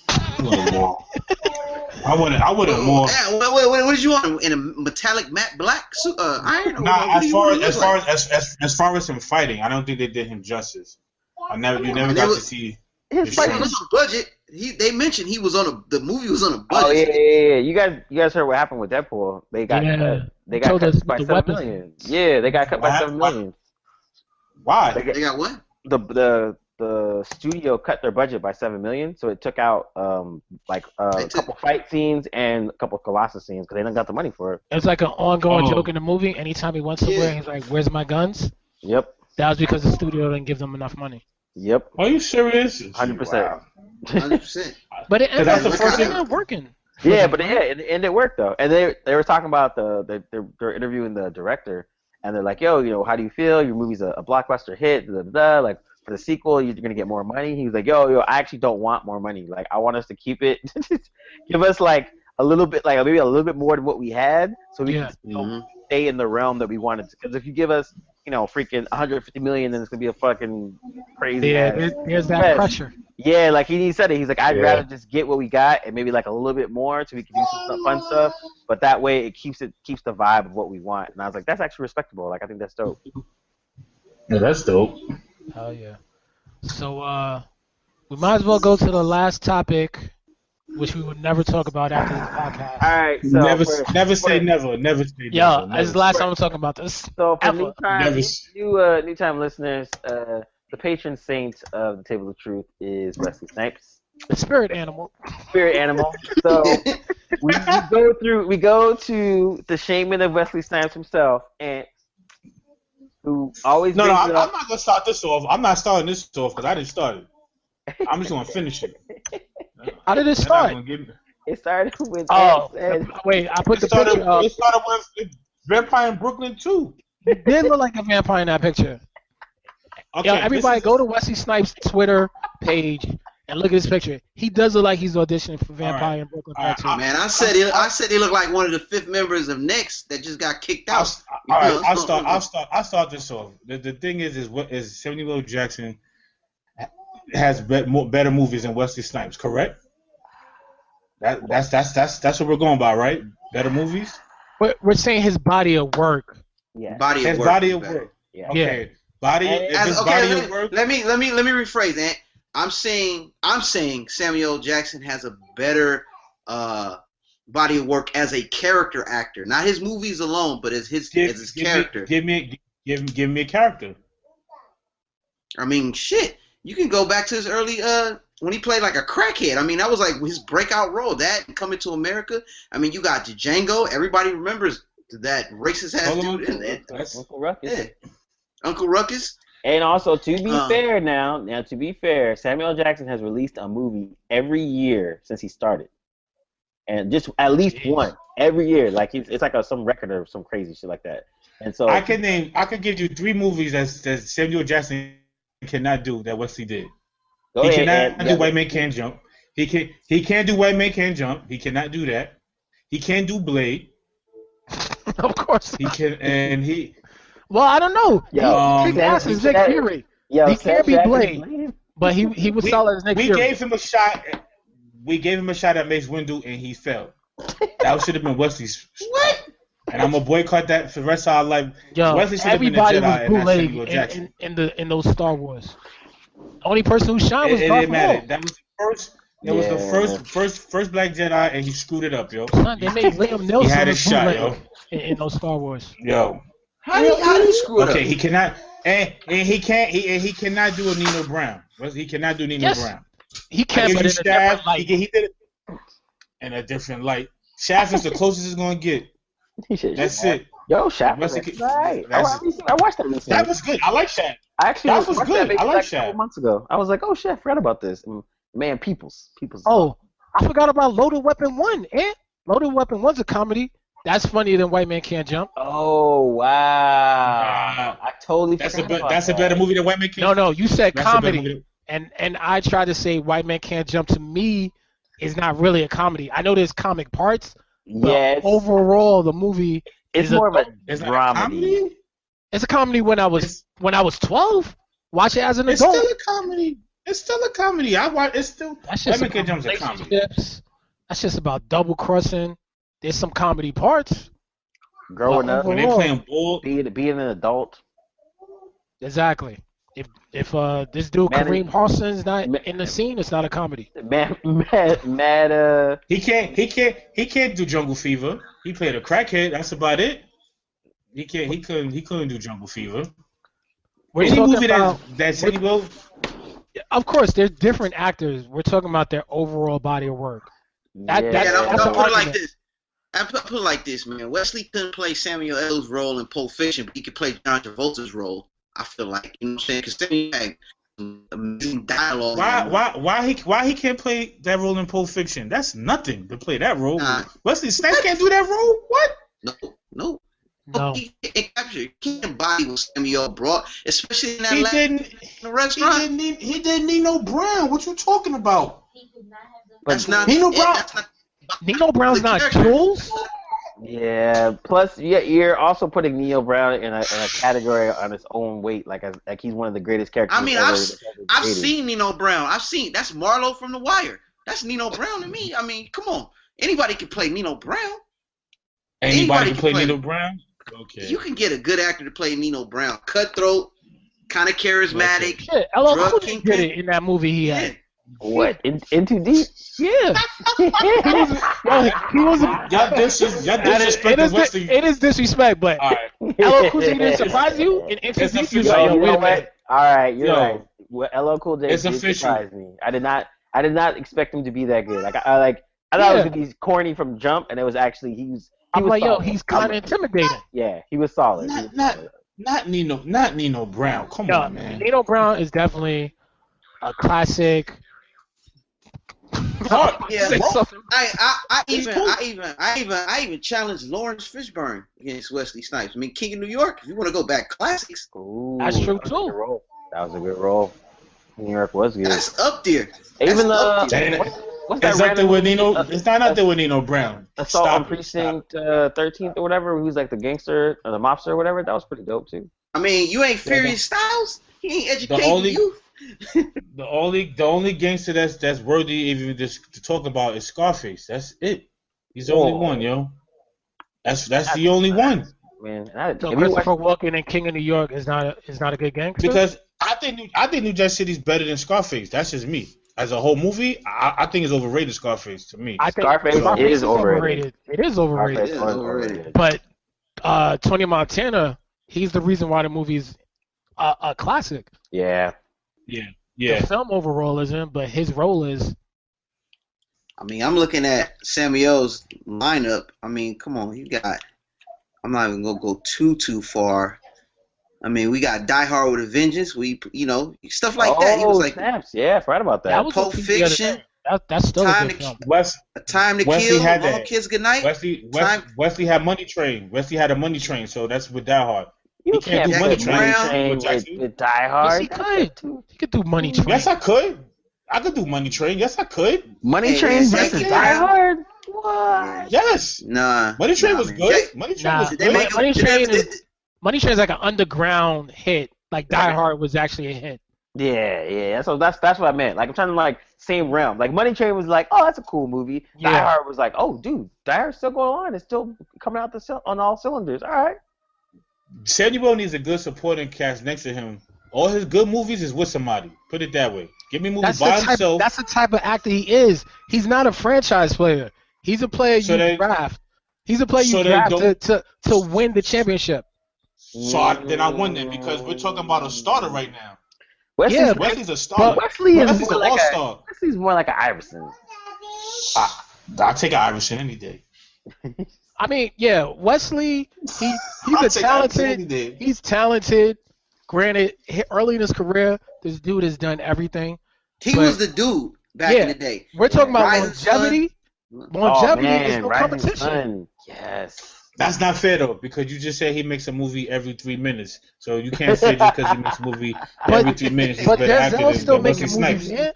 Speaker 3: I would I would have more.
Speaker 4: Yeah, wait, wait, wait, what did you want in a metallic matte black suit? Uh, iron? Or what
Speaker 3: Nah,
Speaker 4: do
Speaker 3: as
Speaker 4: you-
Speaker 3: far
Speaker 4: what
Speaker 3: as
Speaker 4: do you
Speaker 3: as
Speaker 4: look
Speaker 3: far
Speaker 4: like?
Speaker 3: as, as as as far as him fighting, I don't think they did him justice. I never you never
Speaker 4: They
Speaker 3: got
Speaker 4: were-
Speaker 3: to see.
Speaker 6: His
Speaker 3: It's
Speaker 4: But
Speaker 6: fight
Speaker 3: true.
Speaker 4: it
Speaker 6: was
Speaker 4: was on budget. He they mentioned he was on a the movie was on a budget.
Speaker 6: Oh yeah, yeah, yeah. You guys, you guys heard what happened with Deadpool? They got
Speaker 5: Yeah.
Speaker 6: cut. They got
Speaker 5: Told us
Speaker 6: cut by
Speaker 5: with the
Speaker 6: seven
Speaker 5: weapons.
Speaker 6: million. Yeah, they got cut by
Speaker 3: What
Speaker 6: seven
Speaker 3: hap-
Speaker 6: million.
Speaker 3: Why?
Speaker 4: They got
Speaker 6: (laughs)
Speaker 4: what?
Speaker 6: The the the studio cut their budget by seven million, so it took out um like uh,
Speaker 4: They
Speaker 6: a
Speaker 4: took-
Speaker 6: couple fight scenes and a couple Colossus scenes because they didn't got the money for it.
Speaker 5: It's like an ongoing
Speaker 3: Oh.
Speaker 5: joke in the movie. Anytime he went somewhere,
Speaker 4: Yeah.
Speaker 5: he's like, "Where's my guns?"
Speaker 6: Yep,
Speaker 5: That was because the studio didn't give them enough money.
Speaker 6: yep,
Speaker 3: Are you serious?
Speaker 6: hundred percent.
Speaker 3: Wow.
Speaker 4: Hundred percent.
Speaker 5: But it ended
Speaker 3: that's
Speaker 5: up
Speaker 4: the first
Speaker 5: it
Speaker 4: thing-
Speaker 5: ended up working.
Speaker 6: Yeah, but yeah, and, and it worked though. And they they were talking about the, the they're, they're interviewing the director, and they're like, "Yo, you know, how do you feel? Your movie's a, a blockbuster hit. Da, da, da. Like for the sequel, you're gonna get more money." He was like, "Yo, yo, I actually don't want more money. Like I want us to keep it. (laughs) Give us like a little bit, like maybe a little bit more than what we had, so we
Speaker 5: Yeah.
Speaker 6: can still stay in the realm that we wanted. Because if you give us, you know, freaking 150 million, then it's gonna be a fucking crazy.
Speaker 5: Yeah,
Speaker 6: ass-
Speaker 5: there's, there's that
Speaker 6: Yes.
Speaker 5: pressure.
Speaker 6: yeah, like he, he said it. He's like, I'd
Speaker 3: Yeah.
Speaker 6: rather just get what we got and maybe like a little bit more so we can do some stuff, fun stuff. But that way, it keeps it keeps the vibe of what we want. And I was like, that's actually respectable. Like I think that's dope.
Speaker 3: Yeah, that's dope.
Speaker 5: Hell yeah. So uh, we might as well go to the last topic, which we would never talk about after this podcast.
Speaker 6: All right, so
Speaker 3: never
Speaker 6: for,
Speaker 3: never say
Speaker 6: for-
Speaker 3: never. Never say
Speaker 5: Yeah,
Speaker 3: never.
Speaker 5: this is the last time I'm talking about this.
Speaker 6: so for
Speaker 5: Alpha.
Speaker 6: new time,
Speaker 3: Never
Speaker 6: new,
Speaker 3: s-
Speaker 6: new, uh, new time listeners, uh, the patron saint of the table of truth is Wesley Snipes,
Speaker 5: The spirit animal.
Speaker 6: spirit animal. (laughs) So we, we go through, we go to the shaming of Wesley Snipes himself, and who always
Speaker 3: No, no,
Speaker 6: brings
Speaker 3: I'm,
Speaker 6: it up.
Speaker 3: I'm not gonna start this off. I'm not starting this off because I didn't start it. I'm just gonna finish
Speaker 5: (laughs)
Speaker 3: it.
Speaker 5: How did
Speaker 3: They're
Speaker 5: it
Speaker 3: not
Speaker 5: start?
Speaker 3: gonna give me-
Speaker 6: It started (laughs) with
Speaker 5: Oh,
Speaker 6: Ed said-
Speaker 5: wait, I put
Speaker 3: It
Speaker 5: the
Speaker 3: started,
Speaker 5: picture up.
Speaker 3: it started with Vampire in Brooklyn too.
Speaker 5: It did look like a vampire in that picture.
Speaker 3: Okay,
Speaker 5: Yo,
Speaker 3: this
Speaker 5: everybody
Speaker 3: is-
Speaker 5: go to Wesley Snipes' Twitter page and look at this picture. He does look like he's auditioning for Vampire in Brooklyn
Speaker 3: All right,
Speaker 5: Tattoo.
Speaker 4: Man, I said he, I said he looked like one of the fifth members of Next that just got kicked
Speaker 3: I'll,
Speaker 4: out.
Speaker 3: s- all right,
Speaker 4: Yeah,
Speaker 3: I'll
Speaker 4: let's
Speaker 3: start.
Speaker 4: go.
Speaker 3: I'll start. I'll start this off. The, the thing is, is what is Samuel L. Jackson ha- has bet more, better movies than Wesley Snipes, correct? That that's that's that's that's what we're going by, right? Better movies.
Speaker 5: We're, we're saying his body of work. (laughs)
Speaker 6: Yeah.
Speaker 4: Body of
Speaker 3: His
Speaker 4: work.
Speaker 3: body
Speaker 4: is
Speaker 3: of
Speaker 4: better.
Speaker 3: work.
Speaker 6: Yeah.
Speaker 3: Okay, body.
Speaker 6: And-
Speaker 3: if
Speaker 4: As-
Speaker 3: his
Speaker 4: okay,
Speaker 3: body
Speaker 4: let,
Speaker 3: of
Speaker 4: me-
Speaker 3: work.
Speaker 4: let me let me let me rephrase that. I'm saying I'm saying Samuel Jackson has a better uh, body of work as a character actor, not his movies alone, but as his
Speaker 3: Give,
Speaker 4: as his
Speaker 3: give
Speaker 4: character.
Speaker 3: me, give me, give, me- give me a character.
Speaker 4: I mean, shit, you can go back to his early uh when he played like a crackhead. I mean, that was like his breakout role. That and coming to America. I mean, you got Django. Everybody remembers that racist ass
Speaker 3: Hold on.
Speaker 4: dude in there.
Speaker 3: That's-
Speaker 6: Uncle Ruckus.
Speaker 4: Yeah. Uncle Ruckus.
Speaker 6: And also, to be
Speaker 4: Um,
Speaker 6: fair now, now to be fair, Samuel Jackson has released a movie every year since he started. and just at least
Speaker 5: Jeez.
Speaker 6: one every year. Like it's, it's like a, some record or some crazy shit like that. And
Speaker 4: Oh.
Speaker 6: so
Speaker 3: I can name. I could give you three movies that that Samuel Jackson cannot do that Wesley did.
Speaker 6: go
Speaker 3: he
Speaker 6: ahead
Speaker 3: cannot
Speaker 6: and-
Speaker 3: do
Speaker 6: yeah,
Speaker 3: white man can jump. He can he can do white man can jump. He cannot do that. He can do Blade.
Speaker 5: of course.
Speaker 3: He can and he
Speaker 5: Well, I don't know.
Speaker 6: Yo,
Speaker 3: Um,
Speaker 5: Kicked ass is Nick
Speaker 6: that-
Speaker 5: Fury,
Speaker 6: yo,
Speaker 5: he can't be
Speaker 6: Snapchat is
Speaker 5: Blade.
Speaker 6: Blade.
Speaker 5: but he he was solid as Nick
Speaker 3: we
Speaker 5: Fury.
Speaker 3: gave him a shot. We gave him a shot at Mace Windu and he fell. That should have been Wesley's. What? And I'm gonna boycott that for the rest of our life.
Speaker 5: Yo,
Speaker 3: Wesley should have been a
Speaker 5: everybody
Speaker 3: Jedi
Speaker 5: was
Speaker 3: and not
Speaker 5: bootleg
Speaker 3: Samuel
Speaker 5: in,
Speaker 3: Jackson.
Speaker 5: in, in the in those Star Wars. Only person who shined was
Speaker 3: It, it
Speaker 5: Darth
Speaker 3: didn't matter.
Speaker 5: Maul.
Speaker 3: That was the first. That was the
Speaker 6: Yeah.
Speaker 3: first, first, first Black Jedi, and he screwed it up, yo.
Speaker 5: Son, they made Liam
Speaker 3: He
Speaker 5: Nelson
Speaker 3: had
Speaker 5: a
Speaker 3: a shot,
Speaker 5: bootleg
Speaker 3: yo.
Speaker 5: in, in those Star Wars.
Speaker 3: Yo.
Speaker 4: How do you, how do you screw it
Speaker 3: Okay,
Speaker 4: up?
Speaker 3: he cannot, and, and he can't, he and he cannot do a Nino Brown. He cannot do Nino
Speaker 5: Yes.
Speaker 3: Brown.
Speaker 5: He
Speaker 3: I
Speaker 5: can't
Speaker 3: give
Speaker 5: but
Speaker 3: you
Speaker 5: in a different
Speaker 3: Shaft. He,
Speaker 5: light.
Speaker 3: he did it in a different light. Shaft is the closest it's gonna get.
Speaker 6: He should-
Speaker 3: That's it.
Speaker 6: Yo, Shaft was
Speaker 3: That's
Speaker 6: like,
Speaker 3: it.
Speaker 6: right. I,
Speaker 3: That's
Speaker 6: Oh, I recently- I watched that recently.
Speaker 3: That was good. I like Shaft.
Speaker 6: I actually
Speaker 3: that was
Speaker 6: watched
Speaker 3: good.
Speaker 6: maybe
Speaker 3: I like
Speaker 6: a couple
Speaker 3: Shaft.
Speaker 6: months ago. I was like, oh shit, I forgot about this. And, man, Peoples, Peoples.
Speaker 5: Oh, I forgot about Loaded Weapon One. Eh? Loaded Weapon One's a comedy. That's funnier than White Man Can't Jump.
Speaker 6: Oh wow!
Speaker 3: Nah.
Speaker 6: I totally
Speaker 3: That's a
Speaker 6: forgot
Speaker 3: be-
Speaker 6: about
Speaker 3: that's a
Speaker 6: that.
Speaker 3: better movie than White Man Can't.
Speaker 5: No, no, you said
Speaker 3: That's a better
Speaker 5: comedy,
Speaker 3: movie than-
Speaker 5: and and I tried to say White Man Can't Jump to me is not really a comedy. I know there's comic parts, but
Speaker 6: Yeah, it's,
Speaker 5: overall the movie
Speaker 6: it's
Speaker 5: is a-
Speaker 6: more of a
Speaker 3: It's not a
Speaker 6: dramedy.
Speaker 3: comedy.
Speaker 5: it's a comedy. When I was
Speaker 3: It's,
Speaker 5: when I was 12, watch it as an
Speaker 3: it's
Speaker 5: adult.
Speaker 3: still a comedy. It's still a comedy. I watch. It's still.
Speaker 5: That's
Speaker 3: White
Speaker 5: just
Speaker 3: Man
Speaker 5: about
Speaker 3: Can't Jump's a comedy.
Speaker 5: relationships. That's just about double crossing. There's some comedy parts.
Speaker 6: Growing
Speaker 5: Well,
Speaker 6: up,
Speaker 3: When they
Speaker 5: Whoa.
Speaker 3: playing ball,
Speaker 6: being being an adult.
Speaker 5: Exactly. If if uh this dude
Speaker 6: Man,
Speaker 5: Kareem Hawson's not
Speaker 6: Ma-
Speaker 5: in the scene, it's not a comedy.
Speaker 6: Mad, (laughs) mad, mad. Uh,
Speaker 3: he can't. He can't. He can't do Jungle Fever. He played a crackhead. That's about it. He can't. He couldn't. He couldn't do Jungle Fever.
Speaker 5: We're
Speaker 3: Any
Speaker 5: talking
Speaker 3: movie
Speaker 5: about,
Speaker 3: that that's any go,
Speaker 5: of course, they're different actors. We're talking about their overall body of work. That-
Speaker 6: yeah.
Speaker 5: that-
Speaker 4: Yeah,
Speaker 5: that's
Speaker 4: I'll, I'll
Speaker 5: an
Speaker 4: put it like
Speaker 5: argument.
Speaker 4: this. I put, put it like this, man. Wesley couldn't play Samuel L.'s role in Pulp Fiction, but he could play John Travolta's role. I feel like you know what I'm saying because Samuel had some amazing dialogue.
Speaker 3: why why why he why he can't play that role in Pulp Fiction? That's nothing to play that role.
Speaker 4: Nah.
Speaker 3: Wesley Snipes can't do that role. What?
Speaker 4: No, no.
Speaker 5: No.
Speaker 4: He can't capture. He can't embody what Samuel brought, especially in that
Speaker 3: He
Speaker 4: last
Speaker 3: didn't.
Speaker 4: in the
Speaker 3: He
Speaker 4: restaurant.
Speaker 3: didn't. Need, he didn't need no Brown. What you talking about?
Speaker 4: that's not.
Speaker 3: Nino
Speaker 4: it-
Speaker 3: Brown-
Speaker 4: That's not
Speaker 5: Nino Brown's not
Speaker 4: character.
Speaker 5: Jules.
Speaker 6: yeah. Plus, yeah, you're also putting Neil Brown in a, in a category on its own weight. Like, as, like he's one of the greatest characters.
Speaker 4: I mean,
Speaker 6: ever-
Speaker 4: I've-
Speaker 6: ever
Speaker 4: I've
Speaker 6: created.
Speaker 4: seen Nino Brown. I've seen that's Marlo from The Wire. That's Nino Brown to me. I mean, come on. Anybody can play Nino Brown.
Speaker 3: Anybody can play
Speaker 4: play.
Speaker 3: Nino Brown. Okay.
Speaker 4: You can get a good actor to play Nino Brown. Cutthroat, kind of charismatic.
Speaker 5: Shit, LL
Speaker 4: Drug
Speaker 5: Cool J did
Speaker 4: kingpin.
Speaker 5: it in that movie he
Speaker 4: Yeah.
Speaker 5: had.
Speaker 6: What in, in too (laughs) deep?
Speaker 5: Yeah. Yo, he was a,
Speaker 3: Y'all disres- y'all
Speaker 5: that is, it,
Speaker 3: disrespecting
Speaker 5: is,
Speaker 3: Wesley.
Speaker 5: it is disrespect, but
Speaker 3: All right.
Speaker 5: LL Cool J didn't surprise you and
Speaker 3: It's
Speaker 5: introduce you.
Speaker 3: official.
Speaker 6: Yo,
Speaker 5: Like, yo,
Speaker 6: you
Speaker 5: wait
Speaker 6: know
Speaker 5: a minute.
Speaker 6: what? All right, you're
Speaker 3: Yo.
Speaker 6: right. Well, LL Cool J
Speaker 3: It's
Speaker 6: did
Speaker 3: official.
Speaker 6: surprise me. I did not. I did not expect him to be that good. Like I, I like. I thought it was
Speaker 5: Yeah.
Speaker 6: gonna be corny from jump, and it was actually he was. He
Speaker 5: I'm
Speaker 6: was
Speaker 5: like, yo,
Speaker 6: solid.
Speaker 5: he's kind of intimidating.
Speaker 6: Yeah, he was solid. He
Speaker 3: Not,
Speaker 6: was
Speaker 3: not,
Speaker 6: solid.
Speaker 3: not Nino. Not Nino Brown. Come
Speaker 5: Yo,
Speaker 3: on, man.
Speaker 5: Nino Brown is definitely a classic.
Speaker 3: Hard.
Speaker 5: (laughs)
Speaker 4: Yeah.
Speaker 5: Say something.
Speaker 4: I, I, I
Speaker 3: He's
Speaker 4: even,
Speaker 3: cool.
Speaker 4: I even, I even, I even challenged Lawrence Fishburne against Wesley Snipes. I mean, King of New York. If you want to go back classics,
Speaker 6: Ooh,
Speaker 5: That's true,
Speaker 6: that was a
Speaker 5: too.
Speaker 6: good role. That was a good role. New York was good.
Speaker 4: that's up there.
Speaker 6: Even
Speaker 4: up
Speaker 6: the
Speaker 4: there.
Speaker 3: Damn it.
Speaker 6: what- what's that
Speaker 3: It's up there
Speaker 6: random
Speaker 3: with
Speaker 6: movie,
Speaker 3: Nino.
Speaker 6: uh,
Speaker 3: It's not up there with Nino Brown.
Speaker 6: Assault
Speaker 3: Stop
Speaker 6: on
Speaker 3: it. Stop.
Speaker 6: Precinct uh, 13th or whatever, who's like the gangster or the mobster or whatever. That was pretty dope too.
Speaker 4: I mean, you ain't Furious Styles. He ain't educating
Speaker 3: only-
Speaker 4: you.
Speaker 3: The only the only gangster that's that's worthy even just to talk about is Scarface. That's it. He's the only
Speaker 6: Whoa.
Speaker 3: one, yo. That's that's the only one.
Speaker 6: Man, I,
Speaker 5: So
Speaker 6: if you watch-
Speaker 5: Christopher Walken and King of New York is not a, is not a good gangster.
Speaker 3: Because I think New, I think New Jack City's better than Scarface. That's just me. As a whole movie, I, I think it's overrated. Scarface to me.
Speaker 5: I think
Speaker 6: Scarface is overrated.
Speaker 5: It is overrated.
Speaker 6: Scarface
Speaker 4: Yeah,
Speaker 6: was
Speaker 4: overrated.
Speaker 6: overrated.
Speaker 5: But uh, Tony Montana, he's the reason why the movie's a, a classic.
Speaker 6: Yeah,
Speaker 3: yeah.
Speaker 5: The film overall isn't, but his role is.
Speaker 4: I mean, I'm looking at Samuel's lineup. I mean, come on, you got. I'm not even gonna go too too far. I mean, we got Die Hard with a Vengeance. We, you know, stuff like that. He was
Speaker 6: Oh,
Speaker 4: like,
Speaker 6: snaps. Yeah, I forgot about that.
Speaker 5: That was
Speaker 4: Pulp
Speaker 5: a piece the other
Speaker 4: Fiction.
Speaker 5: day. That, that's still a
Speaker 4: Time
Speaker 5: good
Speaker 4: to
Speaker 5: film.
Speaker 3: Wes,
Speaker 4: A time to
Speaker 3: Wesley
Speaker 4: kill.
Speaker 3: had
Speaker 4: All
Speaker 3: that.
Speaker 4: kids, good night.
Speaker 3: Wesley, Wes,
Speaker 4: Time-
Speaker 3: Wesley had money train. Wesley had a money train, so that's with Die Hard.
Speaker 6: You
Speaker 3: You can't
Speaker 4: do
Speaker 6: can't put
Speaker 4: Money
Speaker 6: Money
Speaker 4: Train
Speaker 6: Train
Speaker 3: with
Speaker 6: with,
Speaker 3: Jackson.
Speaker 6: with Die
Speaker 5: Yes, he
Speaker 6: Hard.
Speaker 5: could. He could do Money Train.
Speaker 3: Yes, I could. I could do Money Train. Yes, I could.
Speaker 7: Money
Speaker 4: Hey,
Speaker 7: Train
Speaker 4: man,
Speaker 7: versus
Speaker 4: Jackie-
Speaker 7: Die Hard.
Speaker 6: What?
Speaker 3: Yes.
Speaker 4: Nah.
Speaker 3: Money Train
Speaker 4: nah,
Speaker 3: was
Speaker 4: man.
Speaker 3: good.
Speaker 4: Jack-
Speaker 3: Money Train
Speaker 5: Nah.
Speaker 3: was
Speaker 4: Did they
Speaker 3: good.
Speaker 4: make
Speaker 5: Money
Speaker 4: a, did they-
Speaker 5: Train is-
Speaker 4: did-
Speaker 5: Money Train is like an underground hit. Like Die Hard was actually a hit.
Speaker 6: Yeah, yeah. So that's that's what I meant. Like I'm trying to like same realm. Like Money Train was like, oh, that's a cool movie. Die
Speaker 5: Yeah.
Speaker 6: Hard was like, oh, dude, Die Hard's still going on. It's still coming out the cil- on all cylinders. All right.
Speaker 3: Samuel needs a good supporting cast next to him. All his good movies is with somebody. Put it that way. Give me movies
Speaker 5: That's
Speaker 3: by
Speaker 5: the type.
Speaker 3: himself.
Speaker 5: That's the type of actor he is. He's not a franchise player. He's a player
Speaker 3: So
Speaker 5: you
Speaker 3: they-
Speaker 5: draft. He's a player you
Speaker 3: So they
Speaker 5: draft to,
Speaker 3: don't-
Speaker 5: to to win the championship.
Speaker 3: So I, then I won that because we're talking about a starter right now.
Speaker 6: Wesley's,
Speaker 5: Yeah,
Speaker 3: Wesley's a starter.
Speaker 6: Wesley is
Speaker 3: Wesley's
Speaker 6: more
Speaker 3: an
Speaker 6: like
Speaker 3: all
Speaker 6: a
Speaker 3: star.
Speaker 6: Wesley's more like an Iverson.
Speaker 3: I, I'll take an Iverson any day.
Speaker 5: I mean, yeah, Wesley. He he's
Speaker 3: I'll
Speaker 5: a
Speaker 3: take Iverson any
Speaker 5: talented.
Speaker 3: day.
Speaker 5: He's talented. Granted, he- early in his career, this dude has done everything.
Speaker 4: He
Speaker 5: But-
Speaker 4: was the dude back
Speaker 5: Yeah.
Speaker 4: in the day.
Speaker 5: We're talking about
Speaker 4: Rising
Speaker 5: longevity.
Speaker 4: Sun.
Speaker 5: Longevity
Speaker 6: oh, man,
Speaker 5: is no
Speaker 6: Rising
Speaker 5: competition.
Speaker 6: Sun. Yes.
Speaker 3: That's not fair though, because you just said he makes a movie every three minutes. So you can't say just because he makes a movie
Speaker 5: But-
Speaker 3: every three minutes. he's
Speaker 5: But
Speaker 3: better actor
Speaker 5: Denzel
Speaker 3: than-
Speaker 5: still
Speaker 3: than Wesley
Speaker 5: making movies.
Speaker 3: Snipes.
Speaker 5: Yeah,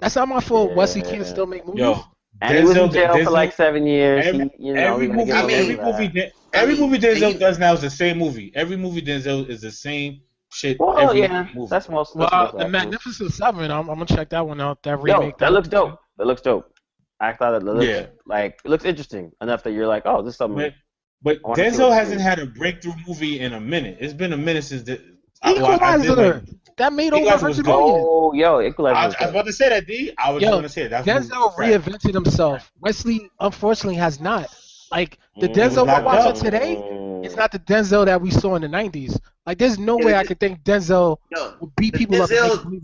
Speaker 5: that's not my fault. Wesley
Speaker 6: Yeah.
Speaker 5: can still make movies.
Speaker 3: Yo,
Speaker 6: And he was in
Speaker 3: Denzel-
Speaker 6: jail for
Speaker 3: Denzel-
Speaker 6: like seven years.
Speaker 3: every,
Speaker 6: he, you know,
Speaker 3: every
Speaker 6: we gotta
Speaker 3: movie,
Speaker 6: give him
Speaker 4: I mean-
Speaker 3: every
Speaker 6: credit for
Speaker 3: movie,
Speaker 6: that.
Speaker 3: Den- every
Speaker 4: mean,
Speaker 3: movie
Speaker 4: and
Speaker 3: Denzel
Speaker 4: you-
Speaker 3: does now is the same movie. Every movie Denzel is the same shit.
Speaker 6: Well,
Speaker 3: every
Speaker 6: yeah,
Speaker 3: movie.
Speaker 6: that's most. That's
Speaker 5: Well,
Speaker 6: most
Speaker 5: the
Speaker 6: actors.
Speaker 5: Magnificent Seven. I'm, I'm gonna check that one out. That
Speaker 6: Yo,
Speaker 5: remake.
Speaker 6: that looks dope. That looks dope. I thought it looked
Speaker 3: Yeah.
Speaker 6: like it looks interesting enough that you're like, oh, this is something.
Speaker 3: But, but
Speaker 6: I wanna see
Speaker 3: Denzel
Speaker 6: what it
Speaker 3: hasn't
Speaker 6: is.
Speaker 3: had a breakthrough movie in a minute. It's been a minute since the.
Speaker 5: Equalizer.
Speaker 3: I, well, I, did like-
Speaker 5: that made
Speaker 3: He
Speaker 5: over
Speaker 3: guys was
Speaker 5: 100
Speaker 3: dope.
Speaker 5: million.
Speaker 6: oh, yo, Equalizer.
Speaker 3: I,
Speaker 6: was
Speaker 3: I was
Speaker 6: dope.
Speaker 3: about to say that, D. I was
Speaker 5: Yo,
Speaker 3: just gonna say that. That's
Speaker 5: Denzel reinvented himself. Wesley, unfortunately, has not. Like the
Speaker 6: Mm,
Speaker 5: Denzel
Speaker 3: locked
Speaker 5: we're watching
Speaker 3: up.
Speaker 5: today,
Speaker 6: Mm-hmm.
Speaker 5: it's not the Denzel that we saw in the 90s. Like, there's no
Speaker 4: Yeah,
Speaker 5: way
Speaker 4: the-
Speaker 5: I could think Denzel
Speaker 4: Yo,
Speaker 5: would beat people up.
Speaker 4: Denzel-
Speaker 5: and make them believe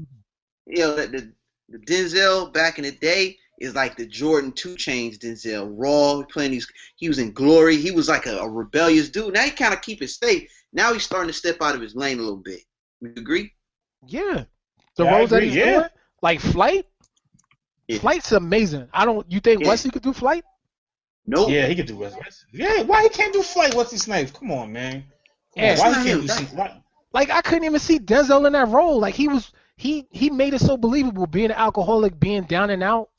Speaker 5: it.
Speaker 4: you know, the, the, the Denzel back in the day is like the Jordan two chains Denzel. Raw playing these, he was in glory. He was like a, a rebellious dude. Now he kind of keep it safe. Now he's starting to step out of his lane a little bit. You agree?
Speaker 5: Yeah. The
Speaker 3: Yeah, I
Speaker 5: roles that
Speaker 3: agree,
Speaker 5: he's
Speaker 3: yeah.
Speaker 5: doing, like Flight.
Speaker 4: Yeah.
Speaker 5: Flight's amazing. I don't. You think
Speaker 4: Yeah.
Speaker 5: Wesley could do Flight?
Speaker 4: Nope.
Speaker 3: Yeah, he could do Wesley. Yeah, why he can't do Flight Wesley Snipes? Come on, man. Come on,
Speaker 5: Yeah.
Speaker 3: why
Speaker 4: That's
Speaker 3: he can't
Speaker 4: not
Speaker 3: do
Speaker 4: him.
Speaker 3: Sn- why-
Speaker 5: Like I couldn't even see Denzel in that role. Like he was he he made it so believable being an alcoholic, being down and out.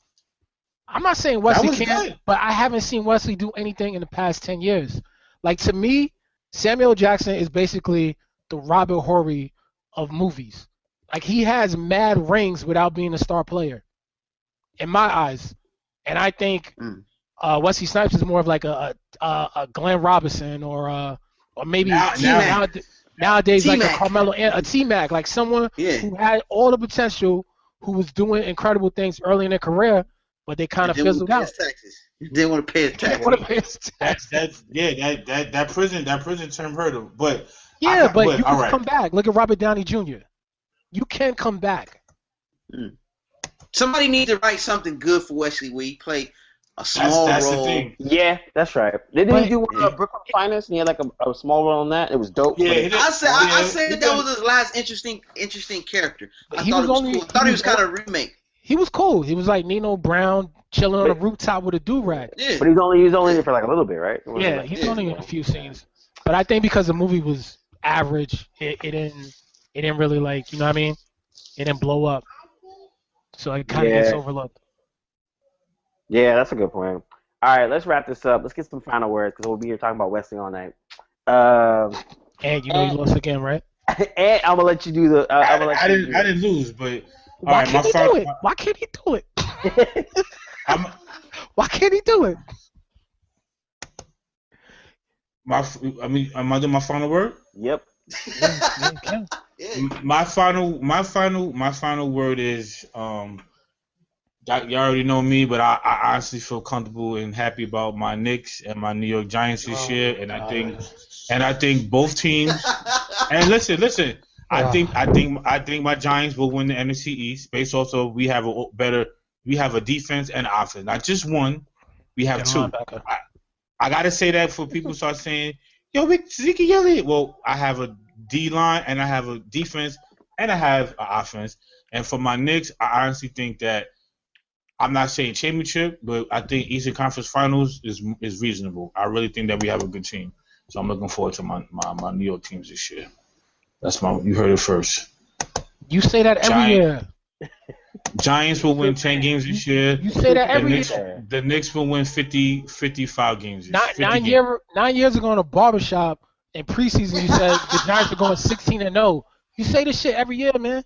Speaker 5: I'm not saying Wesley
Speaker 3: was
Speaker 5: can't,
Speaker 3: good.
Speaker 5: but I haven't seen Wesley do anything in the past 10 years. Like to me, Samuel Jackson is basically the Robert Horry of movies. Like he has mad rings without being a star player in my eyes. And I think
Speaker 3: Hmm.
Speaker 4: Mm.
Speaker 5: uh, Wesley Snipes is more of like a a, a, a Glenn Robinson or uh, or maybe
Speaker 3: Now-
Speaker 5: you know,
Speaker 4: now-
Speaker 5: nowada- nowadays like a
Speaker 4: T-Mac.
Speaker 5: Carmelo An- a T Mac like someone
Speaker 4: Yeah.
Speaker 5: who had all the potential who was doing incredible things early in their career but they kind of
Speaker 4: Didn't wanna
Speaker 5: fizzled
Speaker 4: pay
Speaker 5: out.
Speaker 4: his taxes. Didn't want to pay his taxes.
Speaker 5: (laughs) What a-
Speaker 3: That, that, yeah, that, that, that prison that prison term hurt him. But
Speaker 5: yeah,
Speaker 3: I-
Speaker 5: but
Speaker 3: but,
Speaker 5: you can
Speaker 3: alright.
Speaker 5: come back. Look at Robert Downey Jr. You can come back.
Speaker 4: Somebody needs to write something good for Wesley where he play a
Speaker 3: that's,
Speaker 4: small
Speaker 3: that's the
Speaker 4: role.
Speaker 3: thing.
Speaker 6: Yeah, that's right. Didn't
Speaker 5: But-
Speaker 6: he do uh, Brooklyn Finance and he had like a, a small role on that? It was dope.
Speaker 3: Yeah,
Speaker 6: but
Speaker 3: he
Speaker 6: it-
Speaker 3: did-
Speaker 4: I said I, I
Speaker 3: yeah,
Speaker 4: said
Speaker 3: he
Speaker 4: that
Speaker 3: done-
Speaker 4: was his last interesting interesting character. I
Speaker 5: He
Speaker 4: thought
Speaker 5: was
Speaker 4: it was
Speaker 5: only-
Speaker 4: cool. I thought
Speaker 5: he
Speaker 4: he
Speaker 5: was
Speaker 4: was kind of a remake.
Speaker 5: He was cool. He was like Nino Brown chilling on a
Speaker 6: But-
Speaker 5: rooftop with a do rag.
Speaker 4: Yeah.
Speaker 6: but he was only he was only in it for like a little bit, right? It wasn't
Speaker 5: Yeah,
Speaker 6: like-
Speaker 5: he's only in a few scenes, but I think because the movie was average, it, it didn't it didn't really like you know what I mean. It didn't blow up, so it kind of
Speaker 6: Yeah.
Speaker 5: gets overlooked.
Speaker 6: Yeah, that's a good point. All right, let's wrap this up. Let's get some final words because we'll be here talking about Wesley all night. Um,
Speaker 5: And you know you lost again, right?
Speaker 6: (laughs) and I'm gonna let you do the. Uh, I'm
Speaker 3: I,
Speaker 6: gonna let
Speaker 3: I
Speaker 6: you
Speaker 3: didn't I didn't lose, but
Speaker 5: Why
Speaker 3: Alright,
Speaker 5: can't
Speaker 3: my
Speaker 5: he
Speaker 3: final-
Speaker 5: do it? Why can't he do it? (laughs)
Speaker 6: didn't.
Speaker 3: I'm
Speaker 5: Why can't he do it?
Speaker 3: my f- I mean am I doing my final word?
Speaker 6: (laughs) yep.
Speaker 5: Yeah, he can.
Speaker 4: yeah.
Speaker 3: M- My final my final my final word is um y'all y'all already know me, but I, I honestly feel comfortable and happy about my Knicks and my New York Giants this year, and I think and I think both teams And listen, listen. I
Speaker 5: Ah.
Speaker 3: think I think I think my Giants will win the NFC East based off of we have a o- better we have a defense and offense. Not just one, we have
Speaker 5: Get
Speaker 3: two.
Speaker 5: a linebacker.
Speaker 3: I gotta say that for people who start saying, "Yo, Rick Zeke Elliott." Well, I have a D line and I have a defense and I have an offense. And for my Knicks, I honestly think that I'm not saying championship, but I think Eastern Conference Finals is is reasonable. I really think that we have a good team, so I'm looking forward to my my, my New York teams this year. That's my you heard it first.
Speaker 5: You say that every
Speaker 3: Giant.
Speaker 5: year.
Speaker 3: Giants will win ten games this year.
Speaker 5: You say that
Speaker 3: The
Speaker 5: every
Speaker 3: Knicks,
Speaker 5: year.
Speaker 3: the Knicks will win 50, 55 games. this-
Speaker 5: Nine,
Speaker 3: 50
Speaker 5: nine,
Speaker 3: games.
Speaker 5: year, nine years ago in a barbershop in preseason, you said (laughs) the Giants were going 16 and 0. You say this shit every year, man.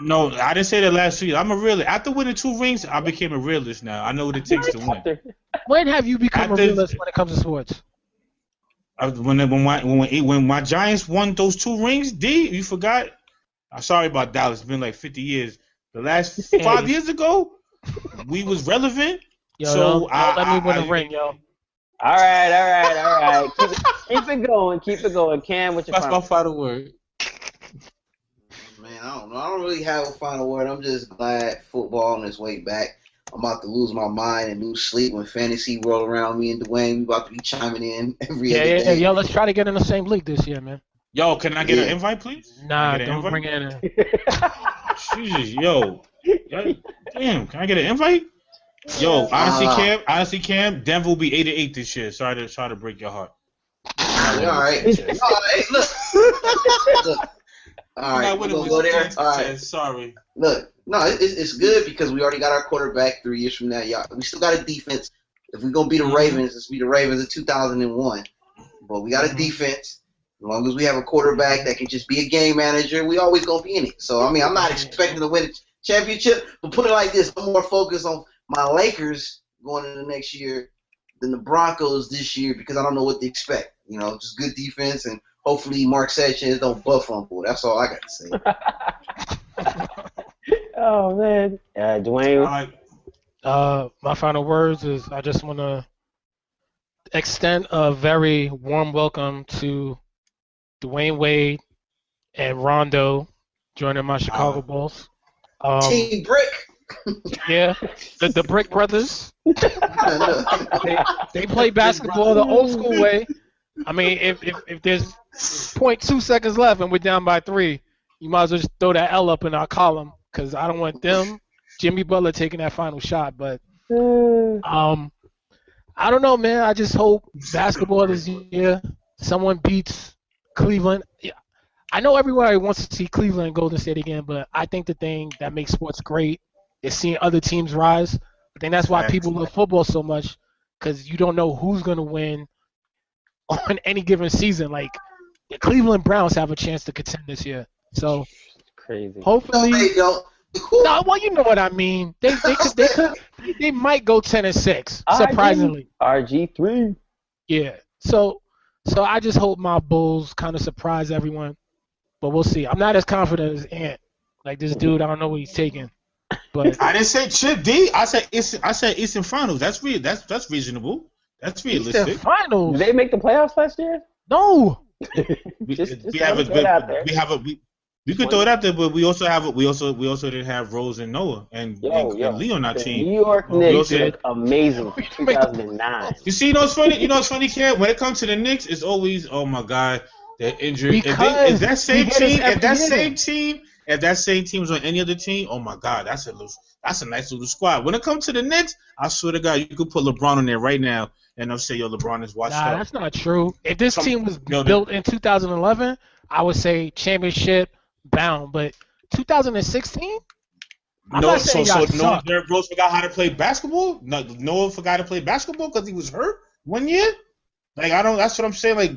Speaker 3: No, I didn't say that last year. I'm a realist. After winning two rings, I became a realist now. I know what it takes to win.
Speaker 6: After-
Speaker 5: When have you become
Speaker 3: I
Speaker 5: a
Speaker 3: did-
Speaker 5: realist when it comes to sports?
Speaker 3: I, when when my when, when when my Giants won those two rings, D, you forgot. I'm sorry about Dallas. It's been like 50 years. The (laughs) last five years ago, we was relevant.
Speaker 5: Yo,
Speaker 3: So,
Speaker 5: don't- don't
Speaker 3: I-
Speaker 5: let me win
Speaker 3: I-
Speaker 5: a ring, yo.
Speaker 6: All right, all right, all right. Keep (laughs) it, keep it going, keep it going. Cam, what's your
Speaker 3: That's my
Speaker 6: final?
Speaker 3: final word.
Speaker 4: Man, I don't know. I don't really have a final word. I'm just glad football on its way back. I'm about to lose my mind and lose sleep when fantasy roll around me and Dwayne. We about to be chiming in (laughs) every
Speaker 5: Yeah,
Speaker 4: other
Speaker 5: yeah, yeah,
Speaker 4: day.
Speaker 5: yo. Let's try to get in the same league this year, man.
Speaker 3: Yo, can I get an
Speaker 4: Yeah.
Speaker 3: invite, please?
Speaker 5: Nah,
Speaker 3: Get an
Speaker 5: don't
Speaker 3: invite?
Speaker 5: bring it in.
Speaker 6: (laughs)
Speaker 3: Jesus, yo, Yo, damn, can I get an invite? Yo, honestly,
Speaker 4: Uh.
Speaker 3: Cam, honestly, Cam, Denver will be eight and eight this year. Sorry to sorry to break your heart.
Speaker 4: All right.
Speaker 5: (laughs)
Speaker 4: All right. Look. look. All right.
Speaker 3: Not
Speaker 4: We're
Speaker 3: winning
Speaker 4: gonna
Speaker 3: with
Speaker 4: go there.
Speaker 3: Jets,
Speaker 4: All right.
Speaker 3: Jets, Sorry.
Speaker 4: Look. No, it- it's, it's good because we already got our quarterback three years from now. Y'all, we still got a defense. If we're gonna be the Ravens, let's be the Ravens of 2001. But we got a
Speaker 3: Mhm.
Speaker 4: defense. As long as we have a quarterback that can just be a game manager, we always gonna be in it. So I mean, I'm not expecting to win a championship, but put it like this: I'm more focused on my Lakers going into next year than the Broncos this year because I don't know what to expect. You know, just good defense and hopefully Mark Sanchez don't buff fumble. That's all I got to say.
Speaker 6: Oh man, uh,
Speaker 3: All
Speaker 6: Dwayne.
Speaker 3: right.
Speaker 5: Uh, my final words is I just want to extend a very warm welcome to Dwayne Wade and Rondo joining my Chicago
Speaker 3: Uh,
Speaker 5: Bulls. Um,
Speaker 4: Team Brick.
Speaker 5: yeah, the, the Brick Brothers.
Speaker 4: Look,
Speaker 5: They play basketball the old school way. I mean, if if, if there's 0.2 seconds left and we're down by three, you might as well just throw that L up in our column because I don't want them, Jimmy Butler taking that final shot. But um, I don't know, man. I just hope basketball this year someone beats Cleveland. Yeah. I know everybody wants to see Cleveland and Golden State again, but I think the thing that makes sports great is seeing other teams rise. I think that's why
Speaker 3: Facts.
Speaker 5: people love football so much because you don't know who's going to win (laughs) on any given season. Like the Cleveland Browns have a chance to contend this year, so
Speaker 6: Crazy.
Speaker 4: no,
Speaker 5: hopefully.
Speaker 4: they don't.
Speaker 5: No, well, you know what I mean. They they could, they could they, they might go ten and six
Speaker 6: I agree.
Speaker 5: surprisingly.
Speaker 6: RG three.
Speaker 5: Yeah. So so I just hope my Bulls kind of surprise everyone, but we'll see. I'm not as confident as Ant. Like this dude, I don't know what he's taking, but
Speaker 3: I didn't say chip D. I said it's I said it's in finals. That's real. That's that's reasonable. That's
Speaker 5: he's the
Speaker 3: realistic.
Speaker 6: Did
Speaker 3: Oh,
Speaker 5: finals.
Speaker 6: they make the playoffs last year?
Speaker 5: No.
Speaker 3: We,
Speaker 6: Just-
Speaker 3: we
Speaker 6: just
Speaker 3: have a
Speaker 6: throw it out there.
Speaker 3: we have a we, we could throw it out there, but we also have a, we also we also didn't have Rose and Noah and,
Speaker 6: Yo,
Speaker 3: and,
Speaker 6: yo.
Speaker 3: and Lee on our
Speaker 6: The
Speaker 3: team.
Speaker 6: New York
Speaker 3: Well,
Speaker 6: Knicks
Speaker 3: Wilson-
Speaker 6: look
Speaker 3: (laughs)
Speaker 6: amazing for 2009.
Speaker 3: You see, you know what's funny? You know what's funny, Kev? When it comes to the Knicks, it's always, oh my God, they're injured. If,
Speaker 5: Because
Speaker 3: they, if that same
Speaker 5: we get us
Speaker 3: team,
Speaker 5: every
Speaker 3: if that
Speaker 5: year.
Speaker 3: same team, if that same team was on any other team, oh my God, that's a little, that's a nice little squad. When it comes to the Knicks, I swear to God, you could put LeBron on there right now, and I'm saying, yo, LeBron is
Speaker 5: Nah,
Speaker 3: washed up.
Speaker 5: that's not true. If this
Speaker 3: Some-
Speaker 5: team was
Speaker 3: No, no.
Speaker 5: built in 2011, I would say championship bound. But 2016, I'm
Speaker 3: No,
Speaker 5: not
Speaker 3: so
Speaker 5: saying
Speaker 3: so
Speaker 5: y'all
Speaker 3: Noah
Speaker 5: suck.
Speaker 3: Derrick Rose forgot how to play basketball. No, Noah forgot to play basketball because he was hurt one year. Like I don't. That's what I'm saying. Like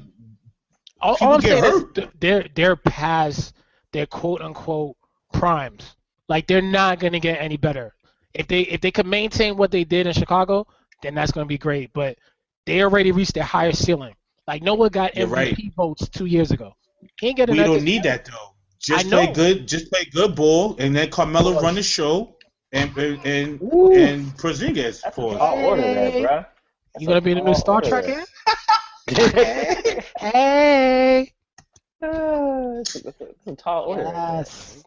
Speaker 5: All,
Speaker 3: People
Speaker 5: all I'm
Speaker 3: get
Speaker 5: saying is
Speaker 3: hurt.
Speaker 5: th- they're they're past their quote unquote primes. Like they're not gonna get any better. If they if they could maintain what they did in Chicago, then that's gonna be great. But they already reached their higher ceiling. Like no one got
Speaker 3: You're
Speaker 5: MVP
Speaker 3: right.
Speaker 5: votes two years ago. Can't get
Speaker 3: we
Speaker 5: that
Speaker 3: don't
Speaker 5: this-
Speaker 3: need that though. Just
Speaker 5: I
Speaker 3: play
Speaker 5: know.
Speaker 3: good. Just play good ball, and then Carmelo
Speaker 5: Pause.
Speaker 3: run the show, and and and,
Speaker 6: Woo.
Speaker 3: and Porzingis
Speaker 6: That's a
Speaker 3: pause.
Speaker 6: tall order there,
Speaker 5: Hey.
Speaker 6: bro.
Speaker 5: You gonna be in the new Star Trek? Ant? Hey.
Speaker 6: (laughs) That's a tall order.
Speaker 5: Yes.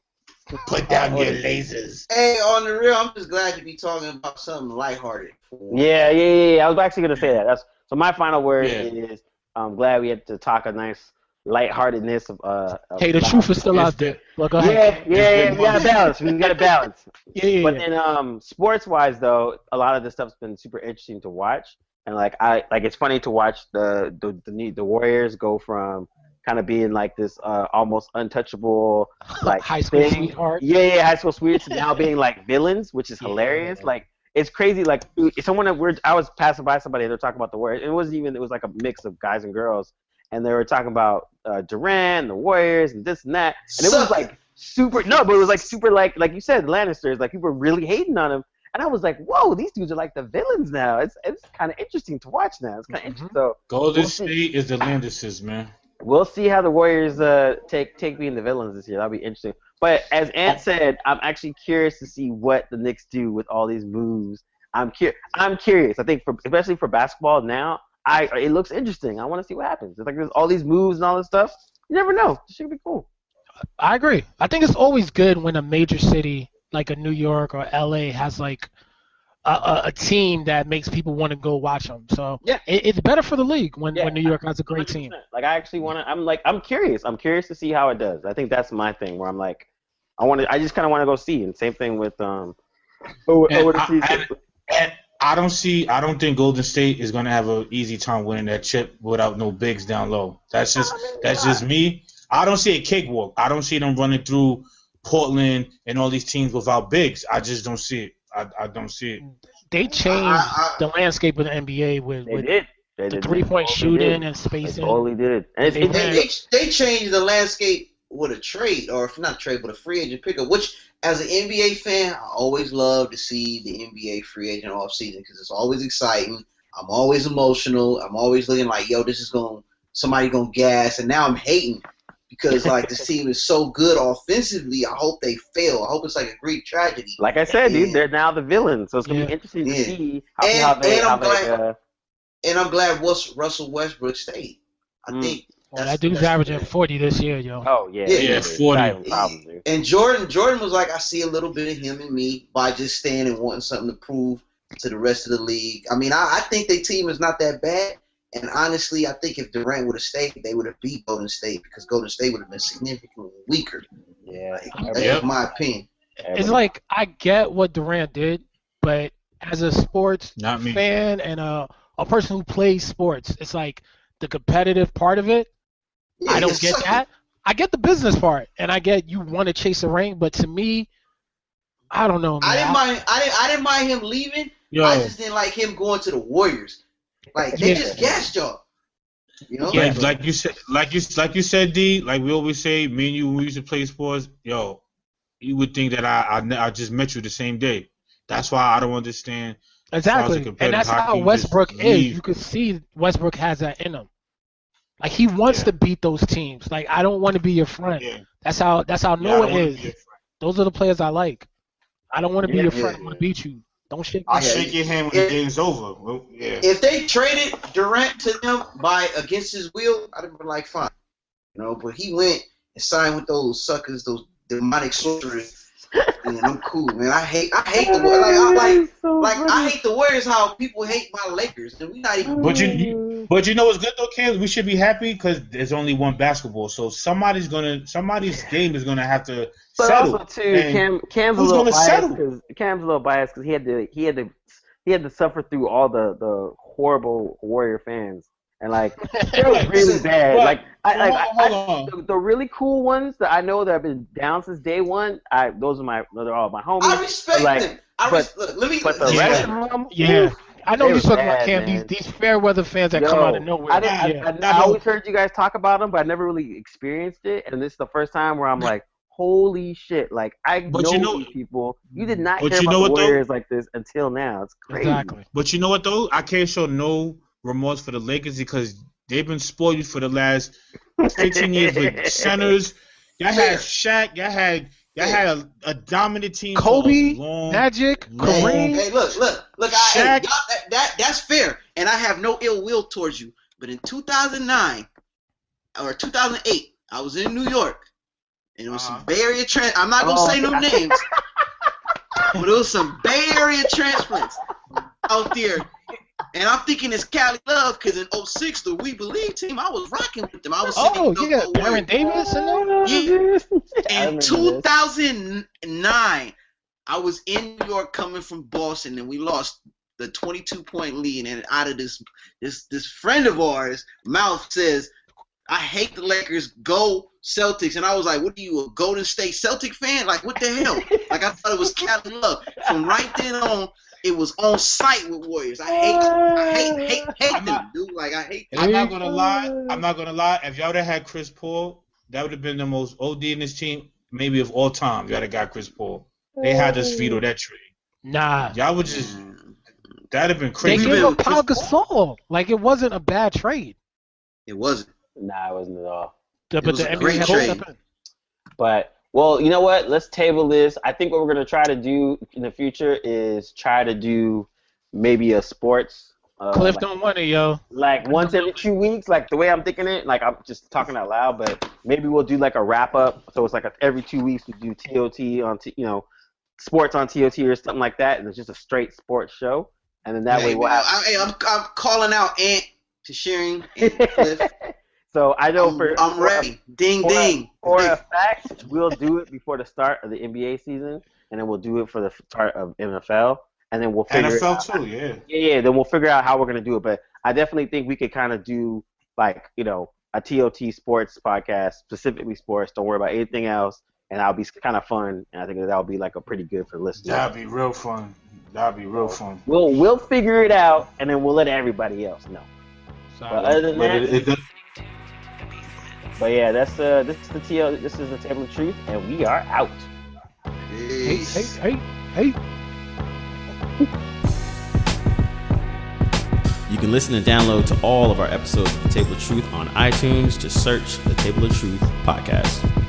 Speaker 3: Oh, Put down your lasers.
Speaker 4: Hey, on the real, I'm just glad to be talking about something lighthearted.
Speaker 6: Yeah, yeah, yeah, yeah. I was actually gonna say that. That's so. My final word
Speaker 3: Yeah.
Speaker 6: is I'm glad we had to talk a nice lightheartedness of uh. of
Speaker 5: Hey, the
Speaker 6: life.
Speaker 5: truth is still out there. Well, go ahead.
Speaker 6: Yeah, yeah, yeah. We got to balance. We got to balance.
Speaker 5: Yeah, (laughs) yeah,
Speaker 6: But
Speaker 5: yeah.
Speaker 6: then, um, sports-wise, though, a lot of this stuff's been super interesting to watch, and like I like it's funny to watch the the the, ne- the Warriors go from kind of being like this uh, almost untouchable, like
Speaker 5: High school
Speaker 6: thing-
Speaker 5: sweetheart.
Speaker 6: Yeah, yeah, high school sweethearts to now being like villains, which is
Speaker 5: Yeah.
Speaker 6: hilarious. Like it's crazy. Like if someone that we're I was passing by somebody, they're talking about the Warriors. It wasn't even. It was like a mix of guys and girls, and they were talking about uh, Durant, the Warriors, and this and that. And it was
Speaker 4: Suck.
Speaker 6: like super. No, but it was like super. Like like you said, Lannisters. Like people were really hating on him. And I was like, "Whoa, these dudes are like the villains now." It's it's kind of interesting to watch now. It's kind of
Speaker 5: Mhm.
Speaker 6: interesting. So
Speaker 3: Golden
Speaker 6: We'll see.
Speaker 3: State is the Landis's man.
Speaker 6: We'll see how the Warriors uh, take take being the villains this year. That'll be interesting. But as Ant said, I'm actually curious to see what the Knicks do with all these moves. I'm cur- I'm curious. I think for especially for basketball now, I it looks interesting. I want to see what happens. It's like there's all these moves and all this stuff. You never know. This should be cool.
Speaker 5: I agree. I think it's always good when a major city like a New York or LA has like a, a, a team that makes people want to go watch them. So
Speaker 6: Yeah.
Speaker 5: it, it's better for the league when,
Speaker 6: Yeah.
Speaker 5: when New York has a great team.
Speaker 6: 100%. Like I actually want to. I'm like I'm curious. I'm curious to see how it does. I think that's my thing where I'm like, I want to. I just kind of want to go see. And same thing with um. Oh,
Speaker 3: And I, I, I don't see. I don't think Golden State is gonna have an easy time winning that chip without no bigs down low. That's just that's just me. I don't see a cakewalk. I don't see them running through Portland and all these teams without bigs. I just don't see it. I, I don't see it.
Speaker 5: They changed
Speaker 4: I- I-
Speaker 5: the landscape of the NBA with,
Speaker 6: they
Speaker 5: with
Speaker 6: did. They
Speaker 5: the
Speaker 6: did.
Speaker 5: three point
Speaker 6: They
Speaker 5: shooting
Speaker 6: did.
Speaker 5: and
Speaker 6: They
Speaker 5: spacing.
Speaker 6: totally did. And it's, it's,
Speaker 4: They, they, they changed the landscape with a trade, or if not trade, but a free agent pickup, which as an NBA fan, I always love to see the NBA free agent offseason because it's always exciting. I'm always emotional. I'm always looking like, yo, this is going to somebody going to gas. And now I'm hating because,
Speaker 6: (laughs)
Speaker 4: like, this team is so good offensively. I hope they fail. I hope it's like a Greek tragedy.
Speaker 6: Like I said, dude,
Speaker 4: Yeah.
Speaker 6: they're now the villains, so it's gonna
Speaker 5: Yeah.
Speaker 6: be interesting to
Speaker 4: Yeah.
Speaker 6: see how,
Speaker 4: And-
Speaker 6: how they,
Speaker 4: and
Speaker 6: how
Speaker 4: I'm
Speaker 6: they
Speaker 4: glad-
Speaker 6: uh,
Speaker 4: And I'm glad Wes- Russell Westbrook stayed. I
Speaker 6: Mm.
Speaker 4: think.
Speaker 5: Well,
Speaker 4: that's-
Speaker 5: that dude's
Speaker 4: that's-
Speaker 5: averaging 40 this year, yo.
Speaker 6: oh yeah,
Speaker 4: Yeah,
Speaker 6: dude,
Speaker 4: yeah,
Speaker 6: it's
Speaker 3: 40.
Speaker 6: not even a problem, dude.
Speaker 4: And Jordan, Jordan was like, I see a little bit of him in me by just staying and wanting something to prove to the rest of the league. I mean, I, I think their team is not that bad. And honestly, I think if Durant would have stayed, they would have beat Golden State because Golden State would have been significantly weaker.
Speaker 6: Yeah,
Speaker 4: Like,
Speaker 5: I'm-
Speaker 4: that's
Speaker 3: Yep.
Speaker 4: my opinion.
Speaker 5: It's like I get what Durant did, but as a sports
Speaker 3: Not me.
Speaker 5: fan and a, a person who plays sports, it's like the competitive part of it. (laughs) I
Speaker 4: Yeah,
Speaker 5: don't
Speaker 4: it's
Speaker 5: get
Speaker 4: sucky.
Speaker 5: that. I get the business part, and I get you want to chase a ring, but to me, I don't know, man.
Speaker 4: I didn't mind. I didn't. I didn't mind him leaving.
Speaker 3: Yo,
Speaker 4: I just didn't like him going to the Warriors. Like they
Speaker 5: Yeah.
Speaker 4: just gassed y'all. You know.
Speaker 3: like, like you said, like you like you said, D. Like we always say, me and you when we used to play sports, yo, you would think that I I, ne- I just met you the same day. That's why I don't understand.
Speaker 5: exactly,
Speaker 3: Sounds like a
Speaker 5: and that's
Speaker 3: better
Speaker 5: how
Speaker 3: hockey,
Speaker 5: Westbrook
Speaker 3: just
Speaker 5: is.
Speaker 3: leave.
Speaker 5: You could see Westbrook has that in him. Like he wants
Speaker 3: Yeah.
Speaker 5: to beat those teams. Like I don't want to be your friend.
Speaker 3: Yeah,
Speaker 5: That's how. That's how
Speaker 3: yeah, I
Speaker 5: no
Speaker 3: don't
Speaker 5: one
Speaker 3: wanna
Speaker 5: is.
Speaker 3: be a-
Speaker 5: Those are the players I like. I don't want to be
Speaker 6: Yeah,
Speaker 5: your
Speaker 4: yeah,
Speaker 5: friend. I want to beat you. Don't shake.
Speaker 3: I'll
Speaker 5: My
Speaker 4: Yeah.
Speaker 3: shake your hand when
Speaker 4: Yeah.
Speaker 3: the game's over. Well, yeah.
Speaker 4: if they traded Durant to them by against his will, I'd have been like, fine, you know. But he went and signed with those suckers, those demonic sorcerers, and I'm cool, man. I hate, I hate the like, I like, like I hate the Warriors. How people hate my Lakers, and we not even.
Speaker 3: But you, you- but you know what's good though, kids. We should be happy because there's only one basketball, so somebody's gonna, somebody's game is gonna have to
Speaker 6: But
Speaker 3: settle.
Speaker 6: also too,
Speaker 3: And
Speaker 6: Cam, Cam's a
Speaker 3: who's
Speaker 6: little
Speaker 3: gonna
Speaker 6: biased
Speaker 3: settle?
Speaker 6: because Cam's a little biased because he had to he had to he had to suffer through all the the horrible Warrior fans and
Speaker 3: (laughs)
Speaker 6: like they were really
Speaker 4: Listen,
Speaker 6: bad.
Speaker 3: but-
Speaker 6: like I like I-
Speaker 3: hold, hold on.
Speaker 6: the, the really cool ones that I know that have been down since day one. I those are my those are all my homies.
Speaker 4: I respect
Speaker 6: like,
Speaker 4: them. I
Speaker 6: but-
Speaker 4: res- look, let me.
Speaker 6: But the
Speaker 3: Yeah.
Speaker 6: rest of them,
Speaker 5: Yeah. I know
Speaker 6: They
Speaker 5: you're
Speaker 6: was
Speaker 5: talking
Speaker 6: bad,
Speaker 5: about Cam.
Speaker 6: man.
Speaker 5: These these fair weather fans that
Speaker 6: Yo,
Speaker 5: come out of nowhere.
Speaker 6: I, didn't,
Speaker 5: Yeah.
Speaker 6: I, I, I always heard you guys talk about them, but I never really experienced it. And this is the first time where I'm like, holy shit! Like I
Speaker 3: But
Speaker 6: know,
Speaker 3: you know-
Speaker 6: these people. You did not
Speaker 3: But
Speaker 6: hear
Speaker 3: you
Speaker 6: about
Speaker 3: know
Speaker 6: the
Speaker 3: what, though?
Speaker 6: Warriors like this until now. It's crazy.
Speaker 5: exactly.
Speaker 3: But you know what though, I can't show no remorse for the Lakers because they've been spoiled for the last 15 years with (laughs)
Speaker 6: (laughs)
Speaker 3: centers. Y'all had Shaq. Y'all had y'all had a, a dominant team. for a
Speaker 5: Kobe,
Speaker 3: long-
Speaker 5: Magic,
Speaker 3: Long-
Speaker 4: Hey,
Speaker 5: Kareem.
Speaker 4: hey, look, look, look! I, hey,
Speaker 3: Shaq-
Speaker 4: y'all- that, that that's fair, and I have no ill will towards you. But in 2009 or 2008, I was in New York, and it was
Speaker 5: Uh-huh.
Speaker 4: some Bay Area trans. I'm not gonna
Speaker 6: Oh,
Speaker 4: say no
Speaker 6: God.
Speaker 4: names, but it was some Bay Area transplants out there And I'm thinking it's Cali Love because in 06, the We Believe team, I was rocking with them. I was
Speaker 5: Oh
Speaker 4: singing Don't
Speaker 5: yeah,
Speaker 4: Go Away.
Speaker 5: Baron Davis and them.
Speaker 6: I remember
Speaker 4: In
Speaker 6: this.
Speaker 4: 2009, I was in New York coming from Boston, and we lost the 22 point lead. And out of this, this, this friend of ours, mouth says, "I hate the Lakers. Go Celtics." And I was like, "What are you, a Golden State Celtic fan? Like, what the hell?" like I thought it was Cali Love. From right then on, it was on site with Warriors. I hate, I hate, hate, hate
Speaker 3: I'm
Speaker 4: them,
Speaker 3: not-
Speaker 4: dude. Like I hate.
Speaker 3: And I'm not gonna lie. I'm not gonna lie. If y'all would have had Chris Paul, that would have been the most OD in this team, maybe of all time. If y'all have got Chris Paul. They had us veto that trade.
Speaker 5: Nah,
Speaker 3: Y'all would just that'd have been
Speaker 5: they
Speaker 4: We've
Speaker 3: crazy.
Speaker 5: gave
Speaker 4: been-
Speaker 5: up Paul Gasol. Like it wasn't a bad trade.
Speaker 4: It wasn't.
Speaker 6: Nah, it wasn't at all.
Speaker 5: The-
Speaker 4: It
Speaker 5: but
Speaker 4: was
Speaker 5: the
Speaker 4: a
Speaker 5: NBA
Speaker 4: great
Speaker 5: had to
Speaker 4: trade.
Speaker 5: step in.
Speaker 6: But well, you know what? Let's table this. I think what we're gonna try to do in the future is try to do maybe a sports. Uh,
Speaker 5: Cliff
Speaker 6: like,
Speaker 5: don't want it, yo.
Speaker 6: like once every two weeks, like the way I'm thinking it, like I'm just talking out loud, but maybe we'll do like a wrap up. So it's like a, every two weeks we do TOT on, t- you know, sports on TOT or something like that, and it's just a straight sports show. And then that
Speaker 4: Hey,
Speaker 6: way we'll
Speaker 4: man,
Speaker 6: have.
Speaker 4: I, hey, I'm, I'm calling out Ant to sharing
Speaker 6: (laughs)
Speaker 4: and Cliff.
Speaker 6: so I know for
Speaker 4: I'm, I'm ready. Ding
Speaker 6: for a-
Speaker 4: ding.
Speaker 6: For (laughs)
Speaker 4: Ding.
Speaker 6: a fact, we'll do it before the start of the NBA season, and then we'll do it for the start of NFL, and then we'll figure it out.
Speaker 3: NFL too, yeah.
Speaker 6: Yeah, yeah. Then we'll figure out how we're gonna do it. But I definitely think we could kind of do like you know a TOT sports podcast, specifically sports. Don't worry about anything else, and that'll be kind of fun. And I think that'll be like a pretty good for listeners.
Speaker 3: That'd be real fun. That'd be real fun.
Speaker 6: We'll we'll figure it out, and then we'll let everybody else know. But other than
Speaker 3: But
Speaker 6: that,
Speaker 3: it, it, does-
Speaker 6: but yeah, that's uh this is the TO this is the table of truth, and we are out.
Speaker 5: Hey,
Speaker 4: Peace.
Speaker 5: hey, hey, hey.
Speaker 1: You can listen and download to all of our episodes of The Table of Truth on iTunes. Just search The Table of Truth podcast.